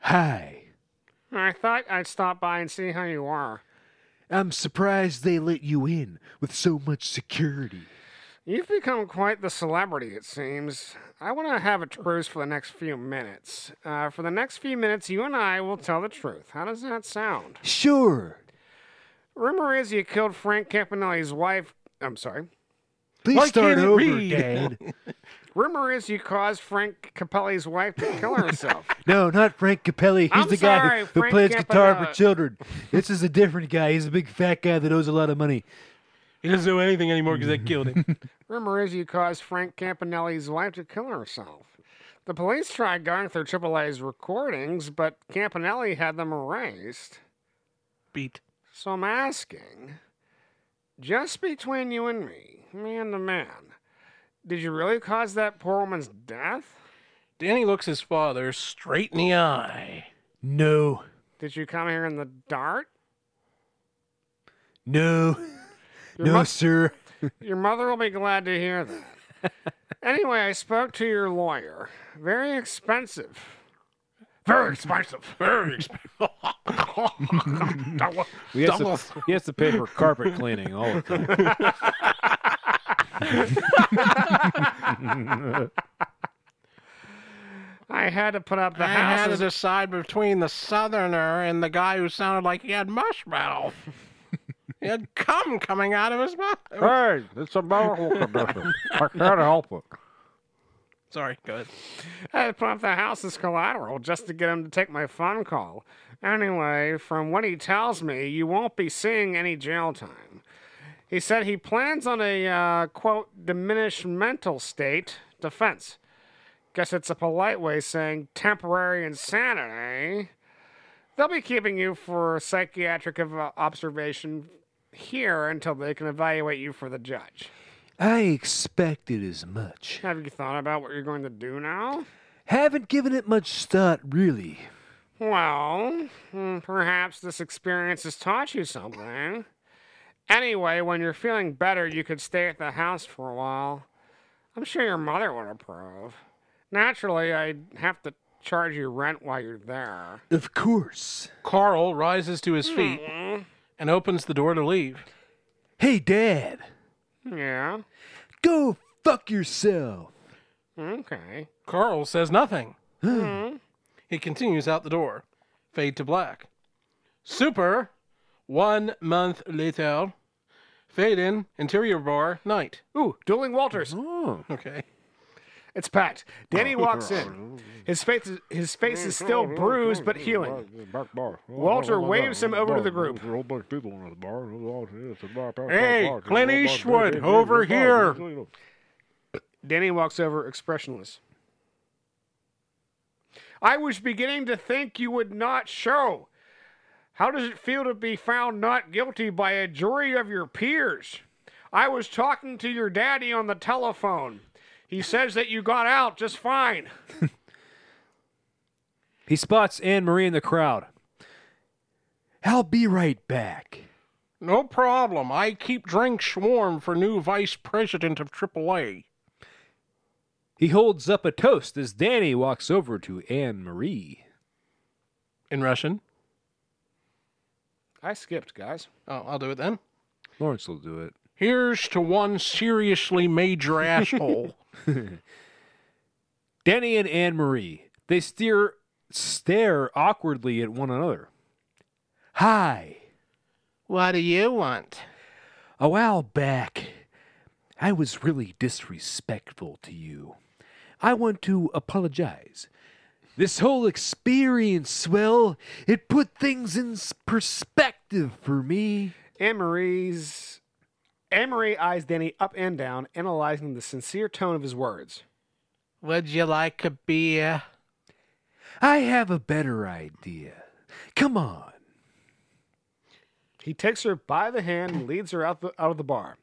Hi. I thought I'd stop by and see how you are. I'm surprised they let you in with so much security. You've become quite the celebrity, it seems. I want to have a truce for the next few minutes. Uh, for the next few minutes, you and I will tell the truth. How does that sound? Sure. Rumor is you killed Frank Campanelli's wife. I'm sorry. Please Why start can't it over, read? Dad. Rumor is you caused Frank Capelli's wife to kill herself. No, not Frank Capelli. He's I'm the guy sorry, who, who Frank plays guitar Capella. for children. This is a different guy. He's a big fat guy that owes a lot of money. he doesn't know anything anymore because they killed him. Rumor is you caused Frank Campanelli's wife to kill herself. The police tried going through AAA's recordings, but Campanelli had them erased. Beat. So I'm asking, just between you and me, man to man, did you really cause that poor woman's death? Danny looks his father straight in the eye. No, Did you come here in the dark? no, no, mo- sir. Your mother will be glad to hear that. anyway, I spoke to your lawyer. Very expensive. Very expensive. Very expensive. He has, to, he has to pay for carpet cleaning all the time. I had to put up the I had to house. decide between the southerner and the guy who sounded like he had mush mouth. he had cum coming out of his mouth. Hey, it's a medical condition. I can't help it. Sorry, go ahead. I had to put up the house as collateral just to get him to take my phone call. Anyway, from what he tells me, you won't be seeing any jail time. He said he plans on a, uh, quote, diminished mental state defense. Guess it's a polite way of saying temporary insanity. They'll be keeping you for psychiatric ev- observation here until they can evaluate you for the judge. I expected as much. Have you thought about what you're going to do now? Haven't given it much thought, really. Well, mm, perhaps this experience has taught you something. Anyway, when you're feeling better, you could stay at the house for a while. I'm sure your mother would approve. Naturally, I'd have to charge you rent while you're there. Of course. Carl rises to his feet Mm-hmm. and opens the door to leave. Hey, Dad, Yeah, go fuck yourself. okay. Mm-hmm. Carl says nothing. Hmm. he continues out the door. Fade to black. Super. One month later. Fade in. Interior bar. Night. Ooh, dueling Walters. Oh. Okay. It's packed. Oh. Danny walks in. His face, is, his face is still bruised but healing. Walter waves him over to the group. Hey, Clint Eastwood, over here. Danny walks over expressionless. I was beginning to think you would not show. How does it feel to be found not guilty by a jury of your peers? I was talking to your daddy on the telephone. He says that you got out just fine. He spots Anne Marie in the crowd. I'll be right back. No problem. I keep drinks warm for new vice president of AAA. He holds up a toast as Danny walks over to Anne Marie. In Russian? I skipped, guys. Oh, I'll do it then. Lawrence will do it. Here's to one seriously major asshole. Danny and Anne Marie. They steer stare awkwardly at one another. Hi. What do you want? A while back, I was really disrespectful to you. I want to apologize. This whole experience, well, it put things in s- perspective for me. Anne Marie's. Anne Marie eyes Danny up and down, analyzing the sincere tone of his words. Would you like a beer? I have a better idea. Come on. He takes her by the hand and leads her out, the, out of the bar.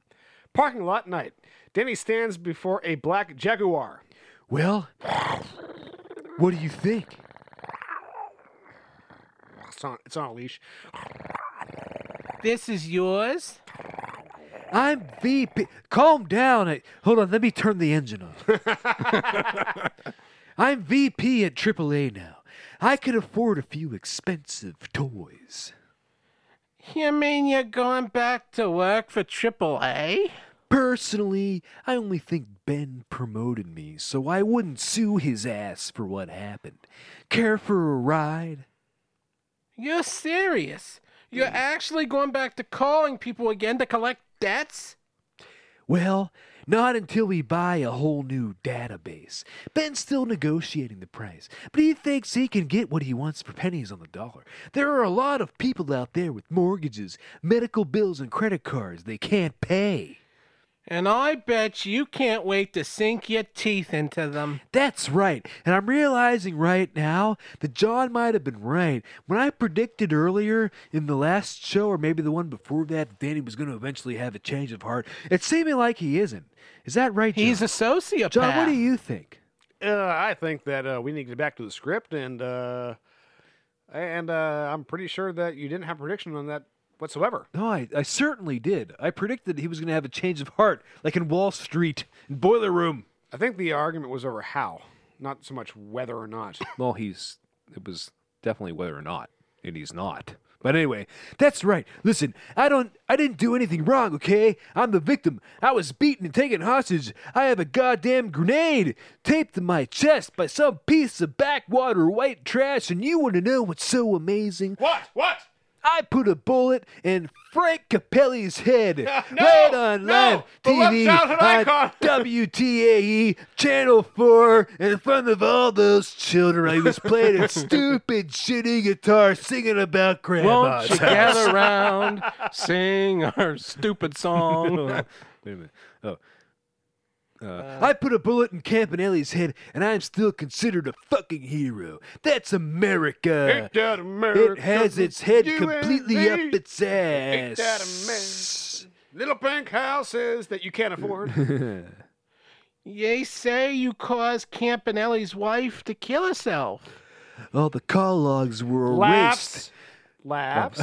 Parking lot night. Danny stands before a black Jaguar. Well, what do you think? It's on, it's on a leash. This is yours? I'm VP. Calm down. I- Hold on, let me turn the engine off. I'm VP at AAA now. I can afford a few expensive toys. You mean you're going back to work for AAA? Personally, I only think Ben promoted me, so I wouldn't sue his ass for what happened. Care for a ride? You're serious? You're actually going back to calling people again to collect debts? Well, not until we buy a whole new database. Ben's still negotiating the price, but he thinks he can get what he wants for pennies on the dollar. There are a lot of people out there with mortgages, medical bills, and credit cards they can't pay. And I bet you can't wait to sink your teeth into them. That's right, and I'm realizing right now that John might have been right. When I predicted earlier in the last show, or maybe the one before that, that Danny was going to eventually have a change of heart, it's seeming like he isn't. Is that right, John? He's a sociopath. John, what do you think? Uh, I think that uh, we need to get back to the script, and uh, and uh, I'm pretty sure that you didn't have a prediction on that whatsoever. No, I, I certainly did. I predicted he was going to have a change of heart, like in Wall Street, in Boiler Room. I think the argument was over how, not so much whether or not. Well, he's. It was definitely whether or not, and he's not. But anyway, that's right. Listen, I don't, I didn't do anything wrong. Okay, I'm the victim. I was beaten and taken hostage. I have a goddamn grenade taped to my chest by some piece of backwater white trash. And you want to know what's so amazing? What? What? I put a bullet in Frank Capelli's head. right on no, live the left TV childhood on icon. WTAE E, Channel 4 in front of all those children. I was playing a stupid, shitty guitar singing about Won't grandma's you house. gather round, sing our stupid song? Wait a minute. Oh, I put a bullet in Campanelli's head, and I'm still considered a fucking hero. That's America. Ain't that America? It has its head You and completely me. up its Ain't that ass. Little pink houses that you can't afford. Ye say you caused Campanelli's wife to kill herself. All the call logs were erased. Laughs. Laughs.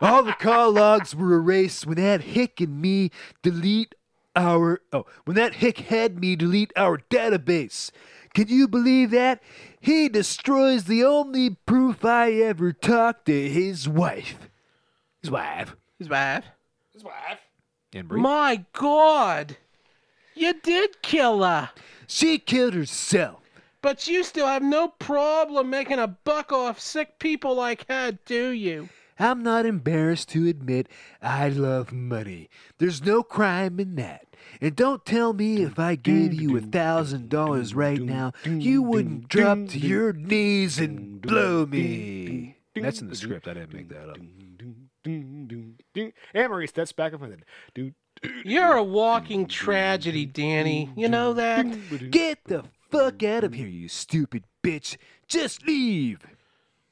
All the call logs were erased when that hick and me delete our oh when that hick had me delete our database. Can you believe that? He destroys the only proof I ever talked to his wife. His wife. Oh, His wife. and Marie. My God. You did kill her. She killed herself. But you still have no problem making a buck off sick people like her, do you? I'm not embarrassed to admit I love money. There's no crime in that. And don't tell me if I gave you a thousand dollars right now, you wouldn't drop to your knees and blow me. That's in the script. I didn't make that up. Anne Marie steps back offended. Do You're a walking tragedy, Danny. You know that? Get the fuck out of here, you stupid bitch. Just leave.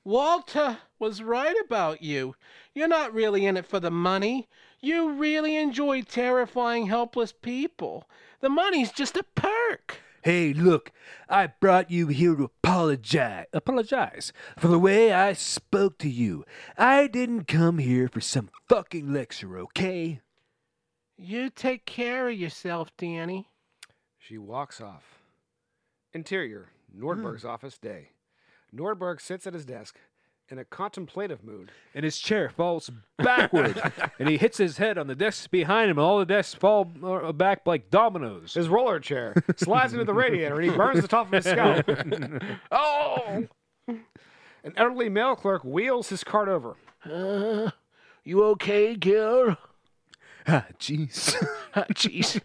Walter was right about you. You're not really in it for the money. You really enjoy terrifying helpless people. The money's just a perk. Hey, look, I brought you here to apologize, apologize for the way I spoke to you. I didn't come here for some fucking lecture, okay? You take care of yourself, Danny. She walks off. Interior, Hmm. Nordberg's office day. Nordberg sits at his desk in a contemplative mood. and his chair falls backward, and he hits his head on the desks behind him, and all the desks fall uh, back like dominoes. His roller chair slides into the radiator and he burns the top of his scalp. Oh! An elderly mail clerk wheels his cart over. Uh, you okay, girl? Ah, jeez. Ah, Jeez.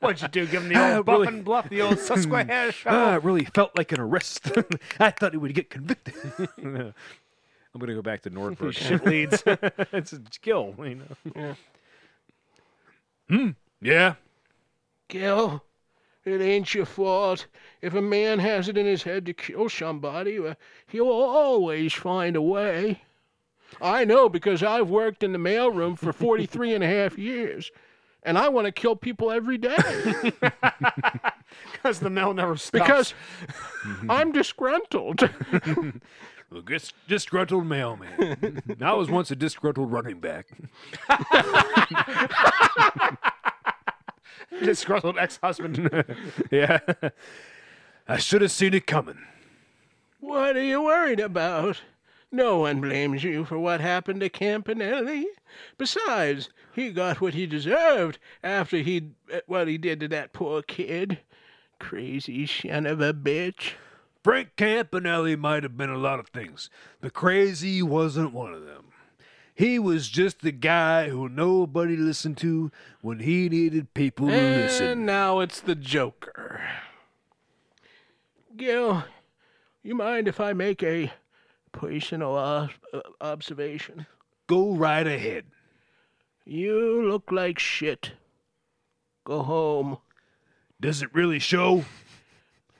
What'd you do? Give him the Ah, old buff really? and bluff, the old Susquehanna ah, shuffle. it really felt like an arrest. I thought he would get convicted. I'm gonna go back to Nordberg. Shit leads. it's a skill, you know. Yeah. Gil, it ain't your fault. If a man has it in his head to kill somebody, uh, he'll always find a way. I know because I've worked in the mailroom for 43 and a half years, and I want to kill people every day Because the mail never stops. because I'm disgruntled. Hmm. Dis- disgruntled mailman. I was once a disgruntled running back. disgruntled ex-husband. Yeah. I should have seen it coming. What are you worried about? No one blames you for what happened to Campanelli. Besides, he got what he deserved after he eh, what he did to that poor kid. Crazy son of a bitch. Frank Campanelli might have been a lot of things, but crazy wasn't one of them. He was just the guy who nobody listened to when he needed people to And listen. now it's the Joker. Gil, you mind if I make a personal ob- uh, observation? Go right ahead. You look like shit. Go home. Does it really show?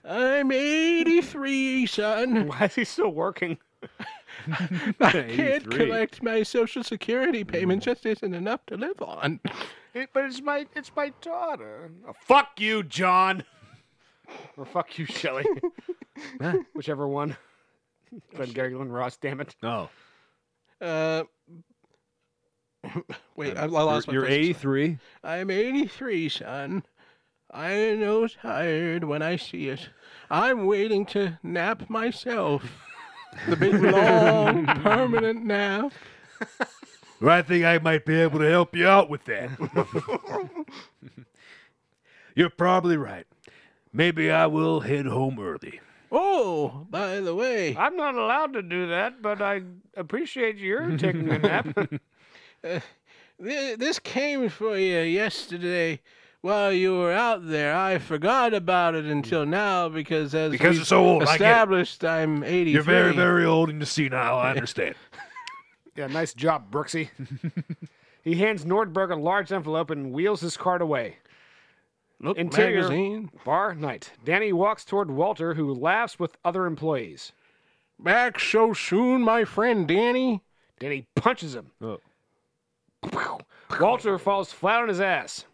I'm 83, son. Why is he still working? I can't collect my social security payment. Just isn't enough to live on. Eh, It, but it's my it's my daughter. Oh, fuck you, John. Or fuck you, Shelley. Whichever one. Glenn Gargulin Ross, damn it. Oh, Uh, wait, Uh, I, I lost you're my. place. 83. I'm 83, son. I know tired when I see it. I'm waiting to nap myself. The big long permanent nap. Well, I think I might be able to help you out with that. You're probably right. Maybe I will head home early. Oh, by the way, I'm not allowed to do that, but I appreciate your taking a nap. Th- Uh, This came for you yesterday while you were out there. I forgot about it until now because as Because we've you're so old, I get it. established, I'm 83. You're very, very old and senile. I understand. Yeah, nice job, Brooksy. he hands Nordberg a large envelope and wheels his cart away. Look, interior- magazine. Bar night. Danny walks toward Walter, who laughs with other employees. Back so soon, my friend Danny. Danny punches him. Oh. Walter falls flat on his ass.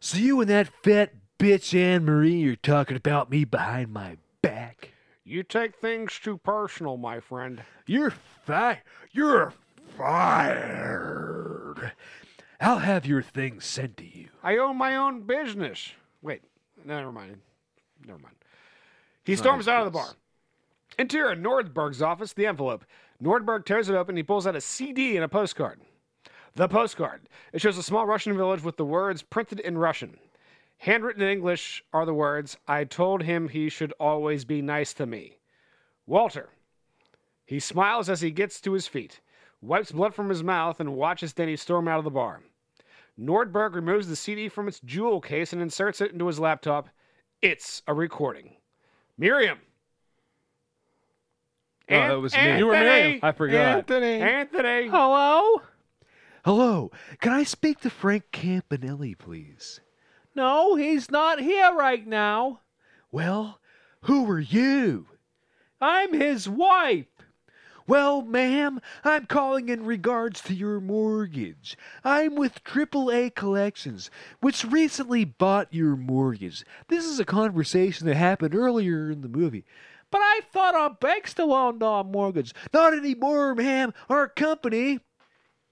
So you and that fat bitch Anne Marie are talking about me behind my back? You take things too personal, my friend. You're fi- You're fired. I'll have your things sent to you. I own my own business. Wait, no, never mind. Never mind. He storms out of the bar. Interior in Nordberg's office, the envelope. Nordberg tears it open. He pulls out a CD and a postcard. The postcard. It shows a small Russian village with the words printed in Russian. Handwritten in English are the words I told him he should always be nice to me. Walter. He smiles as he gets to his feet, wipes blood from his mouth, and watches Danny storm out of the bar. Nordberg removes the CD from its jewel case and inserts it into his laptop. It's a recording. Miriam. Oh, that was me. You were Miriam. I forgot. Anthony. Anthony. Hello? Hello, can I speak to Frank Campanelli, please? No, he's not here right now. Well, who are you? I'm his wife. Well, ma'am, I'm calling in regards to your mortgage. I'm with AAA Collections, which recently bought your mortgage. This is a conversation that happened earlier in the movie. But I thought our bank still owned our mortgage. Not anymore, ma'am. Our company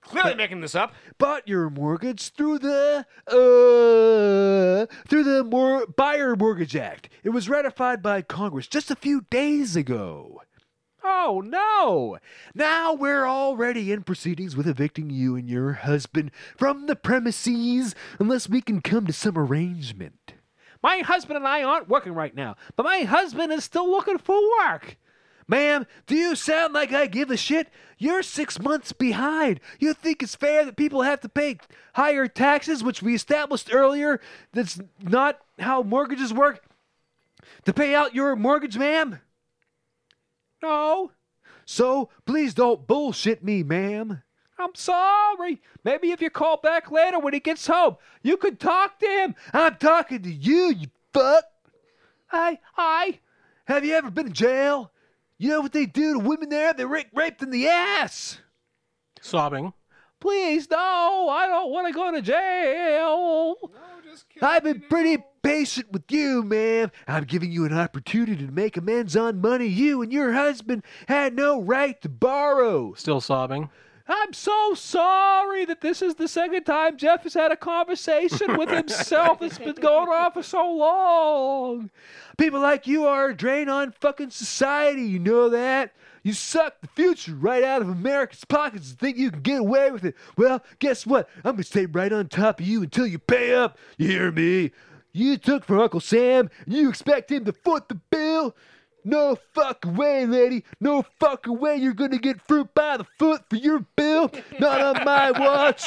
Clearly making this up. bought your mortgage through the uh, through the Mor- Buyer Mortgage Act. It was ratified by Congress just a few days ago. Oh no! Now we're already in proceedings with evicting you and your husband from the premises unless we can come to some arrangement. My husband and I aren't working right now, but my husband is still looking for work. Ma'am, do you sound like I give a shit? You're six months behind. You think it's fair that people have to pay higher taxes, which we established earlier? That's not how mortgages work. To pay out your mortgage, ma'am? No. So please don't bullshit me, ma'am. I'm sorry. Maybe if you call back later when he gets home, you can talk to him. I'm talking to you, you fuck. Hi, hi. Have you ever been in jail? You know what they do to women there? They rape raped in the ass. Sobbing. Please, no, I don't want to go to jail. I've been pretty patient with you, ma'am. I'm giving you an opportunity to make amends on money you and your husband had no right to borrow. Still sobbing. I'm so sorry that this is the second time Jeff has had a conversation with himself. It's been going on for so long. People like you are a drain on fucking society. You know that? You suck the future right out of America's pockets and think you can get away with it. Well, guess what? I'm going to stay right on top of you until you pay up. You hear me? You took from Uncle Sam, and you expect him to foot the bill? No fucking way, lady. No fucking way you're gonna get fruit by the foot for your bill. Not on my watch.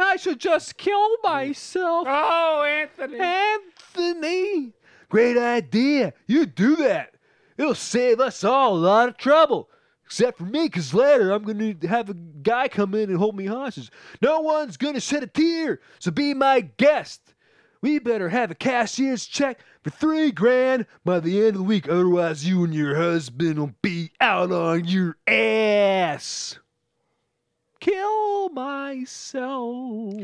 I should just kill myself. Oh, Anthony. Anthony! Great idea. You do that. It'll save us all a lot of trouble. Except for me, because later I'm going to have a guy come in and hold me hostage. No one's going to shed a tear, so be my guest. We better have a cashier's check for three grand by the end of the week, otherwise, you and your husband will be out on your ass. Kill myself.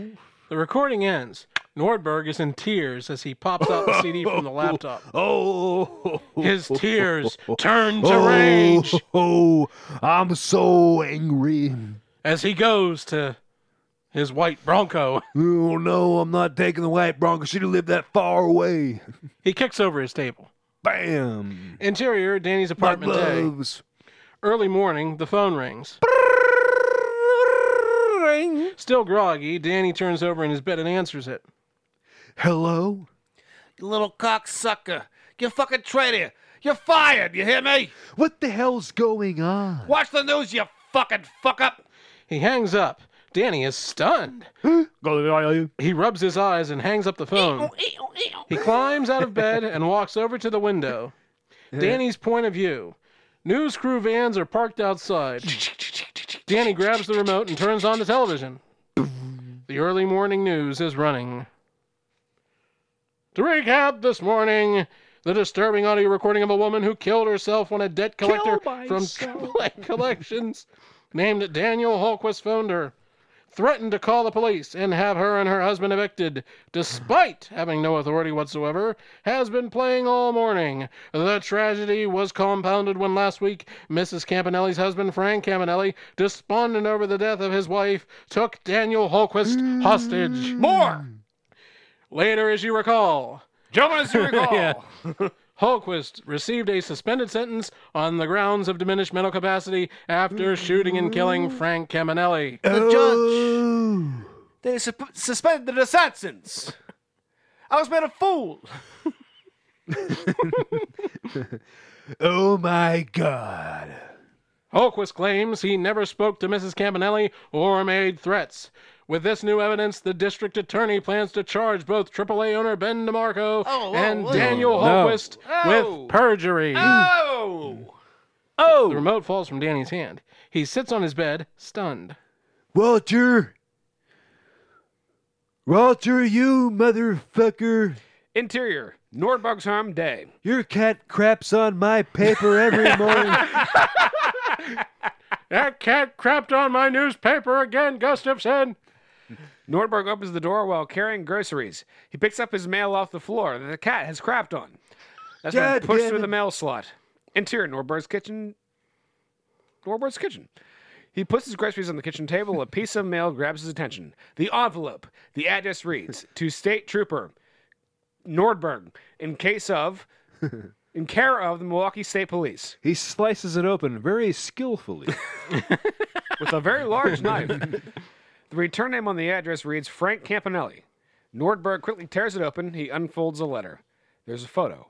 The recording ends. Nordberg is in tears as he pops out the CD from the laptop. Oh. His tears turn to rage Oh, I'm so angry. as he goes to his white Bronco. Oh no, I'm not taking the white Bronco. She'd have lived that far away. He kicks over his table. Bam. Interior, Danny's apartment day. Gloves. Early morning, the phone rings. Still groggy, Danny turns over in his bed and answers it. Hello? You little cocksucker. You fucking traitor. You're fired. You hear me? What the hell's going on? Watch the news, you fucking fuck up. He hangs up. Danny is stunned. He rubs his eyes and hangs up the phone. He climbs out of bed and walks over to the window. Danny's point of view. News crew vans are parked outside. Danny grabs the remote and turns on the television. The early morning news is running. To recap this morning, the disturbing audio recording of a woman who killed herself when a debt collector from AAA Collections named Daniel Holquist phoned her threatened to call the police and have her and her husband evicted, despite having no authority whatsoever, has been playing all morning. The tragedy was compounded when last week Mrs. Campanelli's husband, Frank Campanelli, despondent over the death of his wife, took Daniel Holquist Mm. hostage. More. Later, as you recall, Gentlemen, as you recall. Yeah. Holquist received a suspended sentence on the grounds of diminished mental capacity after shooting and killing Frank Caminelli. The judge. Oh. They su- suspended the sentence. I was made a fool. oh my god. Holquist claims he never spoke to Mrs. Campanelli or made threats. With this new evidence, the district attorney plans to charge both AAA owner Ben DeMarco and Daniel Holquist with perjury. The Oh. remote falls from Danny's hand. He sits on his bed, stunned. Walter. Walter, you motherfucker. Interior. Nordbugsham Day. Your cat craps on my paper every morning. That cat crapped on my newspaper again, Gustafson. Nordberg opens the door while carrying groceries. He picks up his mail off the floor that the cat has crapped on. That's been God pushed damn through it. the mail slot. Interior Nordberg's kitchen. Nordberg's kitchen. He puts his groceries on the kitchen table. A piece of mail grabs his attention. The envelope. The address reads to State Trooper Nordberg in case of, in care of the Milwaukee State Police He slices it open very skillfully. with a very large knife. The return name on the address reads Frank Campanelli. Nordberg quickly tears it open. He unfolds a letter. There's a photo.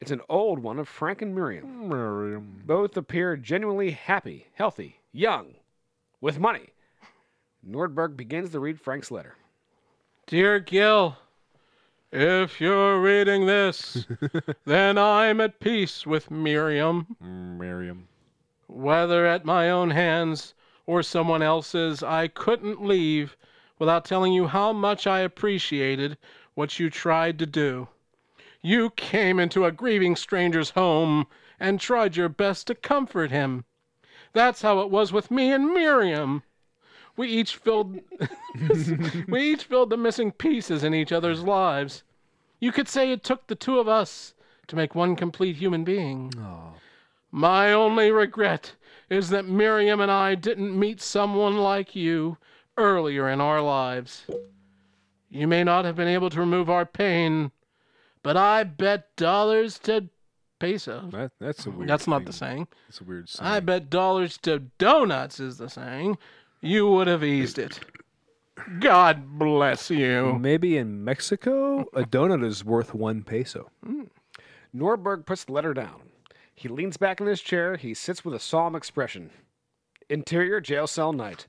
It's an old one of Frank and Miriam. Both appear genuinely happy, healthy, young, with money. Nordberg begins to read Frank's letter. Dear Gil, if you're reading this, then I'm at peace with Miriam. Miriam. Whether at my own hands or someone else's, I couldn't leave without telling you how much I appreciated what you tried to do. You came into a grieving stranger's home and tried your best to comfort him. That's how it was with me and Miriam. We each filled we each filled the missing pieces in each other's lives. You could say it took the two of us to make one complete human being. My only regret is that Miriam and I didn't meet someone like you earlier in our lives. You may not have been able to remove our pain, but I bet dollars to peso. That, that's a weird. That's not thing. the saying. That's a weird. Saying. I bet dollars to donuts is the saying. You would have eased it. God bless you. Maybe in Mexico, a donut is worth one peso. Norberg puts the letter down. He leans back in his chair. He sits with a solemn expression. Interior jail cell night.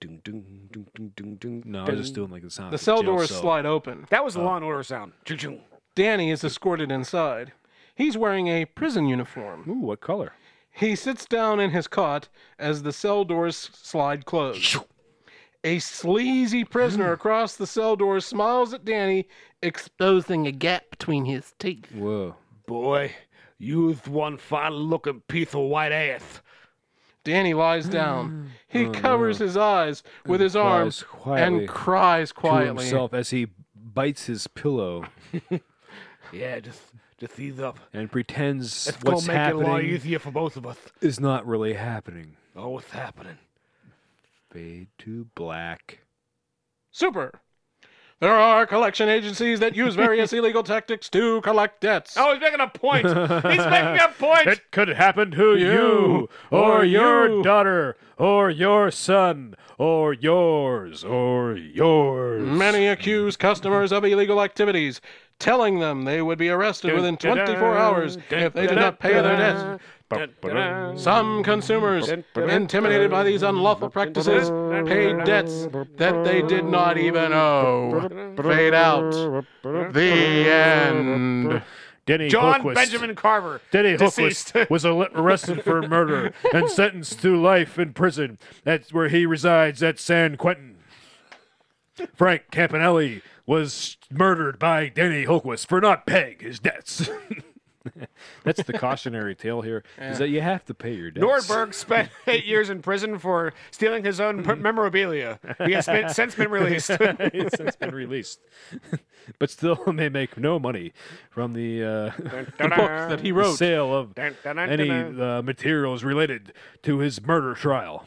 Dun, dun, dun, dun, dun, dun, No, I was just dun. doing like the sound. The of a cell jail doors cell. Oh. slide open. That was the Law and Order sound. Chung, chung. Danny is escorted inside. He's wearing a prison uniform. Ooh, what color? He sits down in his cot as the cell doors slide closed. A sleazy prisoner across the cell door smiles at Danny, exposing a gap between his teeth. Whoa. Boy, you's one fine looking piece of white ass. Danny lies down. He covers his eyes with his arms Oh, cries quietly and cries To quietly. himself as he bites his pillow Yeah, just just ease up. and pretends It's what's gonna make it a lot happening easier for both of us. is not really happening. Oh, what's happening? Fade to black. Super. There are collection agencies that use various illegal tactics to collect debts. Oh, he's making a point. he's making a point. could happen to You, or you. daughter or your son or yours or yours. Many accuse customers of illegal activities, telling them they would be arrested within 24 hours if they did not pay their debts. Some consumers, intimidated by these unlawful practices, paid debts that they did not even owe. Fade out. The end. Denny John Benjamin Carver. Denny Hook was- deceased. was arrested for murder and sentenced to life in prison. That's where he resides at San Quentin. Frank Campanelli was murdered by Denny Hulkwist for not paying his debts. That's the cautionary tale here: is that you have to pay your debts. Nordberg spent eight years in prison for stealing his own per- memorabilia. He has been, since been released. it's since been released, but still may make no money from the, uh, That he the wrote. sale of Dun, dun, dun, any dun, uh, materials related to his murder trial.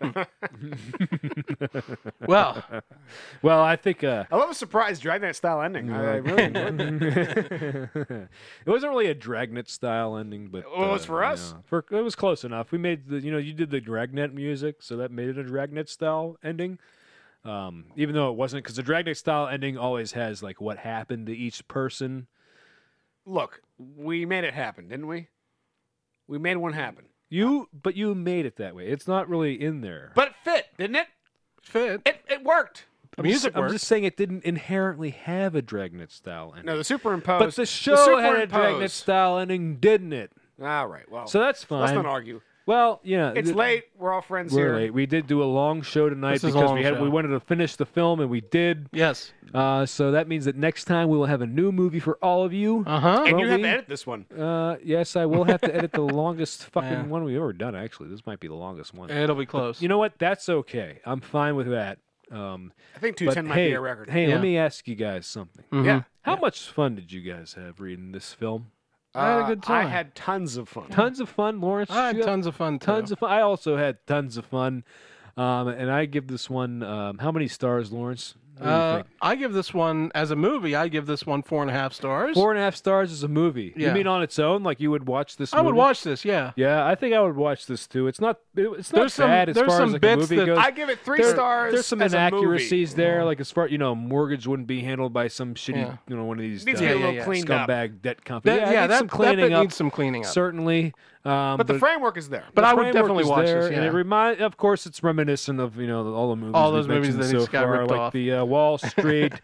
Well, Well, I think uh, I love a surprise dragnet style ending. I, I really enjoyed it. it wasn't really a dragnet style ending, but Well, it was for you us. know, for, it was close enough. We made the you know you did the dragnet music, so that made it a dragnet style ending. Um, even though it wasn't, because the dragnet style ending always has like what happened to each person. Look, we made it happen, didn't we? We made one happen. You, but you made it that way. It's not really in there. But it fit, didn't it? fit. It, it worked. I'm music just, I'm worked. just saying it didn't inherently have a dragnet style ending. No, the superimposed. but the show had a superimposed- dragnet style ending, didn't it? All right, well, So that's fine. Oh. let's not argue. Well, yeah, It's th- late. We're all friends We're here. late. We did do a long show tonight This is a because long we had show. we wanted to finish the film and we did. Yes. Uh, so that means that next time we will have a new movie for all of you. Uh huh. And Won't you have we? to edit this one. Uh, yes, I will have to edit the longest fucking Yeah. one we've ever done. Actually, this might be the longest one. It'll be close. You know what? That's okay. I'm fine with that. Um, I think but 210 might hey, be a record. Hey, Yeah. let me ask you guys something. Mhm. Yeah. How much fun did you guys have reading this film? I had a Uh, good I time. had tons of fun. Tons of fun, Lawrence. I did had you have tons of fun. tons of fun. I also had tons of fun. Um, and I give this one um, how many stars, Lawrence? What do you Uh, think? I give this one as a movie. I give this one four and a half stars. Four and a half stars is a movie. Yeah. You mean on its own? Like you would watch this? I would movie? watch this. Yeah. Yeah, I think I would watch this too. It's not. it- It's not There's some- bad as there's far some as like, bits a movie that- goes. I give it three There- stars. There's some as a movie. inaccuracies there, like as far you know, mortgage wouldn't be handled by some shitty, Yeah. you know, one of these Needs uh, to be a Yeah, little yeah, yeah. cleaned up. scumbag debt company. That, yeah, it yeah, needs that, some that cleaning bit up, needs some cleaning up. certainly. Um, But the framework is there. but I would framework definitely is watch there, this. And yeah. it remind, of course, it's reminiscent of you know all the movies, All we've those movies mentioned that so just got far, ripped like off. the uh, Wall Street,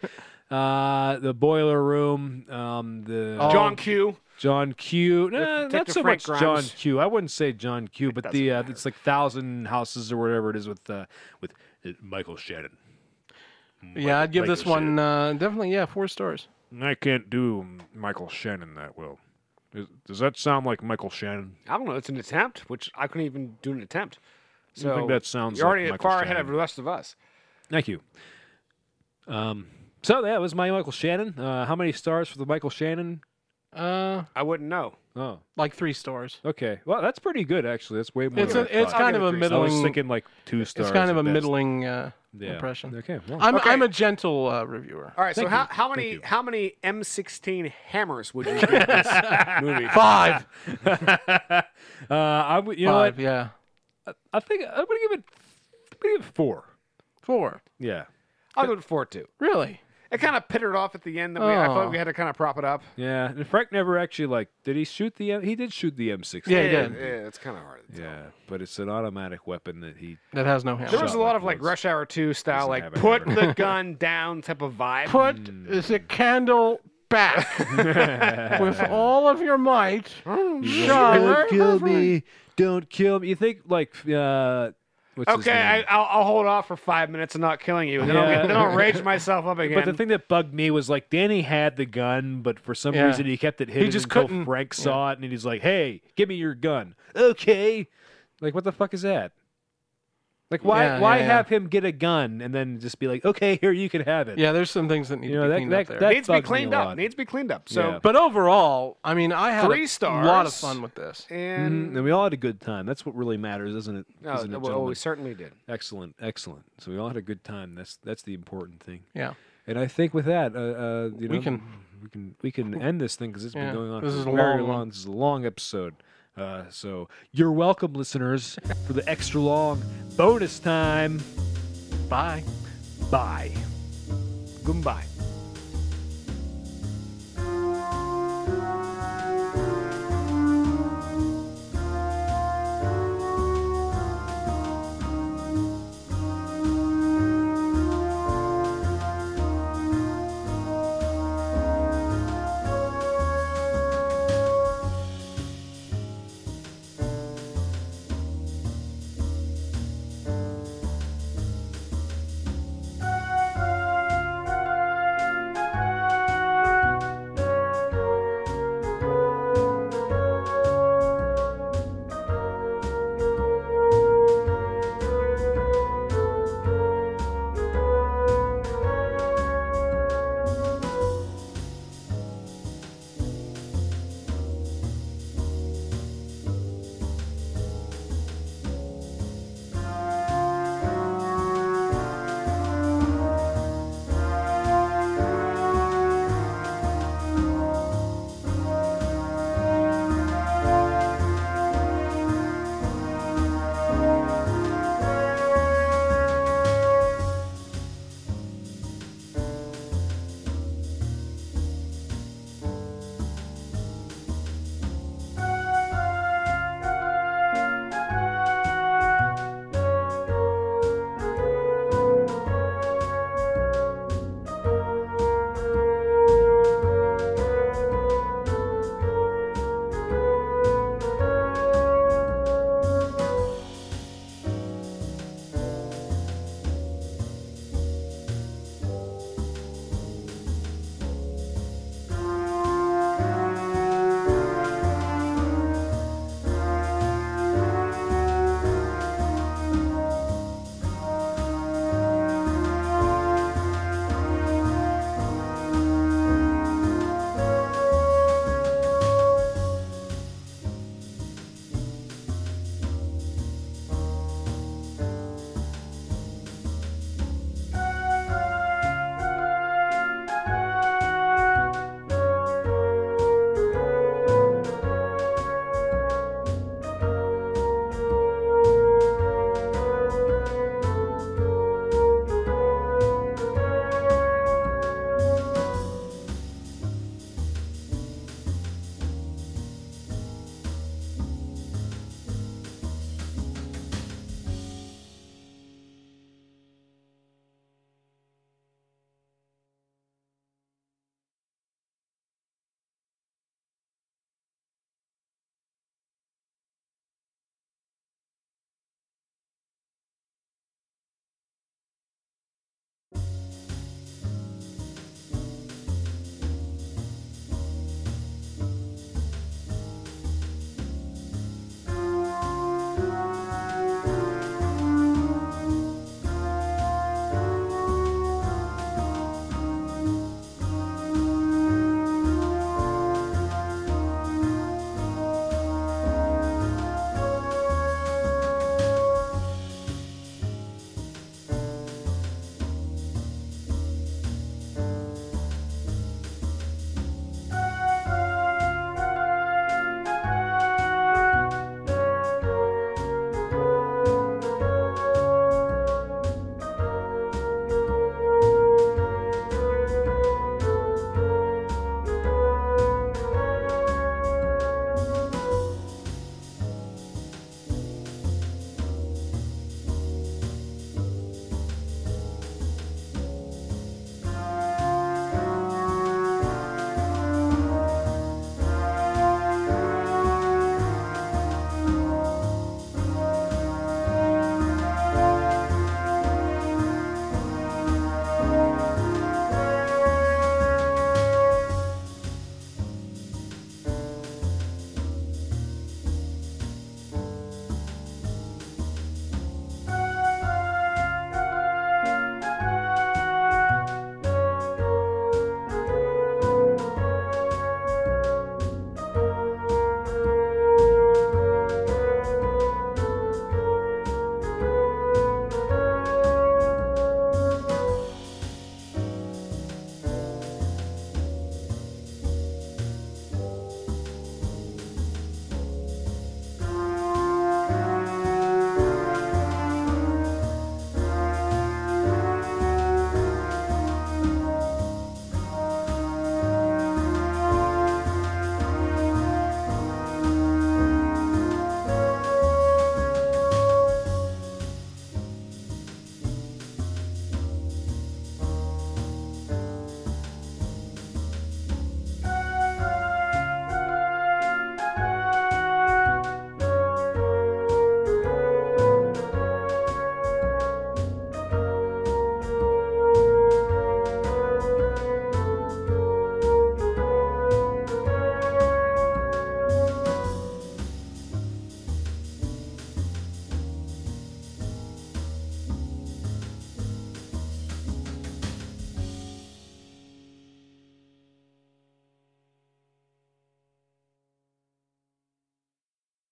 uh, the Boiler Room, um, the Oh. John Q. John Q. Nah, not Detective so Frank much John Grimes. Q. I wouldn't say John Q, but the uh, it's like Thousand Houses or whatever it is with uh, with uh, Michael Shannon. Yeah, I'd give Michael this one uh, definitely yeah four stars. I can't do Michael Shannon that well. Does, does that sound like Michael Shannon? I don't know. It's an attempt, which I couldn't even do an attempt. So think that sounds you're like already Michael far ahead of Shannon. the rest of us. Thank you. Um, so that was my Michael Shannon. Uh, how many stars for the Michael Shannon? Uh, I wouldn't know. Oh, like three stars. okay. Well, that's pretty good actually. That's way more. It's than a, I it's thought. kind of a I was middling. thinking like two stars. It's kind of at a best. middling uh, yeah. impression. Okay. Well, I'm Okay. I'm a gentle uh, reviewer. All right. Thank so how, you. how Thank many you. how many M16 hammers would you give this movie? Five. uh, I would. You know what? Five. Yeah. I think I'm gonna give it. I'm gonna give it four. Four. Yeah. I'll go to four too. Really? It kind of pittered off at the end. That we, I Oh. felt like we had to kind of prop it up. Yeah. And Frank never actually like. Did he shoot the? M- He did shoot the M16. Yeah, he Yeah, did. it's kind of hard. Yeah, but it's an automatic weapon that he. That has no hammer. There was a Shot lot like of like once. Rush Hour 2 style, Doesn't like have Hmm. a put hammer. the gun down type of vibe. Put the candle back with all of your might. Don't kill me. Don't kill me. You think like uh, what's his Okay, I, name? I'll, I'll hold off for five minutes and not killing you, and then, Yeah. I'll, then I'll rage myself up again. but the thing that bugged me was like Danny had the gun, but for some Yeah. reason he kept it hidden just until couldn't- Frank saw it, and he's like, "Hey, give me your gun." Okay, like what the fuck is that? Like why Yeah, why yeah, yeah. have him get a gun and then just be like, "Okay, here you can have it." Yeah, there's some things that need You to know be that cleaned that, up there. that needs to be bugs me a cleaned up. lot. Needs to be cleaned up. So, Yeah. But overall, I mean, I had Three a lot of stars. fun with this. Mm-hmm. and Mhm, And we all had a good time. That's what really matters, isn't it? no, isn't it, well, gentlemen? we certainly did. Excellent, excellent. So we all had a good time. That's that's the important thing. Yeah. And I think with that, uh, uh, you know, We can- we can we can end this thing because it's Yeah, been going on this for is a very long long. one. This is a long episode. Uh, so you're welcome, listeners, for the extra long bonus time. Bye. Bye. Goodbye.